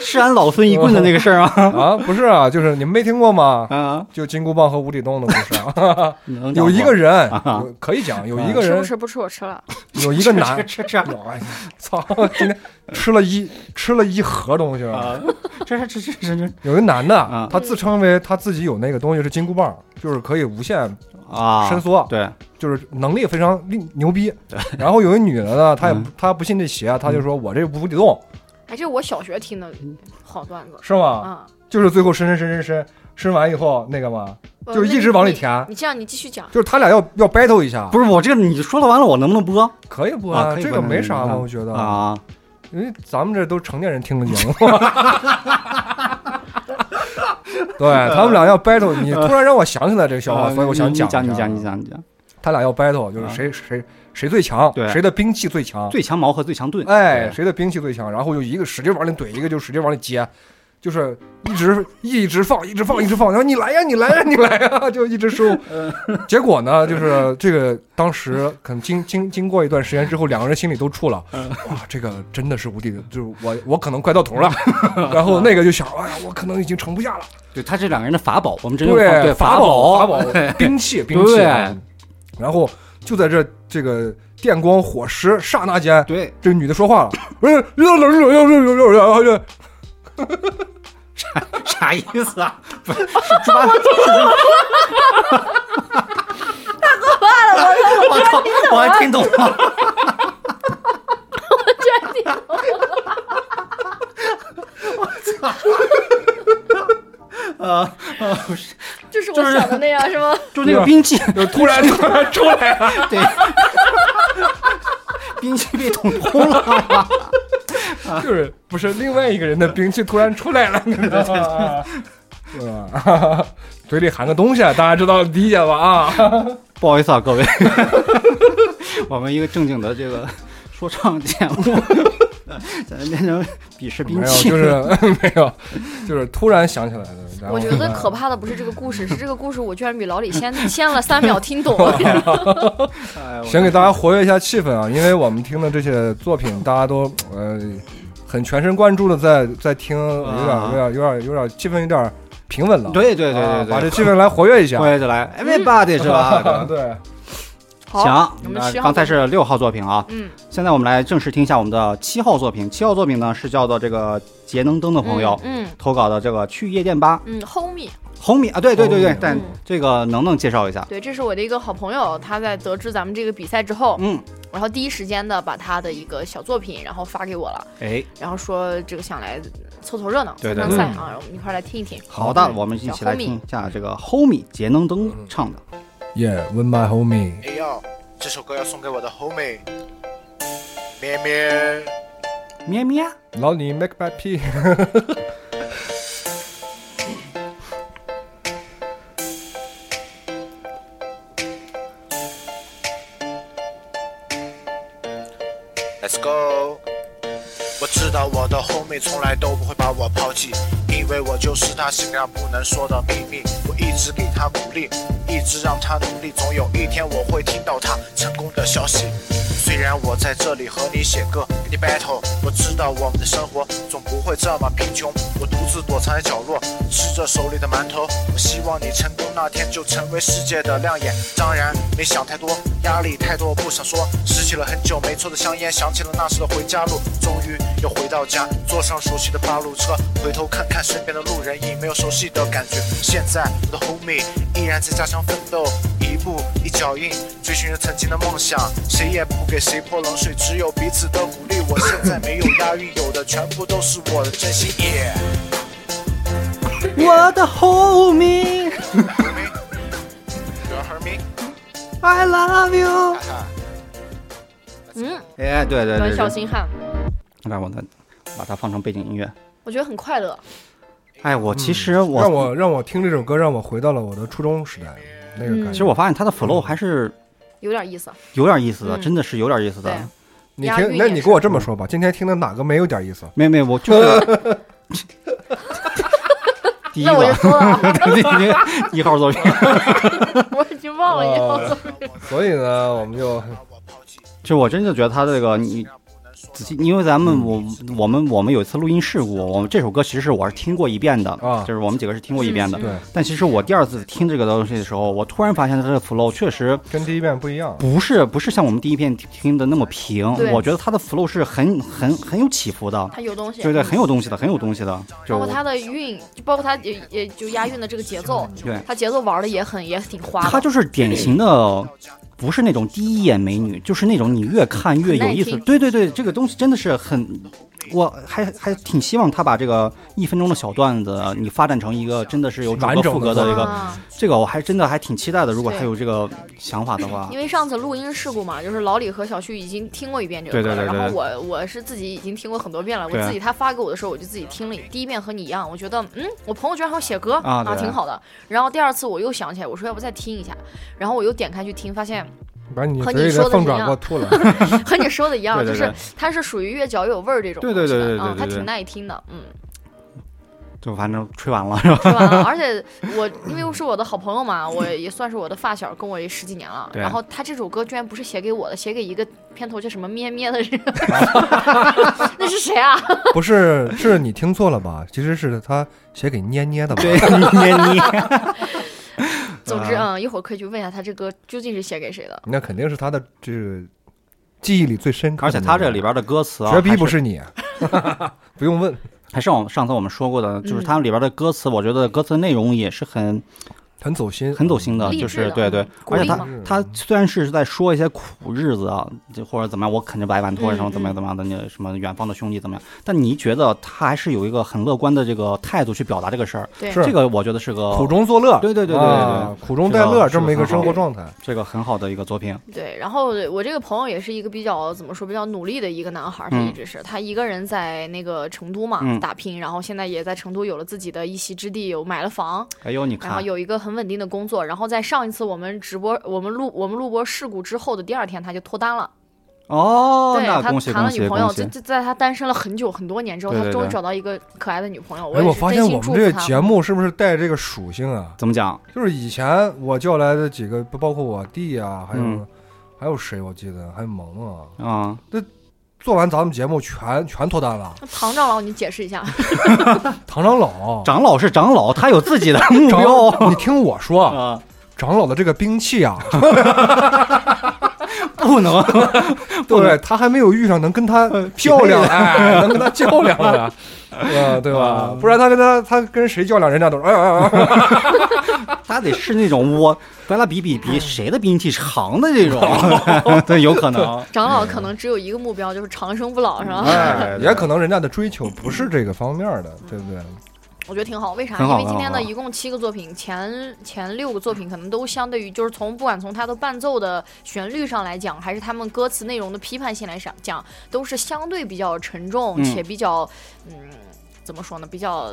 Speaker 1: 是俺老孙一棍的那个事儿吗？ *laughs*
Speaker 3: 啊，不是啊，就是你们没听过吗？
Speaker 1: 啊，
Speaker 3: 就金箍棒和无底洞的故事 *laughs* 啊，
Speaker 1: 你能讲啊
Speaker 3: 有一
Speaker 1: 吗
Speaker 3: 个人有可以讲，
Speaker 1: 啊
Speaker 3: 有一个
Speaker 2: 吃不
Speaker 3: 人
Speaker 2: 吃不吃我吃了，
Speaker 3: 有一个男
Speaker 1: 吃吃
Speaker 3: *laughs*
Speaker 1: 吃吃
Speaker 3: 哎呀，操！今天吃了一吃了一盒东西了。
Speaker 1: 啊，这是这是这是
Speaker 3: 有一个男的
Speaker 1: 啊，
Speaker 3: 他自称为他自己有那个东西是金箍棒，就是可以无限，
Speaker 1: 啊，
Speaker 3: 伸缩
Speaker 1: 对，
Speaker 3: 就是能力非常厉牛逼。然后有一女的呢，她也
Speaker 1: 嗯
Speaker 3: 不她不信这邪，啊她就说我这无底洞
Speaker 2: 哎，这是我小学听的好段子
Speaker 3: 是
Speaker 1: 嗯
Speaker 3: 吗？
Speaker 2: 啊，
Speaker 3: 就是最后伸伸伸伸伸伸完以后那个嘛，
Speaker 1: 哦
Speaker 2: 呃
Speaker 3: 就是一直往里填
Speaker 1: 啊
Speaker 2: 你你这样，你继续讲。
Speaker 3: 就是他俩要要 battle 一下，
Speaker 1: 不是我这个你说了完了，我能不能播
Speaker 3: 可以不
Speaker 1: 啊可以
Speaker 3: 这个
Speaker 1: 播
Speaker 3: 没啥嘛，
Speaker 1: 嗯
Speaker 3: 我觉得，
Speaker 1: 啊？
Speaker 3: 因为咱们这都成年人听的
Speaker 1: *laughs*
Speaker 3: 节目。对他们俩要 battle，你突然让我想起来这个笑话，
Speaker 1: 啊
Speaker 3: 所以我想
Speaker 1: 你
Speaker 3: 讲
Speaker 1: 呃啊你
Speaker 3: 一
Speaker 1: 讲，
Speaker 3: 下
Speaker 1: 你讲，你讲，你讲。
Speaker 3: 他俩要 battle，就是谁谁谁最强，
Speaker 1: 啊对
Speaker 3: 谁的兵器最强，
Speaker 1: 最强矛和最强盾，
Speaker 3: 哎，
Speaker 1: 对，
Speaker 3: 谁的兵器最强，然后就一个使劲往里怼，一个就使劲往里接，就是一直一直放，一直放，一直放，然后你来呀，你来呀，你来呀， *laughs* 就一直输。
Speaker 1: 嗯
Speaker 3: *laughs* 结果呢，就是这个当时可能经经经过一段时间之后，两个人心里都怵了，
Speaker 1: 嗯
Speaker 3: 哇，这个真的是无敌的，就是我我可能快到头了， *laughs* 然后那个就想，哎呀，我可能已经撑不下了，
Speaker 1: 对他这两个人的法宝，我们真正对
Speaker 3: 法
Speaker 1: 宝，
Speaker 3: 法宝 *laughs* 兵器兵器
Speaker 1: 对，
Speaker 3: 嗯然后就在这这个电光火石刹那间，
Speaker 1: 对，
Speaker 3: 这女的说话了，哎呦呦呦呦呦呦呦呦
Speaker 1: *laughs*
Speaker 3: 呦，
Speaker 1: *laughs* 啥意思
Speaker 3: *laughs*
Speaker 1: 啊？不是，猪八戒，太可怕了！我我我还听懂了，
Speaker 2: *laughs*
Speaker 1: *laughs* *laughs*
Speaker 2: 就是我想的那样，是吗？
Speaker 1: 就那个兵器， *laughs*
Speaker 3: 就突然突然出来了，
Speaker 1: 对，兵器被捅通了，
Speaker 3: 就是不是另外一个人的兵器突然出来了，你知道吗？对吧？ *laughs* 嘴里含个东西，啊大家知道理解吧？啊，
Speaker 1: *laughs* 不好意思啊，各位， *laughs* 我们一个正经的这个说唱节目， *laughs* 咱变成鄙视兵
Speaker 3: 没有，
Speaker 1: 器，
Speaker 3: 就是 *laughs* 没有，就是突然想起来的。然后
Speaker 2: *laughs* 我觉得可怕的不是这个故事，是这个故事我居然比老李
Speaker 1: *laughs*
Speaker 2: 先先了三秒听懂。
Speaker 1: 哎
Speaker 3: 想给大家活跃一下气氛啊，因为我们听的这些作品，大家都呃很全神贯注的在在听，有点有点有点有点气氛有点平稳了。
Speaker 1: 我 *laughs* 对对对
Speaker 3: 啊
Speaker 1: 对对，
Speaker 3: 把这气氛来活跃
Speaker 1: *laughs*
Speaker 3: 一下，
Speaker 1: 欢迎就来，everybody 是
Speaker 3: *laughs*
Speaker 1: 吧？
Speaker 3: 对，
Speaker 2: 好
Speaker 1: 行，
Speaker 2: 我们
Speaker 1: 那
Speaker 2: 十号
Speaker 1: 刚才是六号作品啊，
Speaker 2: 嗯，
Speaker 1: 现在我们来正式听一下我们的七号作品。七号作品呢是叫做这个节能灯的朋友、
Speaker 2: 嗯
Speaker 1: 投稿的这个去夜店吧
Speaker 2: 嗯，homie，
Speaker 1: 红米啊，对对对对
Speaker 3: 红米，
Speaker 1: 但这个能不能介绍一下？
Speaker 2: 对，这是我的一个好朋友，他在得知咱们这个比赛之后，
Speaker 1: 嗯，
Speaker 2: 然后第一时间的把他的一个小作品，然后发给我了，
Speaker 1: 哎，
Speaker 2: 然后说这个想来凑凑热闹，
Speaker 1: 对
Speaker 2: 参
Speaker 1: 对
Speaker 2: 参
Speaker 1: 对
Speaker 2: 赛啊，我们一块儿来听一听。
Speaker 1: 好的，
Speaker 2: 嗯
Speaker 1: 我们一起
Speaker 2: 小
Speaker 1: 来
Speaker 2: homie
Speaker 1: 听一下这个 Homie 节能灯唱的。
Speaker 3: Yeah，When my homie。
Speaker 11: 哎呦，这首歌要送给我的 homie 咩咩。
Speaker 1: 咩咩，啊
Speaker 3: 老李 make my pee。
Speaker 11: Let's go。我知道我的 homie 从来都不会把我抛弃，因为我就是他心上不能说的秘密。我一直给他鼓励，一直让他努力，总有一天我会听到他成功的消息。虽然我在这里和你写歌，跟你 battle，我知道我们的生活总不会这么贫穷。我独自躲藏在角落，吃着手里的馒头。我希望你成功那天就成为世界的亮眼。当然，没想太多，压力太多，不想说。拾起了很久没抽的香烟，想起了那时的回家路，终于又回到家，坐上熟悉的八路车，回头看看身边的路人，已没有熟悉的感觉。现在我的 homie 依然在家乡奋斗，一步一脚印，追寻着曾经的梦想，谁也不给谁泼冷水，只有彼此的鼓励。我现在没有押韵，有的全部都是我的真心。耶、
Speaker 1: 我的
Speaker 11: homie,
Speaker 1: Homie，I
Speaker 11: you heard me？
Speaker 1: love you。
Speaker 11: 哈哈。
Speaker 2: 嗯，
Speaker 1: 哎，对对对
Speaker 2: 短小
Speaker 1: 对，
Speaker 2: 心汉，
Speaker 1: 来，我再把它放成背景音乐。
Speaker 2: 我觉得很快乐。
Speaker 1: 哎，我其实我
Speaker 3: 让我让我听这首歌，让我回到了我的初中时代那个感
Speaker 1: 其
Speaker 3: 觉。
Speaker 1: 实我发现它的 flow 还是
Speaker 2: 有点意思，
Speaker 1: 有点意思的，
Speaker 2: 嗯
Speaker 1: 真的是有点意思的
Speaker 2: 对。
Speaker 3: 你
Speaker 2: 押韵
Speaker 3: 听，
Speaker 2: 也
Speaker 3: 那你
Speaker 2: 是
Speaker 3: 跟我这么说吧，今天听的哪个没有点意思？
Speaker 1: 没没，我就是
Speaker 2: *laughs*
Speaker 1: *laughs* 第一
Speaker 2: 那我就
Speaker 1: 个，
Speaker 2: 说了， *laughs* 啊，
Speaker 1: *laughs* 一号作品。
Speaker 2: 我已经忘了一号
Speaker 1: 哦
Speaker 2: 作品。
Speaker 3: 所以呢，我们就
Speaker 1: 就我真的觉得他这个你仔细，因为咱们我我们我们有一次录音事故，我们这首歌其实是我是听过一遍的，
Speaker 3: 啊
Speaker 1: 就是我们几个是听过一遍的。
Speaker 3: 对，
Speaker 1: 但其实我第二次听这个东西的时候，我突然发现它的 flow 确实
Speaker 3: 跟第一遍不一样。
Speaker 1: 不是不是像我们第一遍听的那么平
Speaker 2: 对，
Speaker 1: 我觉得它的 flow 是很很很有起伏的，
Speaker 2: 它有东西，
Speaker 1: 对对，很有东西的，很有东西的。就
Speaker 2: 包括它的韵，就包括它也也就押韵的这个节奏，
Speaker 1: 对
Speaker 2: 它节奏玩的也很也挺花的。啊
Speaker 1: 它就是典型的，不是那种第一眼美女，就是那种你越看越有意思
Speaker 2: 很耐。听
Speaker 1: 对对对，这个东西真的是很我还还挺希望他把这个一分钟的小段子，你发展成一个真的是有主
Speaker 3: 完
Speaker 1: 歌
Speaker 3: 整
Speaker 1: 副
Speaker 3: 的
Speaker 1: 歌的一个
Speaker 2: 啊，
Speaker 1: 这个我还真的还挺期待的。如果他
Speaker 2: 对
Speaker 1: 有这个想法的话
Speaker 2: 因，为上次录音事故嘛，就是老李和小旭已经听过一遍这个
Speaker 1: 对
Speaker 2: 歌
Speaker 1: 对
Speaker 2: 了，
Speaker 1: 对对
Speaker 2: 然后我我是自己已经听过很多遍了，
Speaker 1: 对啊
Speaker 2: 我自己他发给我的时候我就自己听了一第一遍和你一样，我觉得嗯，我朋友居然还有写歌
Speaker 1: 啊对
Speaker 2: 挺好的。然后第二次我又想起来，我说要不再听一下，然后我又点开去听，发现 *laughs*
Speaker 3: 把你
Speaker 2: 和
Speaker 3: 嘴
Speaker 2: 你
Speaker 3: 里
Speaker 2: 说的
Speaker 3: 凤
Speaker 2: 一
Speaker 3: 爪
Speaker 2: 样
Speaker 3: 给我吐了。
Speaker 2: 和你说的一样，
Speaker 1: *laughs* 对对
Speaker 2: 就
Speaker 1: 对
Speaker 2: 是它是属于越嚼越有味儿这种
Speaker 1: 对
Speaker 2: 东西
Speaker 1: 对
Speaker 2: 的，
Speaker 1: 对对对
Speaker 2: 嗯，
Speaker 1: 对
Speaker 2: 它
Speaker 1: 对
Speaker 2: 挺耐听的，嗯。
Speaker 1: 就反正吹完了是 *laughs* 吧？
Speaker 2: 是吧？而且我因为又是我的好朋友嘛，我也算是我的发小，跟我也十几年了。
Speaker 1: 对
Speaker 2: 然后他这首歌居然不是写给我的，写给一个片头叫什么咩咩的
Speaker 1: *laughs*
Speaker 2: 人， *laughs* 那是谁啊？
Speaker 3: 不是，是你听错了吧？
Speaker 1: *laughs*
Speaker 3: 其实是他写给捏捏的吧？
Speaker 1: 对，捏捏。
Speaker 2: 总之，嗯，一会儿可以去问一下他这歌究竟是写给谁的。
Speaker 3: *laughs* 那肯定是他的这记忆里最深刻的
Speaker 1: 而
Speaker 3: 那
Speaker 1: 且
Speaker 3: 个。
Speaker 1: 他这里边的歌词啊，
Speaker 3: 嗯绝逼
Speaker 1: 还
Speaker 3: 不是
Speaker 1: *laughs*
Speaker 3: 你，不用问，
Speaker 1: 还是我们上次我们说过的，
Speaker 2: 嗯
Speaker 1: 就是它里边的歌词，我觉得歌词内容也是很
Speaker 3: 很走心，
Speaker 1: 很走心的，
Speaker 2: 励
Speaker 1: 就
Speaker 2: 志
Speaker 1: 是
Speaker 2: 的
Speaker 1: 对对
Speaker 2: 嗯，鼓
Speaker 1: 而且
Speaker 2: 励
Speaker 1: 他
Speaker 2: 嘛
Speaker 1: 他虽然是在说一些苦日子啊，就或者怎么样，我啃着白碗托
Speaker 2: 嗯
Speaker 1: 什么怎么样怎么样的，那什么远方的兄弟怎么样，但你觉得他还是有一个很乐观的这个态度去表达这个事儿，
Speaker 2: 对，
Speaker 3: 是
Speaker 1: 这个我觉得是个
Speaker 3: 苦中作乐，
Speaker 1: 对对对对对
Speaker 3: 啊
Speaker 1: 对
Speaker 3: 苦中带乐这么一个
Speaker 1: 是的
Speaker 3: 生活状态。
Speaker 1: 这个很好的一个作品，
Speaker 2: 对，然后我这个朋友也是一个比较怎么说比较努力的一个男孩儿，他
Speaker 1: 嗯
Speaker 2: 一直是、他一个人在那个成都嘛、
Speaker 1: 嗯
Speaker 2: 打拼，然后现在也在成都有了自己的一席之地，有买了房，
Speaker 1: 哎呦你
Speaker 2: 然后
Speaker 1: 看，
Speaker 2: 有一个很稳定的工作。然后在上一次我们直播、我们录、我们录播事故之后的第二天，他就脱单了。
Speaker 1: 哦，
Speaker 2: 对
Speaker 1: 那
Speaker 2: 他
Speaker 1: 恭喜
Speaker 2: 谈
Speaker 1: 恭
Speaker 2: 了女
Speaker 1: 喜
Speaker 2: 朋友，
Speaker 1: 恭
Speaker 2: 这
Speaker 1: 喜，
Speaker 2: 这在他单身了很久很多年之后，
Speaker 1: 对对
Speaker 2: 他终于
Speaker 1: 对
Speaker 2: 找到一个可爱的女朋友。
Speaker 3: 哎，
Speaker 2: 也
Speaker 3: 我
Speaker 2: 是
Speaker 3: 发现
Speaker 2: 真心
Speaker 3: 我们
Speaker 2: 祝
Speaker 3: 这个
Speaker 2: 福他。
Speaker 3: 节目是不是带这个属性啊？
Speaker 1: 怎么讲？
Speaker 3: 就是以前我叫来的几个，不包括我弟啊，还有、
Speaker 1: 嗯
Speaker 3: 还有谁？我记得还有萌啊，
Speaker 1: 啊，
Speaker 3: 做完咱们节目全全脱单了。
Speaker 2: 那唐长老，你解释一下， *laughs*
Speaker 3: 唐长老，
Speaker 1: 长老是长老，他有自己的目
Speaker 3: 长
Speaker 1: 标 *laughs*
Speaker 3: 你听我说，啊，
Speaker 1: 啊，
Speaker 3: 长老的这个兵器
Speaker 1: *laughs*
Speaker 3: 啊，
Speaker 1: 不能不能
Speaker 3: 对他还没有遇上能跟
Speaker 1: *laughs*
Speaker 3: 他较量，哎，能跟他较量的，呃，对吧？
Speaker 1: 啊
Speaker 3: 不然他跟他他跟谁较量，人家都是哎
Speaker 1: *laughs*
Speaker 3: 哎哎哎，
Speaker 1: 他得是那种我咱俩比比比谁的兵器长的这种，对，有可能。
Speaker 2: 长老可能只有一个目标，就是长生不老，是吧？
Speaker 1: 哎，
Speaker 3: 也可能人家的追求不是这个方面的，
Speaker 1: 嗯
Speaker 3: 对不对？
Speaker 2: 我觉得挺好，为啥？
Speaker 1: 很
Speaker 2: 因
Speaker 1: 好
Speaker 2: 为今天
Speaker 1: 很好
Speaker 2: 的一共七个作品，前前六个作品可能都相对于就是从不管从它的伴奏的旋律上来讲，还是他们歌词内容的批判性来讲，讲都是相对比较沉重、
Speaker 1: 嗯
Speaker 2: 且比较嗯。怎么说呢？比较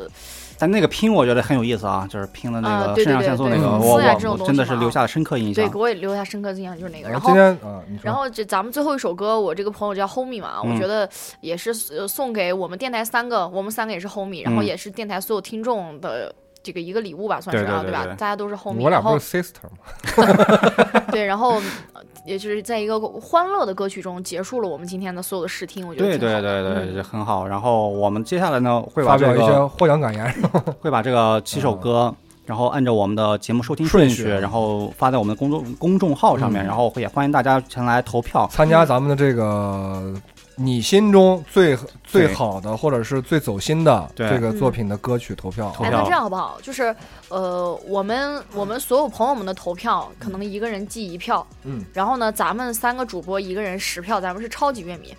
Speaker 1: 但那个拼我觉得很有意思啊，就是拼的那
Speaker 2: 啊
Speaker 1: 个
Speaker 2: 对对
Speaker 1: 肾上腺素那
Speaker 3: 对
Speaker 1: 个，
Speaker 3: 对
Speaker 1: 我
Speaker 2: 对对对
Speaker 1: 我我真的是留下了深刻印
Speaker 2: 对，
Speaker 1: 象
Speaker 2: 给。我也留下深刻印象就是那个。然
Speaker 3: 然后今，
Speaker 2: 后
Speaker 3: 天啊，你说
Speaker 2: 然后这咱们最后一首歌，我这个朋友叫 Homie 嘛，
Speaker 1: 嗯
Speaker 2: 我觉得也是呃送给我们电台三个，我们三个也是 Homie，然后
Speaker 1: 嗯
Speaker 2: 也是电台所有听众的这个一个礼物吧，算是
Speaker 1: 对对
Speaker 2: 啊，
Speaker 1: 对
Speaker 2: 吧
Speaker 1: 对？对
Speaker 2: 大家都是 Homie，
Speaker 3: 我俩
Speaker 2: 然后
Speaker 3: 不是 sister 吗？
Speaker 2: 对，然后呃也就是在一个欢乐的歌曲中结束了我们今天的所有的试听，我觉得
Speaker 1: 对
Speaker 2: 挺好
Speaker 1: 对对
Speaker 2: 的
Speaker 1: 对，很好。然后我们接下来呢，会把
Speaker 3: 发
Speaker 1: 这
Speaker 3: 表一些哦
Speaker 1: 个
Speaker 3: 获奖感言，
Speaker 1: 会把这个七首歌，然后按照我们的节目收听
Speaker 3: 顺
Speaker 1: 顺
Speaker 3: 序
Speaker 1: 序，然后发在我们的公众公众号上面，
Speaker 3: 嗯
Speaker 1: 然后也欢迎大家前来投票。
Speaker 3: 参加咱们的这
Speaker 1: *laughs*
Speaker 3: 个你心中最最好的或者是最走心的
Speaker 1: 对
Speaker 3: 这个
Speaker 2: 嗯
Speaker 3: 作品的歌曲投票。啊
Speaker 1: 投
Speaker 2: 哎，
Speaker 1: 票
Speaker 2: 那这样好不好？就是，呃，我们我们所有朋友们的投票，可能一个人记一票，
Speaker 3: 嗯，
Speaker 2: 然后呢，咱们三个主播一个人十票，咱们是超级乐迷，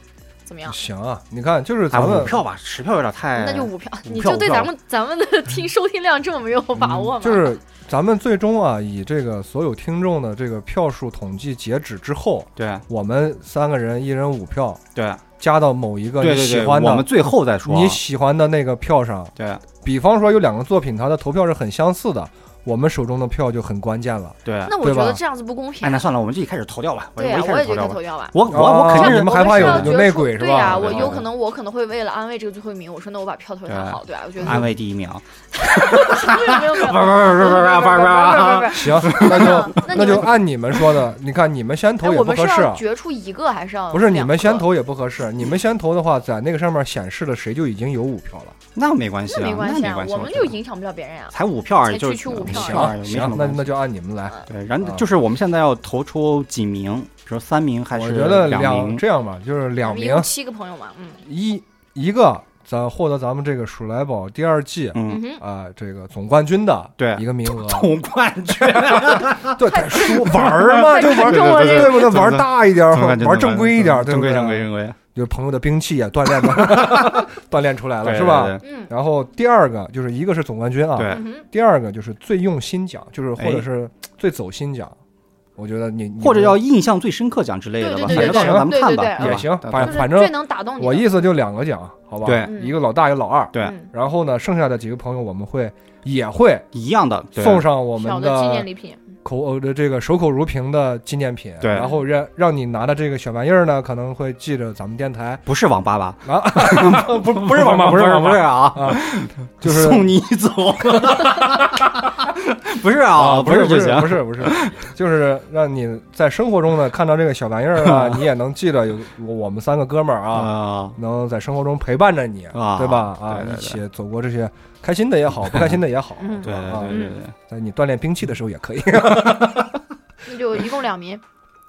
Speaker 2: 怎么样？
Speaker 3: 行啊，你看就是
Speaker 1: 哎，
Speaker 3: 咱们
Speaker 1: 五票吧，十票有点太
Speaker 2: 那就五票，
Speaker 1: 哎五
Speaker 2: 你
Speaker 1: 票
Speaker 2: 就
Speaker 1: 五
Speaker 2: 对
Speaker 1: 票
Speaker 2: 咱们咱们的听收听量这么没有把握吗？
Speaker 3: 嗯就是咱们最终啊，以这个所有听众的这个票数统计截止之后，
Speaker 1: 对
Speaker 3: 我们三个人一人五票，
Speaker 1: 对
Speaker 3: 加到某一个
Speaker 1: 对
Speaker 3: 你
Speaker 1: 对
Speaker 3: 喜
Speaker 1: 对，
Speaker 3: 欢
Speaker 1: 我们
Speaker 3: 的
Speaker 1: 最后再说啊。
Speaker 3: 你喜欢的那个票上。
Speaker 1: 对
Speaker 3: 比方说有两个作品，它的投票是很相似的，我们手中的票就很关键了。
Speaker 1: 对，
Speaker 2: 那我
Speaker 3: 对
Speaker 2: 觉得
Speaker 3: 吧
Speaker 2: 这样子不公平
Speaker 1: 哎，。那算了，我们就一开始投掉吧。我
Speaker 2: 对呀、啊
Speaker 1: 我一
Speaker 2: 我
Speaker 1: 开
Speaker 2: 也
Speaker 1: 始投
Speaker 2: 觉得
Speaker 1: 掉
Speaker 2: 投
Speaker 1: 吧。
Speaker 2: 票吧。
Speaker 1: 我我我
Speaker 3: 啊
Speaker 1: 肯定
Speaker 3: 你
Speaker 1: 是
Speaker 3: 们
Speaker 2: 我
Speaker 3: 害
Speaker 2: 们
Speaker 3: 怕
Speaker 2: 是
Speaker 3: 有
Speaker 2: 要
Speaker 3: 有
Speaker 2: 觉
Speaker 3: 内
Speaker 2: 得
Speaker 3: 鬼是
Speaker 2: 对呀、
Speaker 3: 吧？
Speaker 2: 我
Speaker 1: 对
Speaker 2: 有
Speaker 1: 对
Speaker 2: 可能我可能会为了安慰这个最后一名，我说那我把票投给他
Speaker 1: 对
Speaker 2: 好，对吧、啊我觉得
Speaker 1: 安慰第一名。
Speaker 2: *laughs* 没有没有没有，嗯
Speaker 1: *laughs* 不不不不不不不
Speaker 2: *laughs*
Speaker 1: 不！
Speaker 3: 行，那就
Speaker 2: 那
Speaker 3: 那
Speaker 2: 你
Speaker 3: 就
Speaker 2: 们
Speaker 3: 按你们说的，你看你们先
Speaker 2: 哎，
Speaker 3: 投也
Speaker 2: 我
Speaker 3: 不
Speaker 2: 们
Speaker 3: 合
Speaker 2: 是
Speaker 3: 适
Speaker 2: 要
Speaker 3: 啊，
Speaker 2: 决出一个还是要
Speaker 3: 不是你
Speaker 2: 两
Speaker 3: 们先
Speaker 2: 个？
Speaker 3: 投也不合适，你们先投的话，在那个上面显示的谁就已经有五票了。
Speaker 1: 那没关系啊，
Speaker 2: 那
Speaker 1: 那
Speaker 2: 没关
Speaker 1: 系
Speaker 2: 系啊，，我们
Speaker 1: 觉
Speaker 2: 就
Speaker 1: 得
Speaker 2: 影响不了别人呀、
Speaker 1: 才五票而已，
Speaker 2: 才
Speaker 1: 就是
Speaker 2: 区区五票
Speaker 1: 行
Speaker 2: 啊
Speaker 1: 没什
Speaker 3: 行那
Speaker 1: 么，关系
Speaker 3: 那就按你们来。
Speaker 1: 对，然后
Speaker 3: 啊
Speaker 1: 就是我们现在要投出几名，比如三名还
Speaker 3: 我
Speaker 1: 是
Speaker 3: 觉得
Speaker 1: 名？
Speaker 3: 这样吧，就是
Speaker 2: 我
Speaker 3: 两
Speaker 2: 们一
Speaker 3: 名
Speaker 2: 共七个朋友嘛，嗯
Speaker 3: 一一个，咱获得咱们这个鼠来宝第二季啊、
Speaker 1: 嗯，
Speaker 2: 嗯
Speaker 3: 这个总冠军的
Speaker 1: 对
Speaker 3: 一个名额。 *laughs*
Speaker 1: 总冠军。
Speaker 3: 对，得说玩儿嘛，就玩
Speaker 1: 太
Speaker 3: 儿
Speaker 1: 沉重了这个
Speaker 3: 对不对？
Speaker 1: 总
Speaker 3: 玩儿大一点儿，
Speaker 1: 总冠军
Speaker 3: 玩儿正规一点儿，对
Speaker 1: 正
Speaker 3: 不
Speaker 1: 规
Speaker 3: 对
Speaker 1: 正规正规。
Speaker 3: 就是朋友的兵器也锻炼
Speaker 1: *laughs*
Speaker 3: 的锻炼出来了，
Speaker 1: 对
Speaker 3: 是吧
Speaker 1: 对？
Speaker 2: 嗯
Speaker 3: 然后第二个就是一个是总冠军啊，
Speaker 1: 对，
Speaker 2: 嗯
Speaker 3: 第二个就是最用心奖，就是或者
Speaker 1: 哎
Speaker 3: 是最走心奖，我觉得你你
Speaker 1: 或者要印象最深刻奖之类的吧，
Speaker 2: 对
Speaker 1: 反
Speaker 3: 对对
Speaker 1: 正到时候咱们
Speaker 2: 对
Speaker 1: 看
Speaker 2: 对
Speaker 1: 吧，
Speaker 2: 对
Speaker 1: 对吧
Speaker 3: 也行
Speaker 1: 对
Speaker 2: 哼，
Speaker 3: 反
Speaker 2: 就是
Speaker 3: 反
Speaker 2: 最
Speaker 3: 正
Speaker 2: 能打动你的。
Speaker 3: 我意思就两个奖，好吧？
Speaker 1: 对
Speaker 3: 一个老大一个老二，
Speaker 1: 对，
Speaker 2: 嗯
Speaker 3: 然后呢，剩下的几个朋友我们会也会
Speaker 1: 一样的对
Speaker 3: 送上我
Speaker 2: 小
Speaker 3: 们
Speaker 2: 的纪念
Speaker 3: 的
Speaker 2: 礼品，
Speaker 3: 口呃的这个守口如瓶的纪念品，
Speaker 1: 对
Speaker 3: 然后让让你拿的这个小玩意儿呢，可能会记着咱们电台
Speaker 1: 不是网吧吧？
Speaker 3: 啊，不不是网吧，
Speaker 1: *laughs* 不
Speaker 3: 不是
Speaker 1: 是
Speaker 3: 网
Speaker 1: 不是
Speaker 3: 吧，
Speaker 1: 啊，
Speaker 3: *laughs* 就是
Speaker 1: 送你走， *laughs* 不是啊，
Speaker 3: 不
Speaker 1: 是
Speaker 3: 不
Speaker 1: 就是行
Speaker 3: 不，是不是， *laughs* 就是让你在生活中呢看到这个小玩意儿啊，你也能记得有我们三个哥们儿啊，
Speaker 1: 啊，
Speaker 3: 能在生活中陪伴着你，
Speaker 1: 啊
Speaker 3: 对吧？啊，
Speaker 1: 对对对
Speaker 3: 一起走过这些开心的也好，不开心的也好，
Speaker 2: 嗯
Speaker 1: *laughs*
Speaker 3: 对
Speaker 1: 对
Speaker 3: 吧
Speaker 1: 对
Speaker 3: 啊
Speaker 1: 对对对
Speaker 3: 在你锻炼兵器的时候也可以。
Speaker 2: 那就一共两名。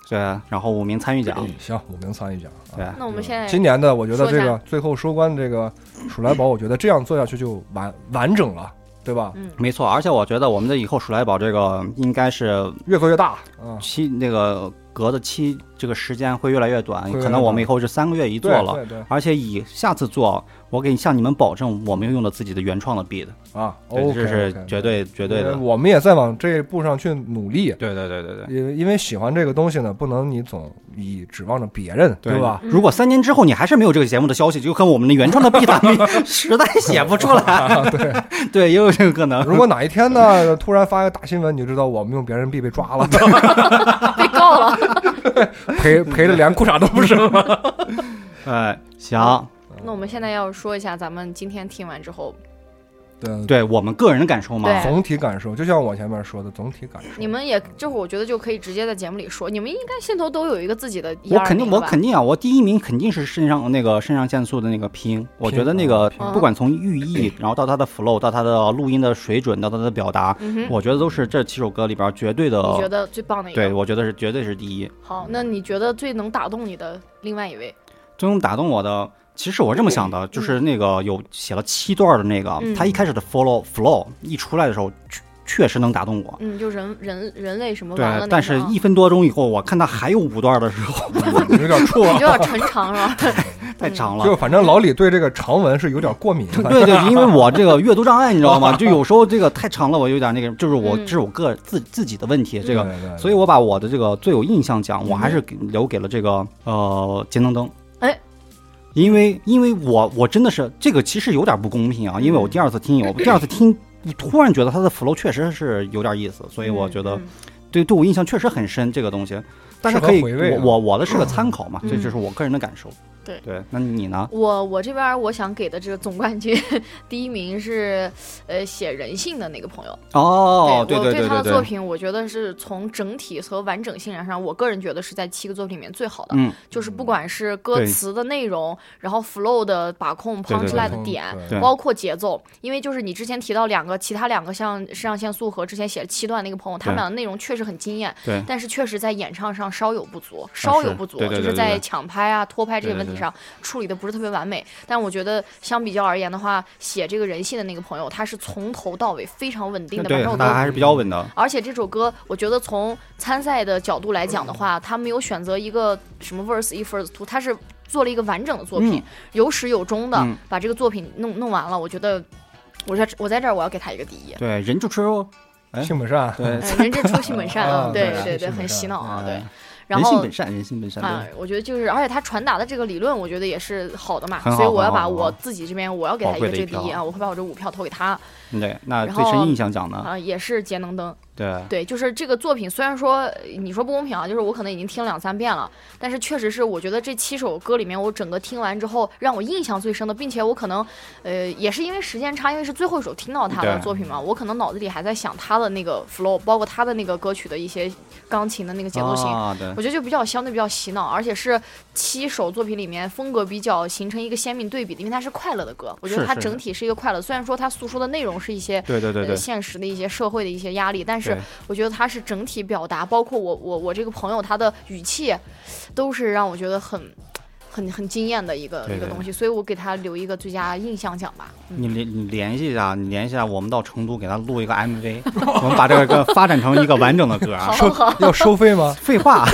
Speaker 1: 对，然后五名参与奖，
Speaker 3: *laughs* 行，五名参与奖。啊
Speaker 1: 对，
Speaker 2: 那我们现在
Speaker 3: 今年的我觉得
Speaker 2: 说一
Speaker 3: 这
Speaker 2: 下
Speaker 3: 个最后收官的这个 *coughs* 鼠来宝，我觉得这样做下去就完完整了，对吧？
Speaker 2: 嗯
Speaker 1: 没错，而且我觉得我们的以后鼠来宝这个应该是
Speaker 3: 越做越大啊。
Speaker 1: 期那个隔的期这个时间会越来越短，
Speaker 3: 会越来越
Speaker 1: 可能我们以后是三个月一做
Speaker 3: 对
Speaker 1: 了，
Speaker 3: 对对
Speaker 1: 而且以下次做，我给你向你们保证，我们用了自己的原创的 beat，
Speaker 3: 啊
Speaker 1: 对，
Speaker 3: ，OK，
Speaker 1: 这是绝对绝对的，
Speaker 3: 我们也在往这一步上去努力。
Speaker 1: 对对对对对。
Speaker 3: 因为因为喜欢这个东西呢，不能你总以指望着别人，对吧？
Speaker 1: 如果三年之后你还是没有这个节目的消息，就跟我们的原创的 B 站
Speaker 3: *laughs*
Speaker 1: 实在写不出来，对 *laughs* 对，也有这个可能。
Speaker 3: 啊如果哪一天
Speaker 1: *laughs*
Speaker 3: 呢，突然发个大新闻，你就知道我们用别人币被抓了，
Speaker 2: 被告了，
Speaker 3: 赔赔的连裤衩都不剩了。
Speaker 1: 哎，行，
Speaker 2: 那我们现在要说一下咱们今天听完之后，
Speaker 3: 对，
Speaker 1: *laughs* 对我们个人的感受嘛，
Speaker 2: 对
Speaker 3: 总体感受就像我前面说的，总体感受。
Speaker 2: 你们也这会儿我觉得就可以直接在节目里说，你们应该心头都有一个自己的一
Speaker 1: 我
Speaker 2: 二
Speaker 1: 肯定，
Speaker 2: 名
Speaker 1: 我
Speaker 2: 吧
Speaker 1: 肯定啊，我第一名肯定是肾上那个肾上腺素的那个拼。我觉得那个
Speaker 3: 啊
Speaker 2: 嗯
Speaker 1: 不管从寓
Speaker 3: *clears throat*
Speaker 1: 意，然后到它的 flow，到它的录音的水准，到它的表达，
Speaker 2: 嗯哼，
Speaker 1: 我觉得都是这七首歌里边绝对的。
Speaker 2: 你觉得最棒的一个？
Speaker 1: 对，我觉得是绝对是第一。
Speaker 2: 好，那你觉得最能打动你的另外一位？
Speaker 1: 最能打动我的，其实我这么想的，就是那个有写了七段的那个
Speaker 2: 嗯，
Speaker 1: 他一开始的 follow flow 一出来的时候，确确实能打动我。
Speaker 2: 嗯，就人人人类什么完了
Speaker 1: 对，
Speaker 2: 那
Speaker 1: 但
Speaker 2: 个
Speaker 1: 是
Speaker 2: 啊
Speaker 1: 一分多钟以后，我看他还有五段的
Speaker 2: *laughs*
Speaker 1: 时候，
Speaker 3: 有点怵
Speaker 2: 你
Speaker 3: 啊。
Speaker 2: 就要陈长了，
Speaker 1: 太长了。
Speaker 3: 就反正老李对这个长文是有点过 *laughs* 敏，反正
Speaker 1: 对对，因为我这个阅读障碍，你知
Speaker 2: *laughs*
Speaker 1: 道吗？就有时候这个太长了，我有点那个，就是我
Speaker 2: 嗯
Speaker 1: 这是我个自自己的问题，这个，
Speaker 3: 对对对
Speaker 1: 所以我把我的这个最有印象奖，我
Speaker 2: 嗯
Speaker 1: 还是给留给了这个呃节能灯。
Speaker 2: 哎。
Speaker 1: 因为，因为我我真的是这个其实有点不公平啊，因
Speaker 2: 嗯
Speaker 1: 为我第二次听，我第二次听，突然觉得它的 flow 确实是有点意思， *laughs* 所以我觉得
Speaker 2: 嗯
Speaker 1: 对对我印象确实很深这个东西，但是
Speaker 3: 适合
Speaker 1: 可以
Speaker 3: 回味啊
Speaker 1: 我我我的是个参考嘛，
Speaker 2: 嗯
Speaker 1: 这就是我个人的感受。
Speaker 2: 对
Speaker 1: 对，那你呢？
Speaker 2: 我我这边儿我想给的这个总冠军 *laughs* 第一名是呃写人性的那个朋友，
Speaker 1: 哦，
Speaker 2: 对
Speaker 1: 对
Speaker 2: 我
Speaker 1: 对
Speaker 2: 他的
Speaker 1: 对
Speaker 2: 作，品，我觉得是从整体和完整性上，我个人觉得是在七个作品里面最好的，
Speaker 1: 嗯，
Speaker 2: 就是不管是歌
Speaker 1: 对
Speaker 2: 词的内容，然后 flow 的把控、
Speaker 1: 对对
Speaker 2: punch line 的
Speaker 3: 对
Speaker 2: 点。
Speaker 3: 对
Speaker 1: 对
Speaker 2: 包括节奏，因为就是你之前提到两个，其他两个像肾上腺素和之前写了七段那个朋友，他们
Speaker 1: 对
Speaker 2: 俩的内容确实很惊艳，
Speaker 1: 对啊
Speaker 2: 但是确实在演唱上稍有不足，稍有
Speaker 1: 是
Speaker 2: 不足，
Speaker 1: 对对
Speaker 2: 就
Speaker 1: 对
Speaker 2: 是
Speaker 1: 对
Speaker 2: 在
Speaker 1: 对
Speaker 2: 抢拍啊、拖拍这些
Speaker 1: 对对
Speaker 2: 问题
Speaker 1: 对
Speaker 2: 上处理的不是特别完美。但我觉得相比较而言的话，写这个人性的那个朋友，他是从头到尾非常稳定的，把
Speaker 1: 对
Speaker 2: 这首，歌
Speaker 1: 那还是比较稳的。
Speaker 2: 而且这首歌，我觉得从参赛的角度来讲的话，他没有选择一个什么 verse 一 verse two，他是做了一个完整的作品，
Speaker 1: 嗯
Speaker 2: 有始有终的、
Speaker 1: 嗯
Speaker 2: 把这个作品弄弄完了。我觉得我在我在这儿我要给他一个第
Speaker 1: *laughs*
Speaker 2: 一。
Speaker 1: 对，人就吃肉，哎
Speaker 3: 性本善，
Speaker 1: 对，
Speaker 2: 哎人之初性本善啊，
Speaker 3: 啊
Speaker 2: 对
Speaker 3: 对
Speaker 2: 对对，
Speaker 3: 性
Speaker 2: 很
Speaker 3: 本善
Speaker 2: 洗脑啊，对
Speaker 1: 哎。
Speaker 2: 然
Speaker 1: 人性
Speaker 2: 后
Speaker 1: 本善，人性本善，
Speaker 2: 啊
Speaker 1: 对，
Speaker 2: 我觉得就是，而且他传达的这个理论，我觉得也是好的嘛，
Speaker 1: 很好
Speaker 2: 所以我要
Speaker 1: 很好
Speaker 2: 把
Speaker 1: 很
Speaker 2: 我
Speaker 1: 好
Speaker 2: 自己这边我要给他
Speaker 1: 宝
Speaker 2: 一个
Speaker 1: 贵的
Speaker 2: 这
Speaker 1: 一
Speaker 2: 个第一
Speaker 1: 票
Speaker 2: 啊，我会把我这五票投给他
Speaker 1: 对。那
Speaker 2: 然
Speaker 1: 最
Speaker 2: 后
Speaker 1: 深印象奖呢？
Speaker 2: 啊，也是节能灯。
Speaker 1: 对，
Speaker 2: 对，就是这个作品，虽然说呃你说不公平啊，就是我可能已经听了两三遍了，但是确实是我觉得这七首歌里面，我整个听完之后让我印象最深的，并且我可能，呃，也是因为时间差，因为是最后一首听到他的
Speaker 1: 对
Speaker 2: 作品嘛，我可能脑子里还在想他的那个 flow，包括他的那个歌曲的一些钢琴的那个节奏型，
Speaker 1: 啊，对
Speaker 2: 我，觉得就比较相对比较洗脑，而且是七首作品里面风格比较形成一个鲜明对比的，因为它是快乐的歌，我觉得
Speaker 1: 是
Speaker 2: 它
Speaker 1: 是
Speaker 2: 整
Speaker 1: 是
Speaker 2: 体是一个快乐，虽然说它诉说的内容是一些
Speaker 1: 对对对
Speaker 2: 呃
Speaker 1: 对
Speaker 2: 现实的一些社会的一些压力，但是
Speaker 1: 对
Speaker 2: 我觉得它是整体表达，包括我我我这个朋友他的语气，都是让我觉得很。很很惊艳的一个
Speaker 1: 对
Speaker 2: 一个
Speaker 1: 对
Speaker 2: 东西，所以我给他留一个最佳印象奖吧。
Speaker 1: 你联你联系一下，你联系一下，我们到成都给他录一
Speaker 2: *laughs*
Speaker 1: 个 MV，我们把这个发展成一个完整的歌啊。
Speaker 3: 收嗯要收费吗？
Speaker 1: 废话，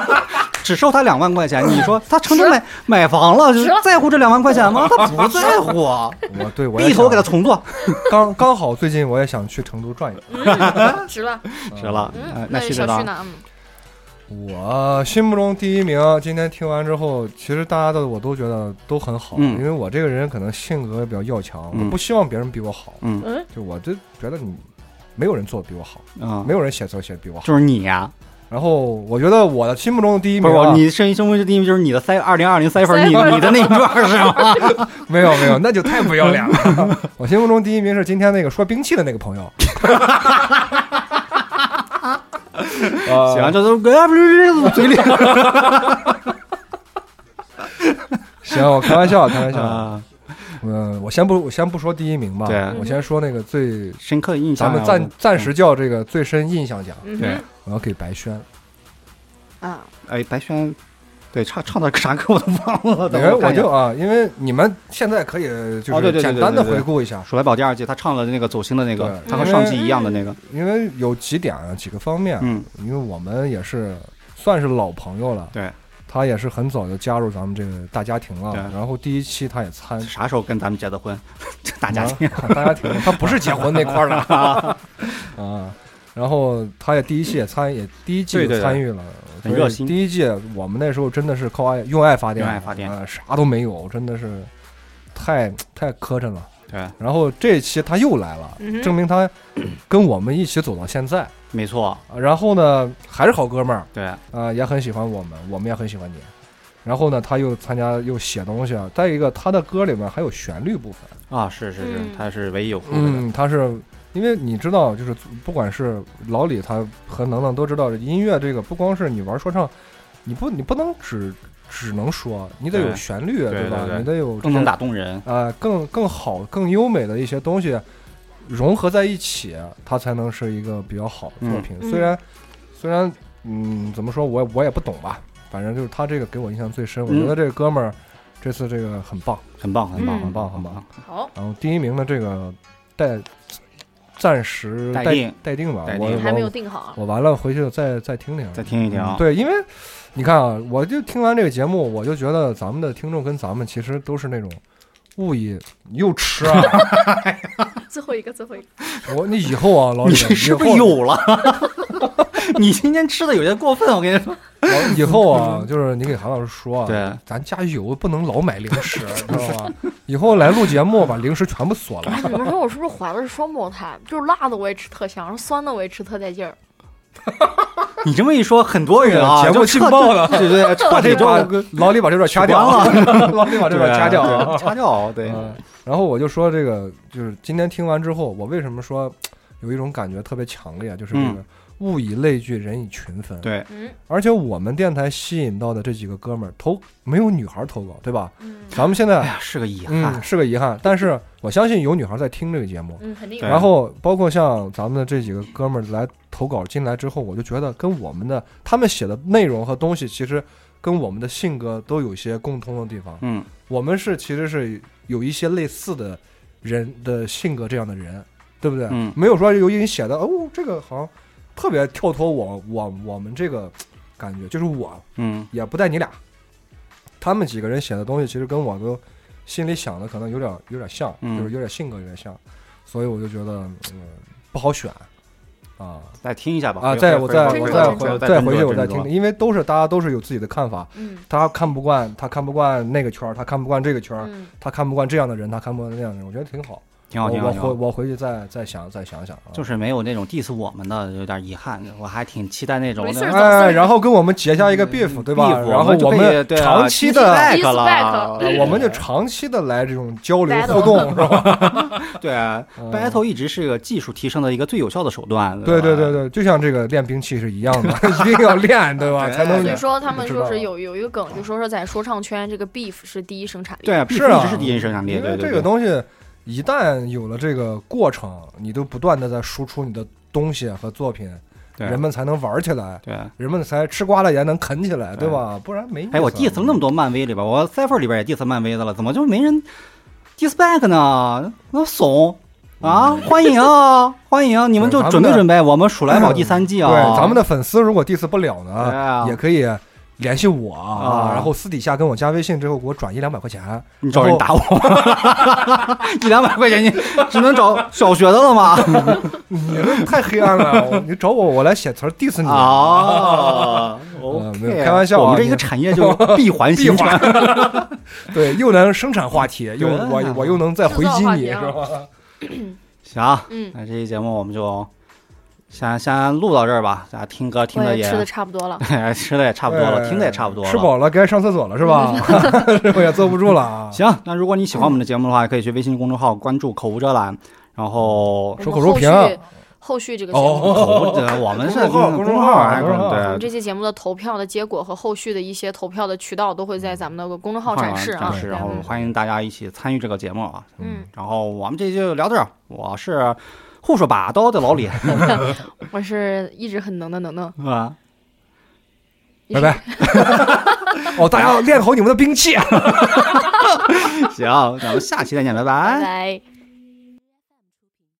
Speaker 1: *laughs* 只收他两万块钱，你说他成天买买房了，就是在乎这两万块钱吗？他不在乎，
Speaker 3: *laughs*
Speaker 1: 啊
Speaker 2: 啊
Speaker 3: 我对我也
Speaker 1: 闭头给他
Speaker 3: 想
Speaker 1: 重做，
Speaker 3: 刚刚好最近我也想去成都转一转。
Speaker 2: 嗯， *laughs* 值了。
Speaker 1: 值了。呃
Speaker 2: 嗯，
Speaker 1: 啊那
Speaker 2: 那
Speaker 1: 徐
Speaker 2: 小
Speaker 1: 指
Speaker 2: 旭
Speaker 1: 导，
Speaker 2: 呢？嗯，
Speaker 3: 我心目中第一名，今天听完之后，其实大家的我都觉得都很好，
Speaker 1: 嗯
Speaker 3: 因为我这个人可能性格比较要强，
Speaker 1: 嗯
Speaker 3: 我不希望别人比我好，
Speaker 1: 嗯
Speaker 2: 嗯
Speaker 3: 就我就觉得你没有人做的比我好，
Speaker 1: 嗯
Speaker 3: 没，有人写词儿写的比我好。
Speaker 1: 就是你呀，
Speaker 3: 然后我觉得我的心目中的第一
Speaker 1: 不
Speaker 3: 名、啊
Speaker 1: 是我，，你声音声音第一名就是你的塞二零二零塞粉，你
Speaker 2: Cypher
Speaker 1: 你的那一段是吗？
Speaker 3: 没有没有，那就太不要脸了。 *laughs* 我心目中第一名是今天那个说兵器的那个朋友。 *laughs* 呃
Speaker 1: 行，这都嘴里
Speaker 3: 行，我开玩笑，开玩笑。
Speaker 1: *laughs* 啊，
Speaker 3: 嗯，我先不，我先不说第一名吧，
Speaker 1: 对
Speaker 3: 我先说那个最，
Speaker 1: 深刻印象
Speaker 3: 咱
Speaker 1: 啊。
Speaker 3: 们暂暂时叫这个最深印象奖，
Speaker 1: 我
Speaker 2: 嗯
Speaker 1: 对
Speaker 2: 哼，
Speaker 3: 我要给白轩。
Speaker 2: 啊，
Speaker 1: 哎，白轩，对唱唱的啥歌我都忘了，等
Speaker 3: 哎，
Speaker 1: 会儿看
Speaker 3: 我
Speaker 1: 一下
Speaker 3: 就啊，因为你们现在可以就
Speaker 1: 哦
Speaker 3: 是
Speaker 1: 对对对
Speaker 3: 简单的
Speaker 1: 对对对
Speaker 3: 回顾一下，
Speaker 1: 《鼠来宝》第二季，他唱了那个走心的那个，
Speaker 3: 对
Speaker 1: 他和上季一样的那个，
Speaker 3: 因为有几点啊几个方面，
Speaker 1: 嗯，
Speaker 3: 因为我们也是算是老朋友了，
Speaker 1: 对，
Speaker 3: 他也是很早就加入咱们这个大家庭了，
Speaker 1: 对
Speaker 3: 然后第一期他也参，
Speaker 1: 啥时候跟咱们结的婚？ *laughs* 大家庭，
Speaker 3: 啊大家庭，他不是结婚那块儿
Speaker 1: *laughs*
Speaker 3: 的啊。然后他也第一期也参也第一季
Speaker 1: 对
Speaker 3: 也
Speaker 1: 对对
Speaker 3: 参与了，所
Speaker 1: 很
Speaker 3: 以
Speaker 1: 热心
Speaker 3: 第一季我们那时候真的是靠爱用爱发电，
Speaker 1: 用爱发电
Speaker 3: 啊，啥都没有，真的是太太磕碜了。
Speaker 1: 对，
Speaker 3: 然后这一期他又来了，
Speaker 2: 嗯哼
Speaker 3: 证明他跟我们一起走到现在。
Speaker 1: 没错，
Speaker 3: 啊然后呢，还是好哥们儿，
Speaker 1: 对，
Speaker 3: 啊，也很喜欢我们，我们也很喜欢你。然后呢，他又参加又写东西啊。再一个，他的歌里面还有旋律部分。
Speaker 1: 啊，是是是，
Speaker 2: 嗯
Speaker 1: 他是唯一有付费的，
Speaker 3: 嗯，他是因为你知道，就是不管是老李他和能能都知道，音乐这个不光是你玩说唱，你不你不能只只能说，你得有
Speaker 1: 对
Speaker 3: 旋律，
Speaker 1: 对
Speaker 3: 吧？
Speaker 1: 对对
Speaker 3: 你得有
Speaker 1: 更能打动人，
Speaker 3: 啊、更更好、更优美的一些东西融合在一起，它才能是一个比较好的作品。
Speaker 2: 嗯
Speaker 3: 虽然虽然嗯，怎么说我也我也不懂吧，反正就是他这个给我印象最深，我
Speaker 1: 嗯
Speaker 3: 觉得这个哥们儿这次这个很棒，
Speaker 1: 很棒，很
Speaker 2: 嗯
Speaker 1: 棒，很棒，
Speaker 3: 很棒。
Speaker 2: 好，
Speaker 3: 然后第一名的这个待暂时
Speaker 1: 待
Speaker 3: 待
Speaker 1: 定
Speaker 3: 待定吧，
Speaker 1: 待
Speaker 3: 我
Speaker 1: 定
Speaker 2: 还没有
Speaker 3: 我
Speaker 2: 定好啊。
Speaker 1: *laughs*
Speaker 3: 我完了回去再再听听，
Speaker 1: 再听一听
Speaker 3: 嗯
Speaker 1: 啊，
Speaker 3: 对，因为你看啊，我就听完这个节目，我就觉得咱们的听众跟咱们其实都是那种物以又吃啊。
Speaker 1: *laughs*
Speaker 2: 最后一个，最后一个，
Speaker 3: 我你以后啊，老
Speaker 1: 你
Speaker 3: 李，
Speaker 1: 是不
Speaker 3: 以
Speaker 1: 是
Speaker 3: 后
Speaker 1: 有了？ *laughs* 你今天吃的有些过分，我跟你说。
Speaker 3: 我以后啊，就是你给韩老师说啊，
Speaker 1: 对，
Speaker 3: 咱家有不能老买零
Speaker 1: *laughs*
Speaker 3: 食，你知道吧？以后来录节目，把零食全部锁
Speaker 1: *laughs*
Speaker 3: 了。
Speaker 2: 哎，你们说我是不是怀的是双胞胎？就是辣的我也吃特香，然后酸的我也吃特带劲儿。
Speaker 1: 你这么一说，很多人啊，
Speaker 3: 节目
Speaker 1: 就彻
Speaker 3: 劲爆了
Speaker 1: 对对 *laughs* 对，
Speaker 3: 把
Speaker 1: 彻
Speaker 3: 这
Speaker 1: 底
Speaker 3: 把
Speaker 1: 就
Speaker 3: 老李把这段掐掉啊， *laughs* 老李把这段掐掉啊。 *laughs*
Speaker 1: 对掐掉，对，
Speaker 3: 嗯，然后我就说这个，就是今天听完之后，我为什么说有一种感觉特别强烈，啊就是这个
Speaker 1: 嗯
Speaker 3: 物以类聚，人以群分。
Speaker 1: 对，
Speaker 2: 嗯
Speaker 3: 而且我们电台吸引到的这几个哥们儿投没有女孩投稿，对吧？
Speaker 2: 嗯
Speaker 3: 咱们现
Speaker 1: 哎
Speaker 3: 在
Speaker 1: 呀，是个遗
Speaker 3: 嗯
Speaker 1: 憾，
Speaker 3: 是个遗憾，但是我相信有女孩在听这个节目。
Speaker 2: 嗯，肯定
Speaker 1: 对
Speaker 3: 然后包括像咱们的这几个哥们儿来投稿进来之后，我就觉得跟我们的他们写的内容和东西，其实跟我们的性格都有一些共通的地方。
Speaker 1: 嗯，
Speaker 3: 我们是其实是有一些类似的人的性格这样的人，对不对？
Speaker 1: 嗯
Speaker 3: 没有说由于你写的哦，这个好像特别跳脱我我我们这个感觉，就是我
Speaker 1: 嗯，
Speaker 3: 也不带你俩，他们几个人写的东西其实跟我都心里想的可能有点有点像，
Speaker 1: 嗯
Speaker 3: 就是有点性格有点像，所以我就觉得嗯不好选啊。
Speaker 1: 再听一下吧。
Speaker 3: 啊！
Speaker 1: 回
Speaker 3: 再我再
Speaker 2: 斟
Speaker 3: 我
Speaker 2: 酌
Speaker 3: 再
Speaker 2: 斟
Speaker 3: 回
Speaker 2: 酌
Speaker 3: 再回去我再
Speaker 1: 再
Speaker 3: 听听，因为都是大家都是有自己的看法，
Speaker 2: 嗯
Speaker 3: 他看不惯他看不惯那个圈儿，他看不惯这个圈儿，
Speaker 2: 嗯，
Speaker 3: 他看不惯这样的人，他看不惯那样的人，我觉得挺好。
Speaker 1: 挺好，挺好，
Speaker 3: 我
Speaker 1: 挺
Speaker 3: 我
Speaker 1: 好
Speaker 3: 回。我回去再再想再想想啊。
Speaker 1: 就是是没有那种 diss 我们的，有点遗憾。我还挺期待那种
Speaker 2: 没事
Speaker 1: 那种
Speaker 2: 儿
Speaker 3: 哎，然后跟我们结下一个 beef，对吧？
Speaker 1: 嗯 beef，
Speaker 3: 然后
Speaker 1: 就
Speaker 3: 我
Speaker 1: 被
Speaker 3: 们
Speaker 1: 对啊
Speaker 3: 长期的
Speaker 1: diss back
Speaker 2: diss
Speaker 1: 了
Speaker 2: back
Speaker 3: 呃我们就长期的来这种交流互动，是吧？
Speaker 1: 对啊
Speaker 3: 嗯
Speaker 1: battle 一直是个技术提升的一个最有效的手段。
Speaker 3: 对对
Speaker 1: 对
Speaker 3: 对
Speaker 1: 吧，
Speaker 3: 对，就像这个练兵器是一样
Speaker 1: *laughs*
Speaker 3: 的，一定要练，对吧？
Speaker 1: 对
Speaker 3: 才能
Speaker 2: 所以
Speaker 1: 对
Speaker 2: 说他们
Speaker 3: 知道
Speaker 2: 就是有有一个梗，就说说在说唱圈这个 beef 是第一生产力。
Speaker 1: 对啊
Speaker 3: 是啊
Speaker 1: ，beef 一直是第一生产力。
Speaker 3: 因为
Speaker 1: 对对
Speaker 3: 这个
Speaker 1: 对，
Speaker 3: 东西一旦有了这个过程，你都不断的在输出你的东西和作品，
Speaker 1: 对
Speaker 3: 人们才能玩起来，
Speaker 1: 对，啊
Speaker 3: 人们才吃瓜了也能啃起来，
Speaker 1: 对
Speaker 3: 对吧？不然没意思。
Speaker 1: 哎，我 diss 了那么多漫威里边，我 Cypher 里边也 diss 漫威的了，怎么就没人 diss back 呢？那怂啊！欢迎啊，欢迎！你们就
Speaker 3: 嗯咱们
Speaker 1: 准备
Speaker 3: 的嗯
Speaker 1: 准备，我们《鼠来宝》第三季啊！
Speaker 3: 对，咱们的粉丝如果 diss 不了呢，
Speaker 1: 对啊
Speaker 3: 也可以联系我啊
Speaker 1: 啊
Speaker 3: 然后私底下跟我加微信之后给我转一两百块钱，
Speaker 1: 你找人
Speaker 3: 然
Speaker 1: 打
Speaker 3: 后
Speaker 1: 我，一两百块钱你只能找小学的了吗？
Speaker 3: *laughs* 太黑暗了，我你找我我来写词儿 diss 你
Speaker 1: 啊
Speaker 3: 嗯
Speaker 1: ，OK，
Speaker 3: 没有开玩笑啊，
Speaker 1: 我们这
Speaker 3: 你
Speaker 1: 一个产业就闭环
Speaker 3: 闭
Speaker 1: 形成。
Speaker 3: 环 *laughs* 对，又能生产话题，又
Speaker 1: 对啊
Speaker 3: 我我又能再回击你，
Speaker 2: 制
Speaker 3: 是
Speaker 2: 造话啊
Speaker 3: 吧？
Speaker 1: 行啊，
Speaker 2: 嗯
Speaker 1: 那这期节目我们就先先录到这儿吧，大家听歌听
Speaker 2: 我
Speaker 1: 的
Speaker 2: 也
Speaker 1: 也
Speaker 2: 吃的差不多
Speaker 1: *laughs*
Speaker 2: 了。
Speaker 1: 哎吃的也差不多了，
Speaker 3: 哎
Speaker 1: 听的也差不多了，嗯
Speaker 3: 吃饱了该上厕所了 *laughs* 是吧？我也坐不住了
Speaker 1: *laughs*
Speaker 3: 啊。
Speaker 1: 行，那如果你喜欢我们的节目的话，可以去微信公众号关注“口无遮拦”，然后
Speaker 3: 守口如瓶啊
Speaker 2: 我们后续后续
Speaker 1: 哦
Speaker 2: 这个节目，
Speaker 1: 口无遮，我们是
Speaker 3: 公众号
Speaker 1: 公
Speaker 3: 公众
Speaker 1: 众
Speaker 3: 号
Speaker 1: 号，哎
Speaker 3: 公众号
Speaker 2: 我
Speaker 1: 对
Speaker 2: 们这期节目的投票的结果和后续的一些投票的渠道都会在咱们的公众号展示啊。
Speaker 1: 嗯展示，然后
Speaker 2: 对
Speaker 1: 欢迎大家一起参与这个节目啊。
Speaker 2: 嗯，
Speaker 1: 然后我们这期就聊到这儿，我是护手把刀的老李，
Speaker 2: 我是一直很能的能能，
Speaker 1: 是吧？
Speaker 3: 拜拜。 *laughs* 哦，大家练好你们的兵器。啊
Speaker 1: 行，咱们下期再见，拜拜
Speaker 2: 拜。拜。